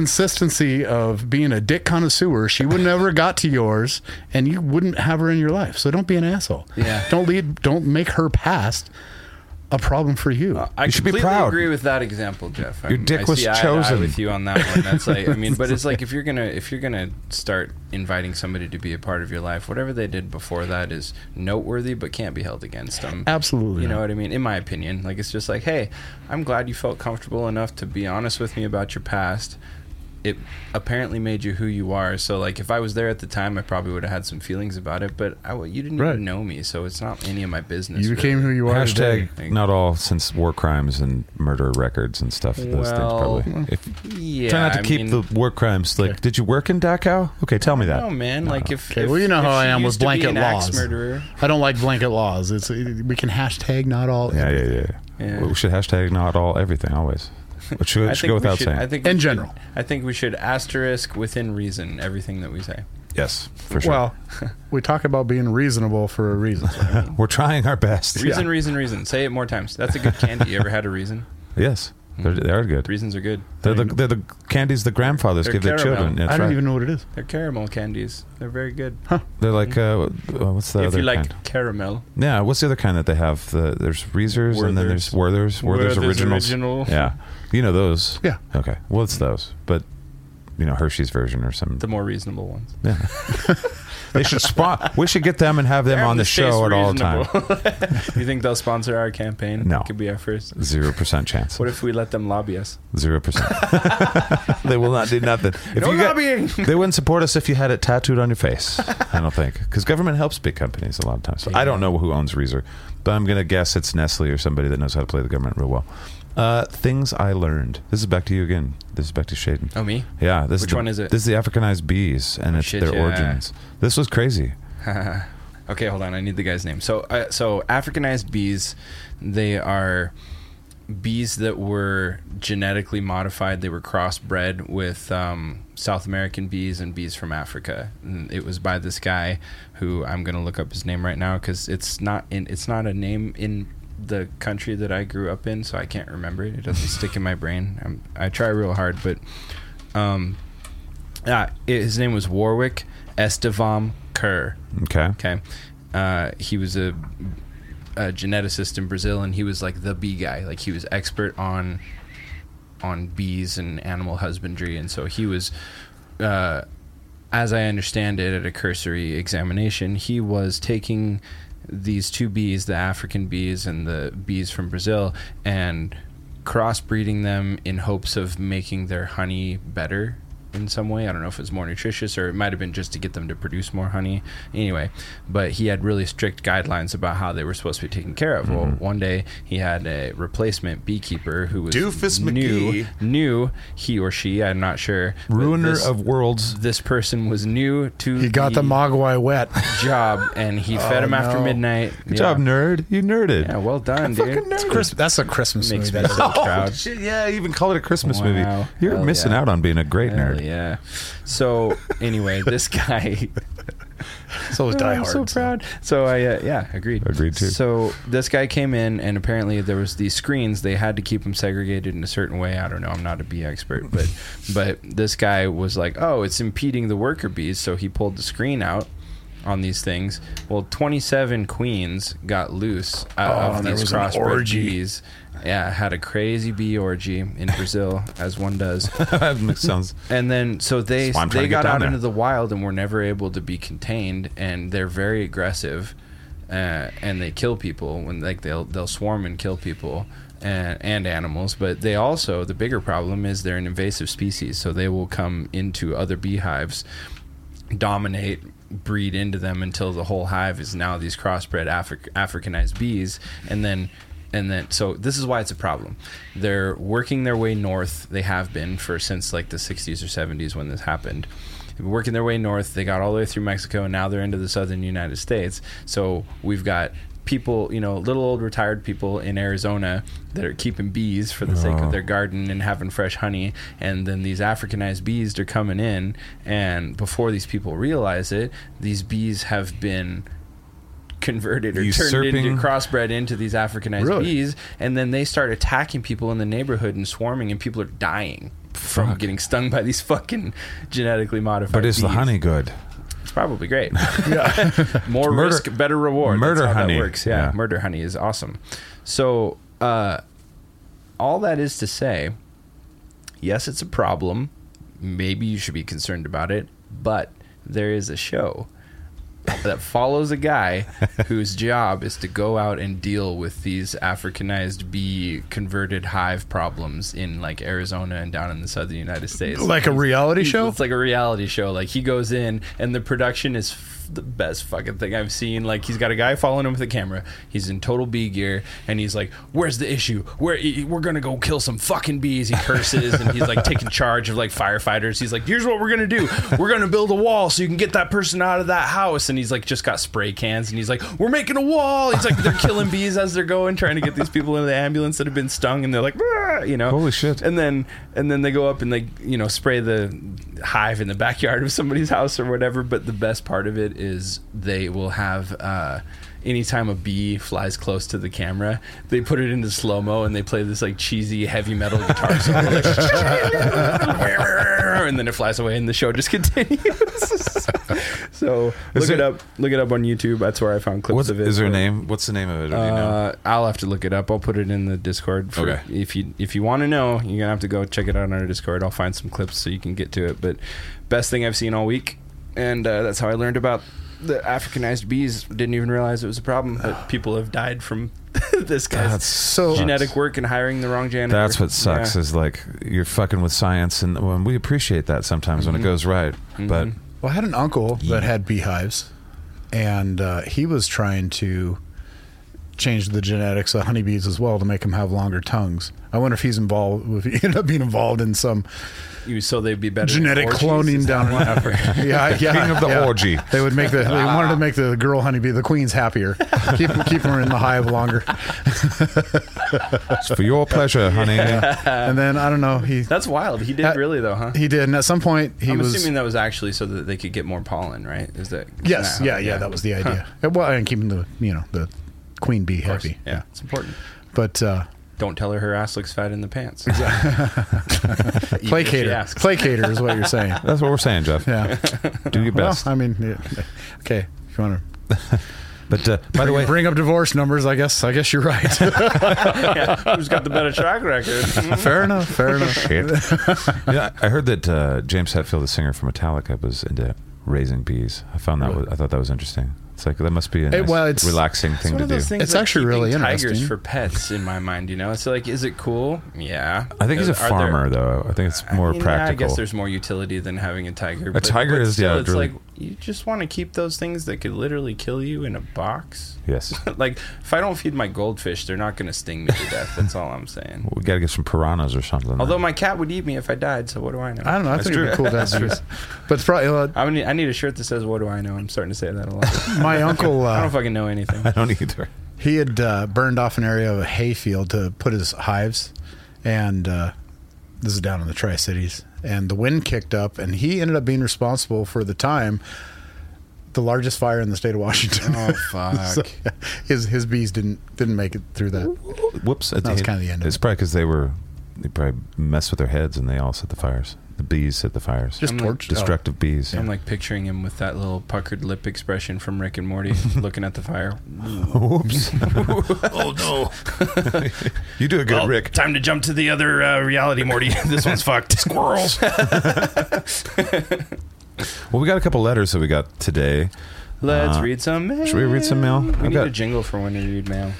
consistency of being a dick connoisseur, she would never got to yours and you wouldn't have her in your life. So don't be an asshole.
Yeah.
Don't lead don't make her past a problem for you.
I
You should be
completely
proud.
agree with that example, Jeff.
Your dick
I
was
see eye to eye
chosen.
with you on that one. That's like, I mean, but it's like if you're gonna if you're gonna start inviting somebody to be a part of your life, whatever they did before that is noteworthy, but can't be held against them.
Absolutely
You know
not.
what I mean? In my opinion, like it's just like, hey, I'm glad you felt comfortable enough to be honest with me about your past. It apparently made you who you are. So, like, if I was there at the time, I probably would have had some feelings about it. But I w- you didn't
Right.
even know me, so it's not any of my business.
you became who
really.
you are today.
Hashtag not all since war crimes and murder records and stuff. Those
Well,
things probably. If,
Yeah,
try not to
I
keep
mean-
the war crimes. Like, did you work in Dachau? Okay, tell me that.
No, man. Like if,
Okay,
if
well, you know
if
how I
she
am with
used to be
blanket
an axe
laws.
murderer.
I don't like blanket laws. It's we can hashtag not all.
Yeah, yeah, yeah.
Yeah.
We should hashtag not all everything always. It should,
I
it should
think
go
we
without
should-
saying.
I think
In
we should-
general.
I think we should asterisk within reason everything that we say.
yes, for sure.
Well, we talk about being reasonable for a reason.
we're trying our best.
Reason, reason, reason. Say it more times. That's a good candy. You ever had a reason?
Yes, they're,
Mm-hmm.
they are good.
Reasons are good.
They're the, they're the candies the grandfathers
They're
give their
caramel.
children. That's
I don't
right.
even know what it is.
They're caramel candies. They're very good.
They're like, uh, uh, what's the
Mm-hmm. if
other
you like
kind?
caramel,
Yeah, what's the other kind that they have? The, there's Reezers and then there's Werther's. Werther's,
Werther's
originals.
Original.
Yeah, you know those.
Yeah.
Okay. Well, it's those, but you know Hershey's version or some.
the more reasonable ones.
yeah. They should spawn. we should get them and have them on the show at all time.
you think they'll sponsor our campaign?
No.
It could be our first.
Zero percent chance.
What if we let them lobby us?
Zero percent. they will not do nothing. If
No
you got-
lobbying!
they wouldn't support us if you had it tattooed on your face. I don't think because government helps big companies a lot of times. I don't know who owns Reezer, but I'm gonna guess it's Nestle or somebody that knows how to play the government real well. Uh, things I learned. This is back to you again. This is back to Shaden.
Oh, me?
Yeah, this
Which
the-
one is it? Oh,
This is the Africanized bees and it's
shit,
their
yeah.
origins. This was crazy.
Okay, hold on. I need the guy's name. So, uh, so Africanized bees, they are bees that were genetically modified. They were crossbred with um, South American bees and bees from Africa. And it was by this guy who I'm going to look up his name right now because it's not in. It's not a name in the country that I grew up in, so I can't remember it. It doesn't stick in my brain. I'm, I try real hard, but um, ah, his name was Warwick Estevam Kerr.
Okay.
Okay. Uh, he was a, a geneticist in Brazil, and he was like the bee guy. Like he was expert on on bees and animal husbandry, and so he was, uh, as I understand it, at a cursory examination, he was taking these two bees, the African bees and the bees from Brazil, and crossbreeding them in hopes of making their honey better in some way. I don't know if it's more nutritious or it might have been just to get them to produce more honey. Anyway, but he had really strict guidelines about how they were supposed to be taken care of. Well, one day he had a replacement beekeeper who was
Doofus
new,
McGee.
new he or she, I'm not sure. but
Ruiner
this,
of worlds.
this person was new to
He got the mogwai wet.
job and he fed him after
no.
midnight.
Oh, Good job, nerd. You nerded.
Yeah, well done, dude.
Fucking nerd.
Christmas, that's a Christmas
Makes me
movie.
so proud.
Oh, Shit, yeah, I even call it a Christmas
Wow.
movie. You're
Hell
missing
yeah.
out on being a great
Hell
nerd.
yeah. So anyway, this guy
So was Die
I'm
Hard.
so proud. So I uh, yeah, agreed.
Agreed, too.
So this guy came in, and apparently there was these screens. They had to keep them segregated in a certain way. I don't know. I'm not a bee expert, but but this guy was like, oh, it's impeding the worker bees. So he pulled the screen out on these things. Well, 27 queens got loose out of
and Oh, there
these
was an
crossbred
orgy.
bees. Yeah, had a crazy bee orgy in Brazil, as one does.
That sounds.
And then so they
That's why I'm trying
they
to get
got
down
out
there.
into the wild and were never able to be contained, and they're very aggressive, uh, and they kill people when like they'll they'll swarm and kill people. And, and animals, but they also the bigger problem is they're an invasive species, so they will come into other beehives, dominate, breed into them until the whole hive is now these crossbred Afri- Africanized bees, and then and then so this is why it's a problem. They're working their way north. They have been for since like the 60s or 70s when this happened. They've been working their way north. They got all the way through Mexico, and now they're into the southern United States. So we've got people, you know, little old retired people in Arizona that are keeping bees for the sake
Uh-huh.
of their garden and having fresh honey. And then these Africanized bees are coming in. And before these people realize it, these bees have been converted or
Usurping-
turned into crossbred into these Africanized
Really?
bees. And then they start attacking people in the neighborhood and swarming, and people are dying. From getting stung by these fucking genetically modified.
But is the
bees.
honey good?
It's probably great. More
Murder-
risk, better reward.
murder
That's how
honey.
That works. Yeah,
Yeah.
murder honey is awesome. So, uh, all that is to say, yes, it's a problem. Maybe you should be concerned about it, but there is a show that follows a guy whose job is to go out and deal with these Africanized bee converted hive problems in like Arizona and down in the southern United States.
Like a reality show?
It's like a reality show. Like he goes in, and the production is f- the best fucking thing I've seen. Like he's got a guy following him with a camera. He's in total bee gear, and he's like, "Where's the issue? Where e- we're gonna go kill some fucking bees?" He curses, and he's like taking charge of like firefighters. He's like, "Here's what we're gonna do. We're gonna build a wall so you can get that person out of that house." And he's like, just got spray cans, and he's like, "We're making a wall." He's like, they're killing bees as they're going, trying to get these people into the ambulance that have been stung, and they're like, "Ah," you know,
Holy shit.
and then and then they go up and they you know spray the hive in the backyard of somebody's house or whatever but the best part of it is they will have uh anytime a bee flies close to the camera they put it into slow-mo and they play this like cheesy heavy metal guitar solo like, and then it flies away and the show just continues so
Is
look it,
it-
up look it up on youtube that's where i found clips
What's
of it
is there a
But-
name? What's the name of it? Or do you know?
uh, I'll have to look it up. I'll put it in the Discord. For,
Okay.
If you if you want to know, you're gonna have to go check it out on our Discord. I'll find some clips so you can get to it. But best thing I've seen all week. and uh, that's how I learned about the Africanized bees. Didn't even realize it was a problem, but people have died from this guy's
That's
So-
genetic work and hiring the wrong janitor.
That's what sucks
Yeah.
is like you're fucking with science, and well, we appreciate that sometimes when it goes right. But
Well, I had an uncle that had beehives, and uh, he was trying to change the genetics of honeybees as well to make them have longer tongues. I wonder if he's involved, if he ended up being involved in some
you, so they'd be better. than
genetic
orgies?
cloning down in Africa. yeah, yeah.
King of the
yeah.
orgy.
They would make the, they wanted to make the girl honeybee, the queen's happier. keep, keep her in the hive longer.
it's for your pleasure, honey.
And then, I don't know, he,
That's wild. He did
That-
really though, huh?
he did. And at some point, he
I'm
was.
assuming that was actually so that they could get more pollen, right? Is that
Yes,
isn't
yeah,
how-
yeah, that was the idea. Uh, Well, and keeping the you know the queen bee
Of course.
happy.
Yeah, it's important.
but uh,
Don't tell her her ass looks fat in the pants. she
placator,
asks.
placator is what you're saying.
That's what we're saying, Jeff.
Yeah.
Do your
Well,
best.
I mean, yeah. okay. If you want to,
but uh, by the way,
bring up divorce numbers. I guess. I guess you're right.
yeah, who's got the better track record?
fair enough. Fair enough.
shit. yeah, I heard that uh, James Hetfield, the singer from Metallica, was into raising bees. I found that was, I thought that was interesting. It's like that must be a
Hey,
nice,
well, it's-
relaxing thing to do.
things.
It's actually
keeping
really
Tigers
interesting.
for pets in my mind, you know. It's like, is it cool? Yeah.
I think he's a
Are there-
farmer, though. I think it's more
I mean, yeah,
practical.
I guess there's more utility than having a tiger. A
tiger is, yeah,
It's
really-
like you just want to keep those things that could literally kill you in a box.
yes,
like if I don't feed my goldfish, they're not going to sting me to death. That's all I'm saying.
we got to get some piranhas or something.
Although my cat would eat me if I died, so what do I know?
I don't know. I think it'd be cool to have bees. But it's probably uh,
I'm gonna, I need a shirt that says "What do I know?" I'm starting to say that a lot.
my uncle. Uh,
I don't fucking know anything.
I don't either.
he had uh, burned off an area of a hayfield to put his hives, and uh, this is down in the Tri Cities. And the wind kicked up, and he ended up being responsible for the time the largest fire in the state of Washington.
Oh fuck!
So, yeah, his his bees didn't didn't make it through that.
Whoops! That
was kinda the end of
It's
it.
probably because they were they probably messed with their heads and they all set the fires. The bees set the fires.
Just
I'm like-
torch
oh.
destructive bees.
I'm like picturing him with that little puckered lip expression from Rick and Morty, looking at the fire.
Whoops!
oh no! Oh,
you do a good Rick.
Time to jump to the other uh, reality, Morty. this one's fucked. Squirrels.
Well, we got a couple letters that we got today.
Let's
Uh,
read some. Mail.
should we read some mail?
We
I've
need
got-
a jingle for when we read mail.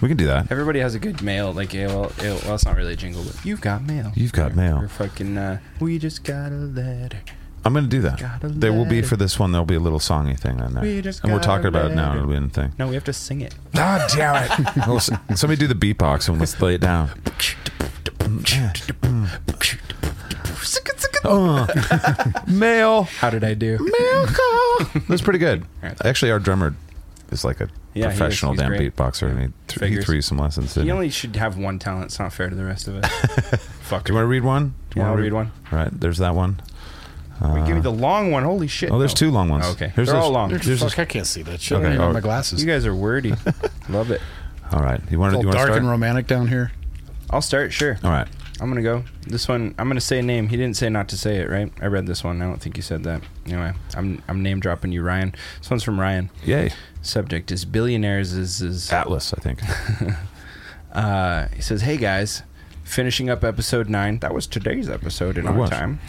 We can do that.
Everybody has a good mail, like AOL. AOL well, it's not really a jingle, but you've got mail.
You've got mail.
We're fucking. Uh, we just got a letter.
I'm going to do that.
Got a
There will be
letter.
for this one. There'll be a little songy thing on there,
We just
and we're
got
talking
a
about it now.
letter.
It'll be in the thing.
No, we have to sing it.
Ah, damn it! Well, s- somebody do the beatbox and let's lay it down. Uh, mail.
How did I do?
That's pretty good.
All right.
Actually, our drummer is like a
Yeah, he is.
professional
He's
damn
great.
beatboxer, and he, th- he
Figures.
threw you some lessons. Didn't
You
he?
only should have one talent. It's not fair to the rest of us. Fuck.
Do you want to read one? Do you
Yeah,
want
I'll
to
read one.
All right, there's that one. Uh,
Wait, give me the long one. Holy shit.
Oh, there's two long ones.
Oh, okay.
Here's
They're
this-
all long.
There's this-
I can't see that shit.
Okay, oh.
I don't
all
have my
right.
glasses.
You guys are wordy. Love it.
all right, you want
it's
to
all
you want to
dark
start?
and romantic down here.
I'll start, sure.
all right,
I'm gonna go. This one, I'm gonna say a name. He didn't say not to say it, right? I read this one. I don't think he said that. Anyway, I'm I'm name dropping you, Ryan. This one's from Ryan.
yay!
Subject is billionaires. Is is
Atlas, I think.
Uh, he says, "Hey guys, finishing up episode nine. That was today's episode in
It
our
was.
time.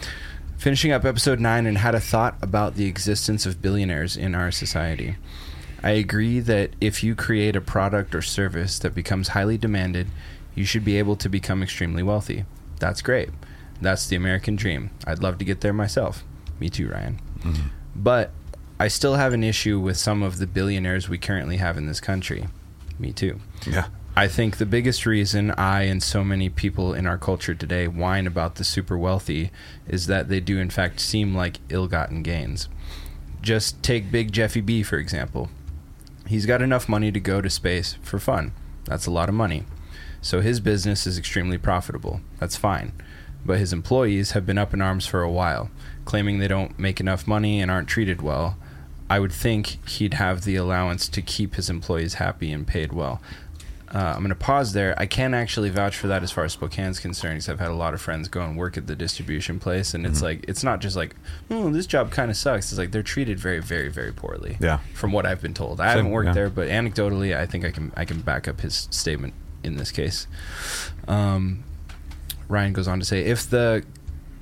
Finishing up episode nine and had a thought about the existence of billionaires in our society. I agree that if you create a product or service that becomes highly demanded, you should be able to become extremely wealthy. That's great. That's the American dream. I'd love to get there myself. Me too, Ryan.
Mm-hmm.
But I still have an issue with some of the billionaires we currently have in this country. Me too."
yeah,
I think the biggest reason I and so many people in our culture today whine about the super wealthy is that they do, in fact, seem like ill gotten gains. Just take Big Jeffy B, for example. He's got enough money to go to space for fun. That's a lot of money. So his business is extremely profitable. That's fine. But his employees have been up in arms for a while, claiming they don't make enough money and aren't treated well. I would think he'd have the allowance to keep his employees happy and paid well. Uh, I'm going to pause there. I can actually vouch for that as far as Spokane's concerned, because I've had a lot of friends go and work at the distribution place, and it's like it's not just like, oh, this job kind of sucks. It's like they're treated very, very, very poorly.
Yeah.
from what I've been told, I haven't worked
yeah.
there, but anecdotally, I think I can I can back up his statement in this case. Um, Ryan goes on to say, if the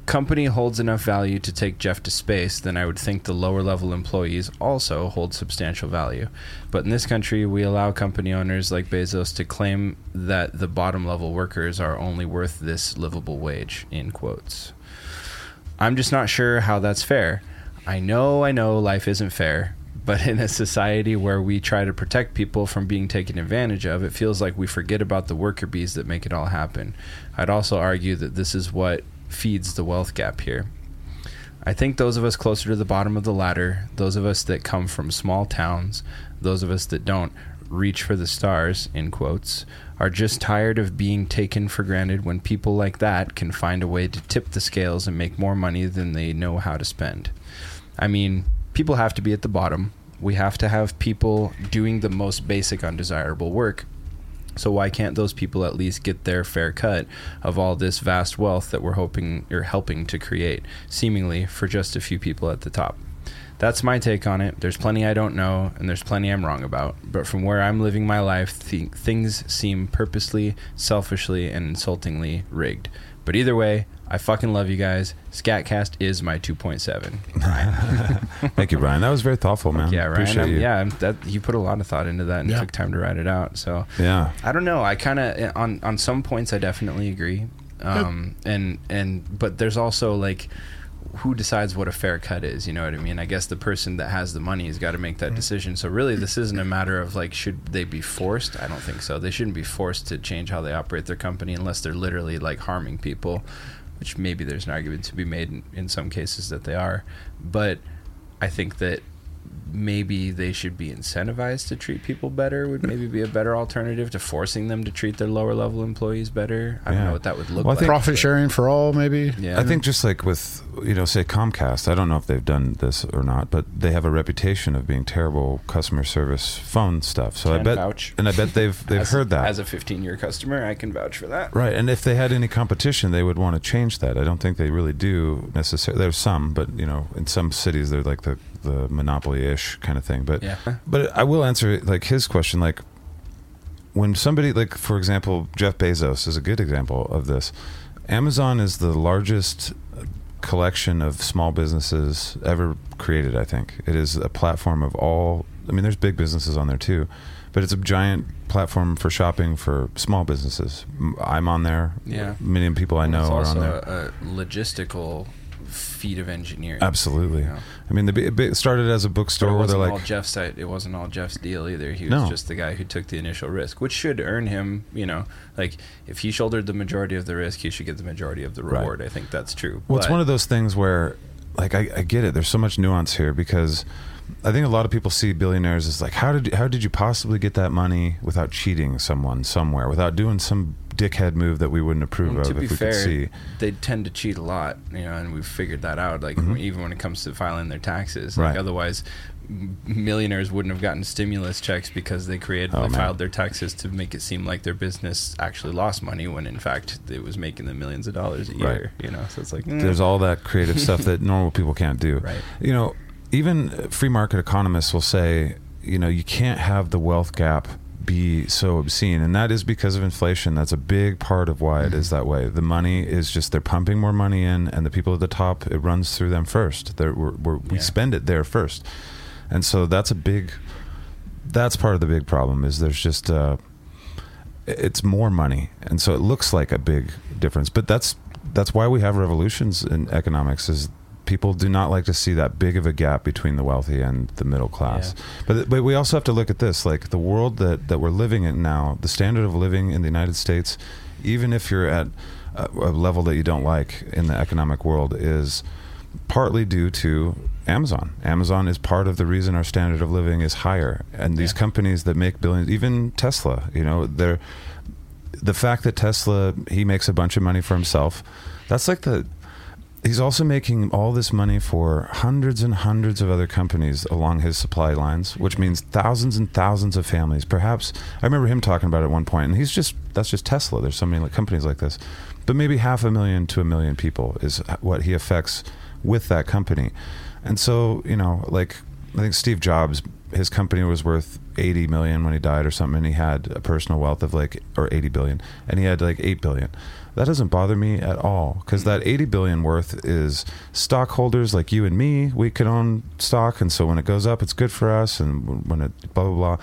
company holds enough value to take Jeff to space, then I would think the lower level employees also hold substantial value. But in this country, we allow company owners like Bezos to claim that the bottom level workers are only worth this livable wage, in quotes. I'm just not sure how that's fair. I know, I know life isn't fair, but in a society where we try to protect people from being taken advantage of, it feels like we forget about the worker bees that make it all happen. I'd also argue that this is what feeds the wealth gap here. I think those of us closer to the bottom of the ladder, those of us that come from small towns, those of us that don't reach for the stars, in quotes, are just tired of being taken for granted when people like that can find a way to tip the scales and make more money than they know how to spend. I mean, people have to be at the bottom. We have to have people doing the most basic undesirable work. So why can't those people at least get their fair cut of all this vast wealth that we're hoping or helping to create, seemingly for just a few people at the top? That's my take on it. There's plenty I don't know, and there's plenty I'm wrong about. But from where I'm living my life, th- things seem purposely, selfishly, and insultingly rigged. But either way, I fucking love you guys. Scatcast is my 2.7.
Thank you, Brian. That was very thoughtful, man.
Yeah, right.
Appreciate
I'm-
you.
Yeah, I'm- that you put a lot of thought into that and
Yeah.
took time to write it out. So
Yeah.
I don't know. I kind of on on some points I definitely agree. Um, and and but there's also like who decides what a fair cut is you know what i mean i guess the person that has the money has got to make that decision so really this isn't a matter of like should they be forced i don't think so they shouldn't be forced to change how they operate their company unless they're literally like harming people which maybe there's an argument to be made in, in some cases that they are but i think that maybe they should be incentivized to treat people better would maybe be a better alternative to forcing them to treat their lower level employees better. I don't
Yeah.
know what that would look
Well, I
like.
think-
Profit sharing for all, maybe.
Yeah.
I think just like with you know, say Comcast, I don't know if they've done this or not, but they have a reputation of being terrible customer service phone stuff. So I
Can
bet,
vouch.
and I bet they've they've
As-
heard that
As a 15 year customer, I can vouch for that.
Right, and if they had any competition, they would want to change that. I don't think they really do necessarily. There's some, but you know, in some cities they're like the the monopoly-ish kind of thing. But
Yeah.
but I will answer like his question. Like when somebody like for example, Jeff Bezos is a good example of this. Amazon is the largest collection of small businesses ever created. I think it is a platform of all. I mean, there's big businesses on there too, but it's a giant platform for shopping for small businesses. M- I'm on there.
Yeah.
many of the people I know
it's
are
also
on there.
a, a logistical feat of engineering.
Absolutely.
Yeah.
I mean, the b- it b- started as a
But
bookstore
it
where
wasn't
they're
all
like,
Jeff's site. It wasn't all Jeff's deal either. He was
No.
just the guy who took the initial risk, which should earn him, you know, like if he shouldered the majority of the risk, he should get the majority of the
Right.
reward. I think that's true.
Well, it's
But-
one of those things where, like, I, I get it. There's so much nuance here because I think a lot of people see billionaires as like, how did how did you possibly get that money without cheating someone somewhere, without doing some dickhead move that we wouldn't approve
And
of
to
if
be
we
fair,
could see.
they tend to cheat a lot, you know, and we've figured that out. Like even when it comes to filing their taxes, like
Mm-hmm. Right.
otherwise, m- millionaires wouldn't have gotten stimulus checks because they created
Oh,
they
man.
filed their taxes to make it seem like their business actually lost money when in fact it was making them millions of dollars a
Right.
year. You know, so it's like mm.
There's all that creative stuff that normal people can't do.
Right.
You know, even free market economists will say, you know, you can't have the wealth gap be so obscene and that is because of inflation that's a big part of why it is that way the money is just they're pumping more money in and the people at the top it runs through them first they're, we're, we're, we
Yeah.
spend it there first and so that's a big that's part of the big problem is there's just uh, it's more money and so it looks like a big difference but that's that's why we have revolutions in economics is people do not like to see that big of a gap between the wealthy and the middle class but but we also have to look at this like the world that that we're living in now the standard of living in the united states even if you're at a, a level that you don't like in the economic world is partly due to Amazon. Amazon is part of the reason our standard of living is higher. And these
Yeah.
companies that make billions, even Tesla, you know, they're the fact that Tesla he makes a bunch of money for himself. That's like the he's also making all this money for hundreds and hundreds of other companies along his supply lines, which means thousands and thousands of families. Perhaps I remember him talking about it at one point, and he's just that's just Tesla. There's so many like companies like this, but maybe half a million to a million people is what he affects with that company, and so you know, like I think Steve Jobs his company was worth 80 million when he died or something and he had a personal wealth of like or 80 billion and he had like 8 billion that doesn't bother me at all because that 80 billion worth is stockholders like you and me we can own stock and so when it goes up it's good for us and when it blah blah blah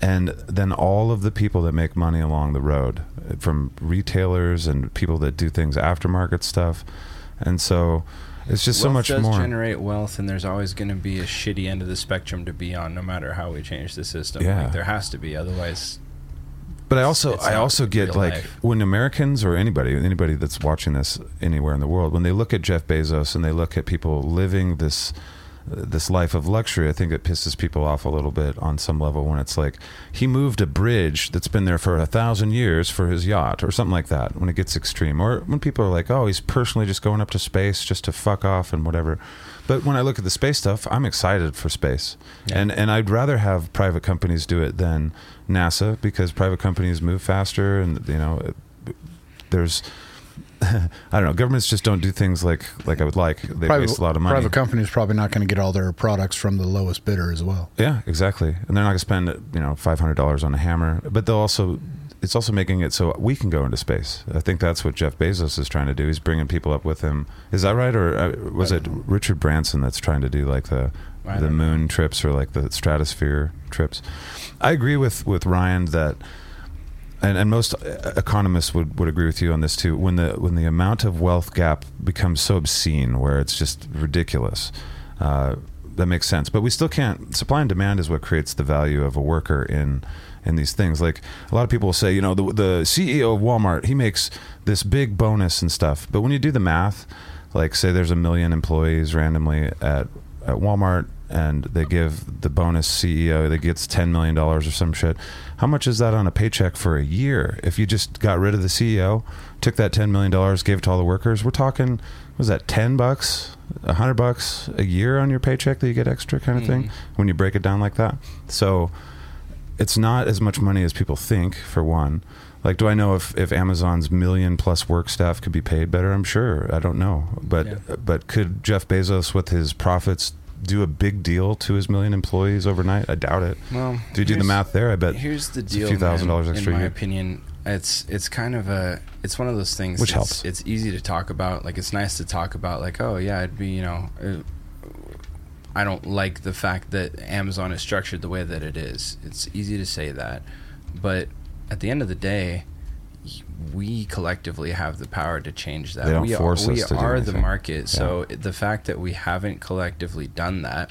and then all of the people that make money along the road from retailers and people that do things aftermarket stuff and so it's just so
Wealth
much
does
more
generate wealth, and there's always going to be a shitty end of the spectrum to be on, no matter how we change the system.
Yeah.
Like, there has to be, otherwise,
But I also
it's
I
not
also get
real
like
life.
when Americans or anybody anybody that's watching this anywhere in the world when they look at Jeff Bezos and they look at people living this this life of luxury, I think it pisses people off a little bit on some level when it's like he moved a bridge that's been there for a thousand years for his yacht or something like that when it gets extreme. Or when people are like, oh, he's personally just going up to space just to fuck off and whatever. But when I look at the space stuff, I'm excited for space.
Yeah.
And and I'd rather have private companies do it than NASA because private companies move faster and you know it- there's I don't know. Governments just don't do things like like I would like. They waste a lot of money.
private companies probably not going to get all their products from the lowest bidder as well.
Yeah, exactly. And they're not going to spend you know five hundred dollars on a hammer, but they'll also it's also making it so we can go into space. I think that's what Jeff Bezos is trying to do. He's bringing people up with him. Is that right, or uh, was it Richard Branson that's trying to do like the
I
the
don't know.
moon trips or like the stratosphere trips? I agree with with Ryan that. And, and most uh, economists would, would agree with you on this too. When the when the amount of wealth gap becomes so obscene, where it's just ridiculous, uh, that makes sense. But we still can't. Supply and demand is what creates the value of a worker in in these things. Like a lot of people will say, you know, the, the CEO of Walmart, he makes this big bonus and stuff. But when you do the math, like say there's a million employees randomly at at Walmart. And they give the bonus CEO that gets ten million dollars or some shit. How much is that on a paycheck for a year? If you just got rid of the CEO, took that ten million dollars, gave it to all the workers, we're talking what was that ten bucks, a hundred bucks a year on your paycheck that you get extra kind of thing when you break it down like that. So it's not as much money as people think for one like do i know if, if amazon's million plus work staff could be paid better i'm sure i don't know but
Yeah.
but could jeff bezos with his profits do a big deal to his million employees overnight i doubt it
well,
if you do the
here's-
math there i bet
Here's the
it's
deal.
a few thousand
man,
dollars extra
In
a
my
year
opinion, it's it's kind of a it's one of those things
Which
that's-
helps.
It's easy to talk about. Like it's nice to talk about. Like oh yeah, I'd be you know. uh, I don't like the fact that Amazon is structured the way that it is. It's easy to say that, but at the end of the day, we collectively have the power to change that.
They don't
we
force
are, we
us to do
are the
anything.
market. So the fact that we haven't collectively done that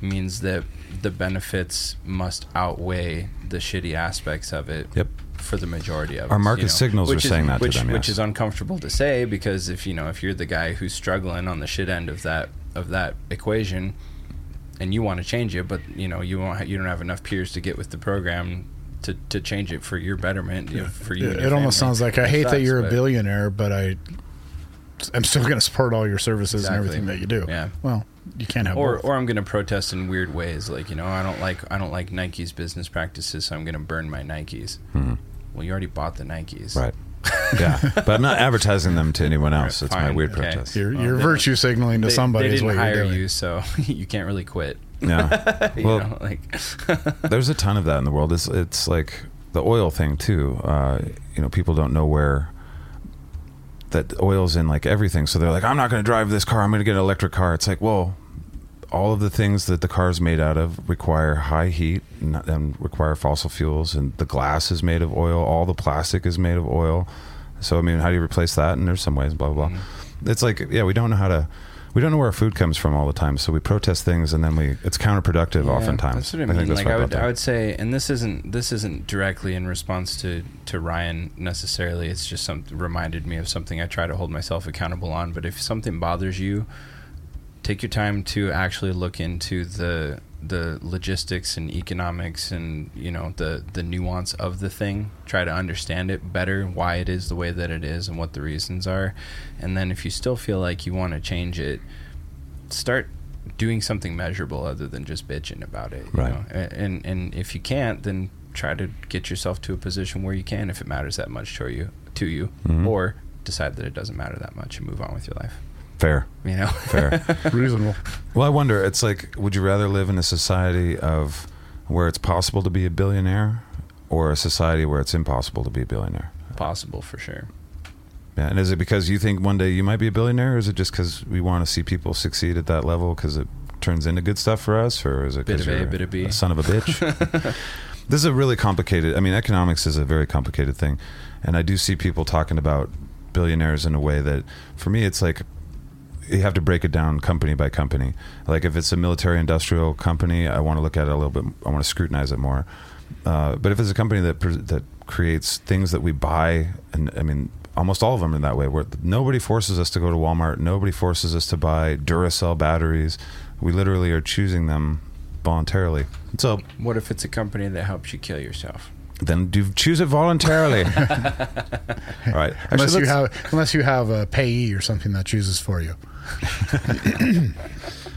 means that the benefits must outweigh the shitty aspects of it.
Yep.
For the majority of
Our
us,
market signals are
Which is-
saying that to
which,
them,
which
yes.
is uncomfortable to say because if you know if you're the guy who's struggling on the shit end of that of that equation, and you want to change it, but you know you won't ha- you don't have enough peers to get with the program to, to change it for your betterment you know, for you.
It,
and
it
your
almost
family.
sounds like I
It
hate that
sucks,
you're a
but-
billionaire, but I, I'm still going to support all your services and
Exactly.
everything that you do.
Yeah.
Well, you can't have
Or,
both.
or I'm going to protest in weird ways, like you know, I don't like I don't like Nike's business practices, so I'm going to burn my Nikes. Well, you already bought the Nikes,
Hmm. right yeah but i'm not advertising them to anyone else
Right,
it's my
fine,
weird
okay.
protest
you're
Well,
you're
they
virtue signaling to
Oh, They,
somebody
they
is
didn't
what
hire
you're doing.
you, so you can't really quit.
yeah
You
well
know, like
there's a ton of that in the world. It's it's like the oil thing too. Uh, you know, people don't know where that oil's in like everything. So they're like, I'm not going to drive this car. I'm going to get an electric car. It's like, well, all of the things that the car's made out of require high heat and, and require fossil fuels. And the glass is made of oil. All the plastic is made of oil. So I mean, how do you replace that? And there's some ways. Blah blah. blah.
Mm-hmm.
It's like, yeah, we don't know how to. We don't know where our food comes from all the time, so we protest things, and then we—it's counterproductive
Yeah,
oftentimes.
That's what I
I
mean.
think that's
like
why
I
brought
would,
that
I
up.
would say, and this isn't this isn't directly in response to to Ryan necessarily. It's just some reminded me of something I try to hold myself accountable on. But if something bothers you, take your time to actually look into the the logistics and economics and you know the the nuance of the thing try to understand it better why it is the way that it is and what the reasons are and then if you still feel like you want to change it start doing something measurable other than just bitching about it. You
Right.
know? A- And and if you can't, then try to get yourself to a position where you can,
Mm-hmm.
if it matters that much to you, to you, or decide that it doesn't matter that much and move on with your life.
Fair.
You know,
Fair.
Reasonable.
Well, I wonder. It's like, would you rather live in a society of where it's possible to be a billionaire, or a society where it's impossible to be a billionaire?
possible for sure.
Yeah, and is it because you think one day you might be a billionaire, or is it just because we want to see people succeed at that level because it turns into good stuff for us, or is it
Bit
'cause
of A,
you're
bit of B.
a son of a bitch? this is a really complicated. I mean, economics is a very complicated thing, and I do see people talking about billionaires in a way that, for me, it's like you have to break it down company by company. Like if it's a military industrial company, I want to look at it a little bit. I want to scrutinize it more. Uh, but if it's a company that pres- that creates things that we buy, and I mean almost all of them in that way, where nobody forces us to go to Walmart, nobody forces us to buy Duracell batteries. We literally are choosing them voluntarily. So
What if it's a company that helps you kill yourself?
then do choose it voluntarily. all right.
unless
Actually,
you
let's-
have unless you have a payee or something that chooses for you.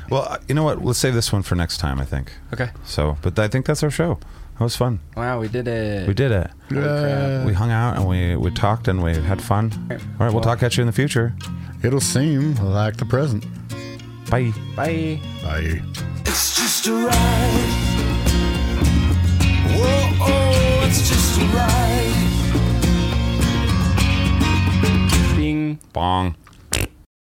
well, uh, you know what? Let's save this one for next time. I think.
Okay.
So, but I think that's our show. That was fun.
Wow, we did it.
We did it.
Uh,
we hung out and we, we talked and we had fun. All right, we'll talk at you in the future.
it'll seem like the present.
Bye.
Bye.
Bye.
It's just a ride. Whoa, oh, it's just a ride.
Bing.
Bong.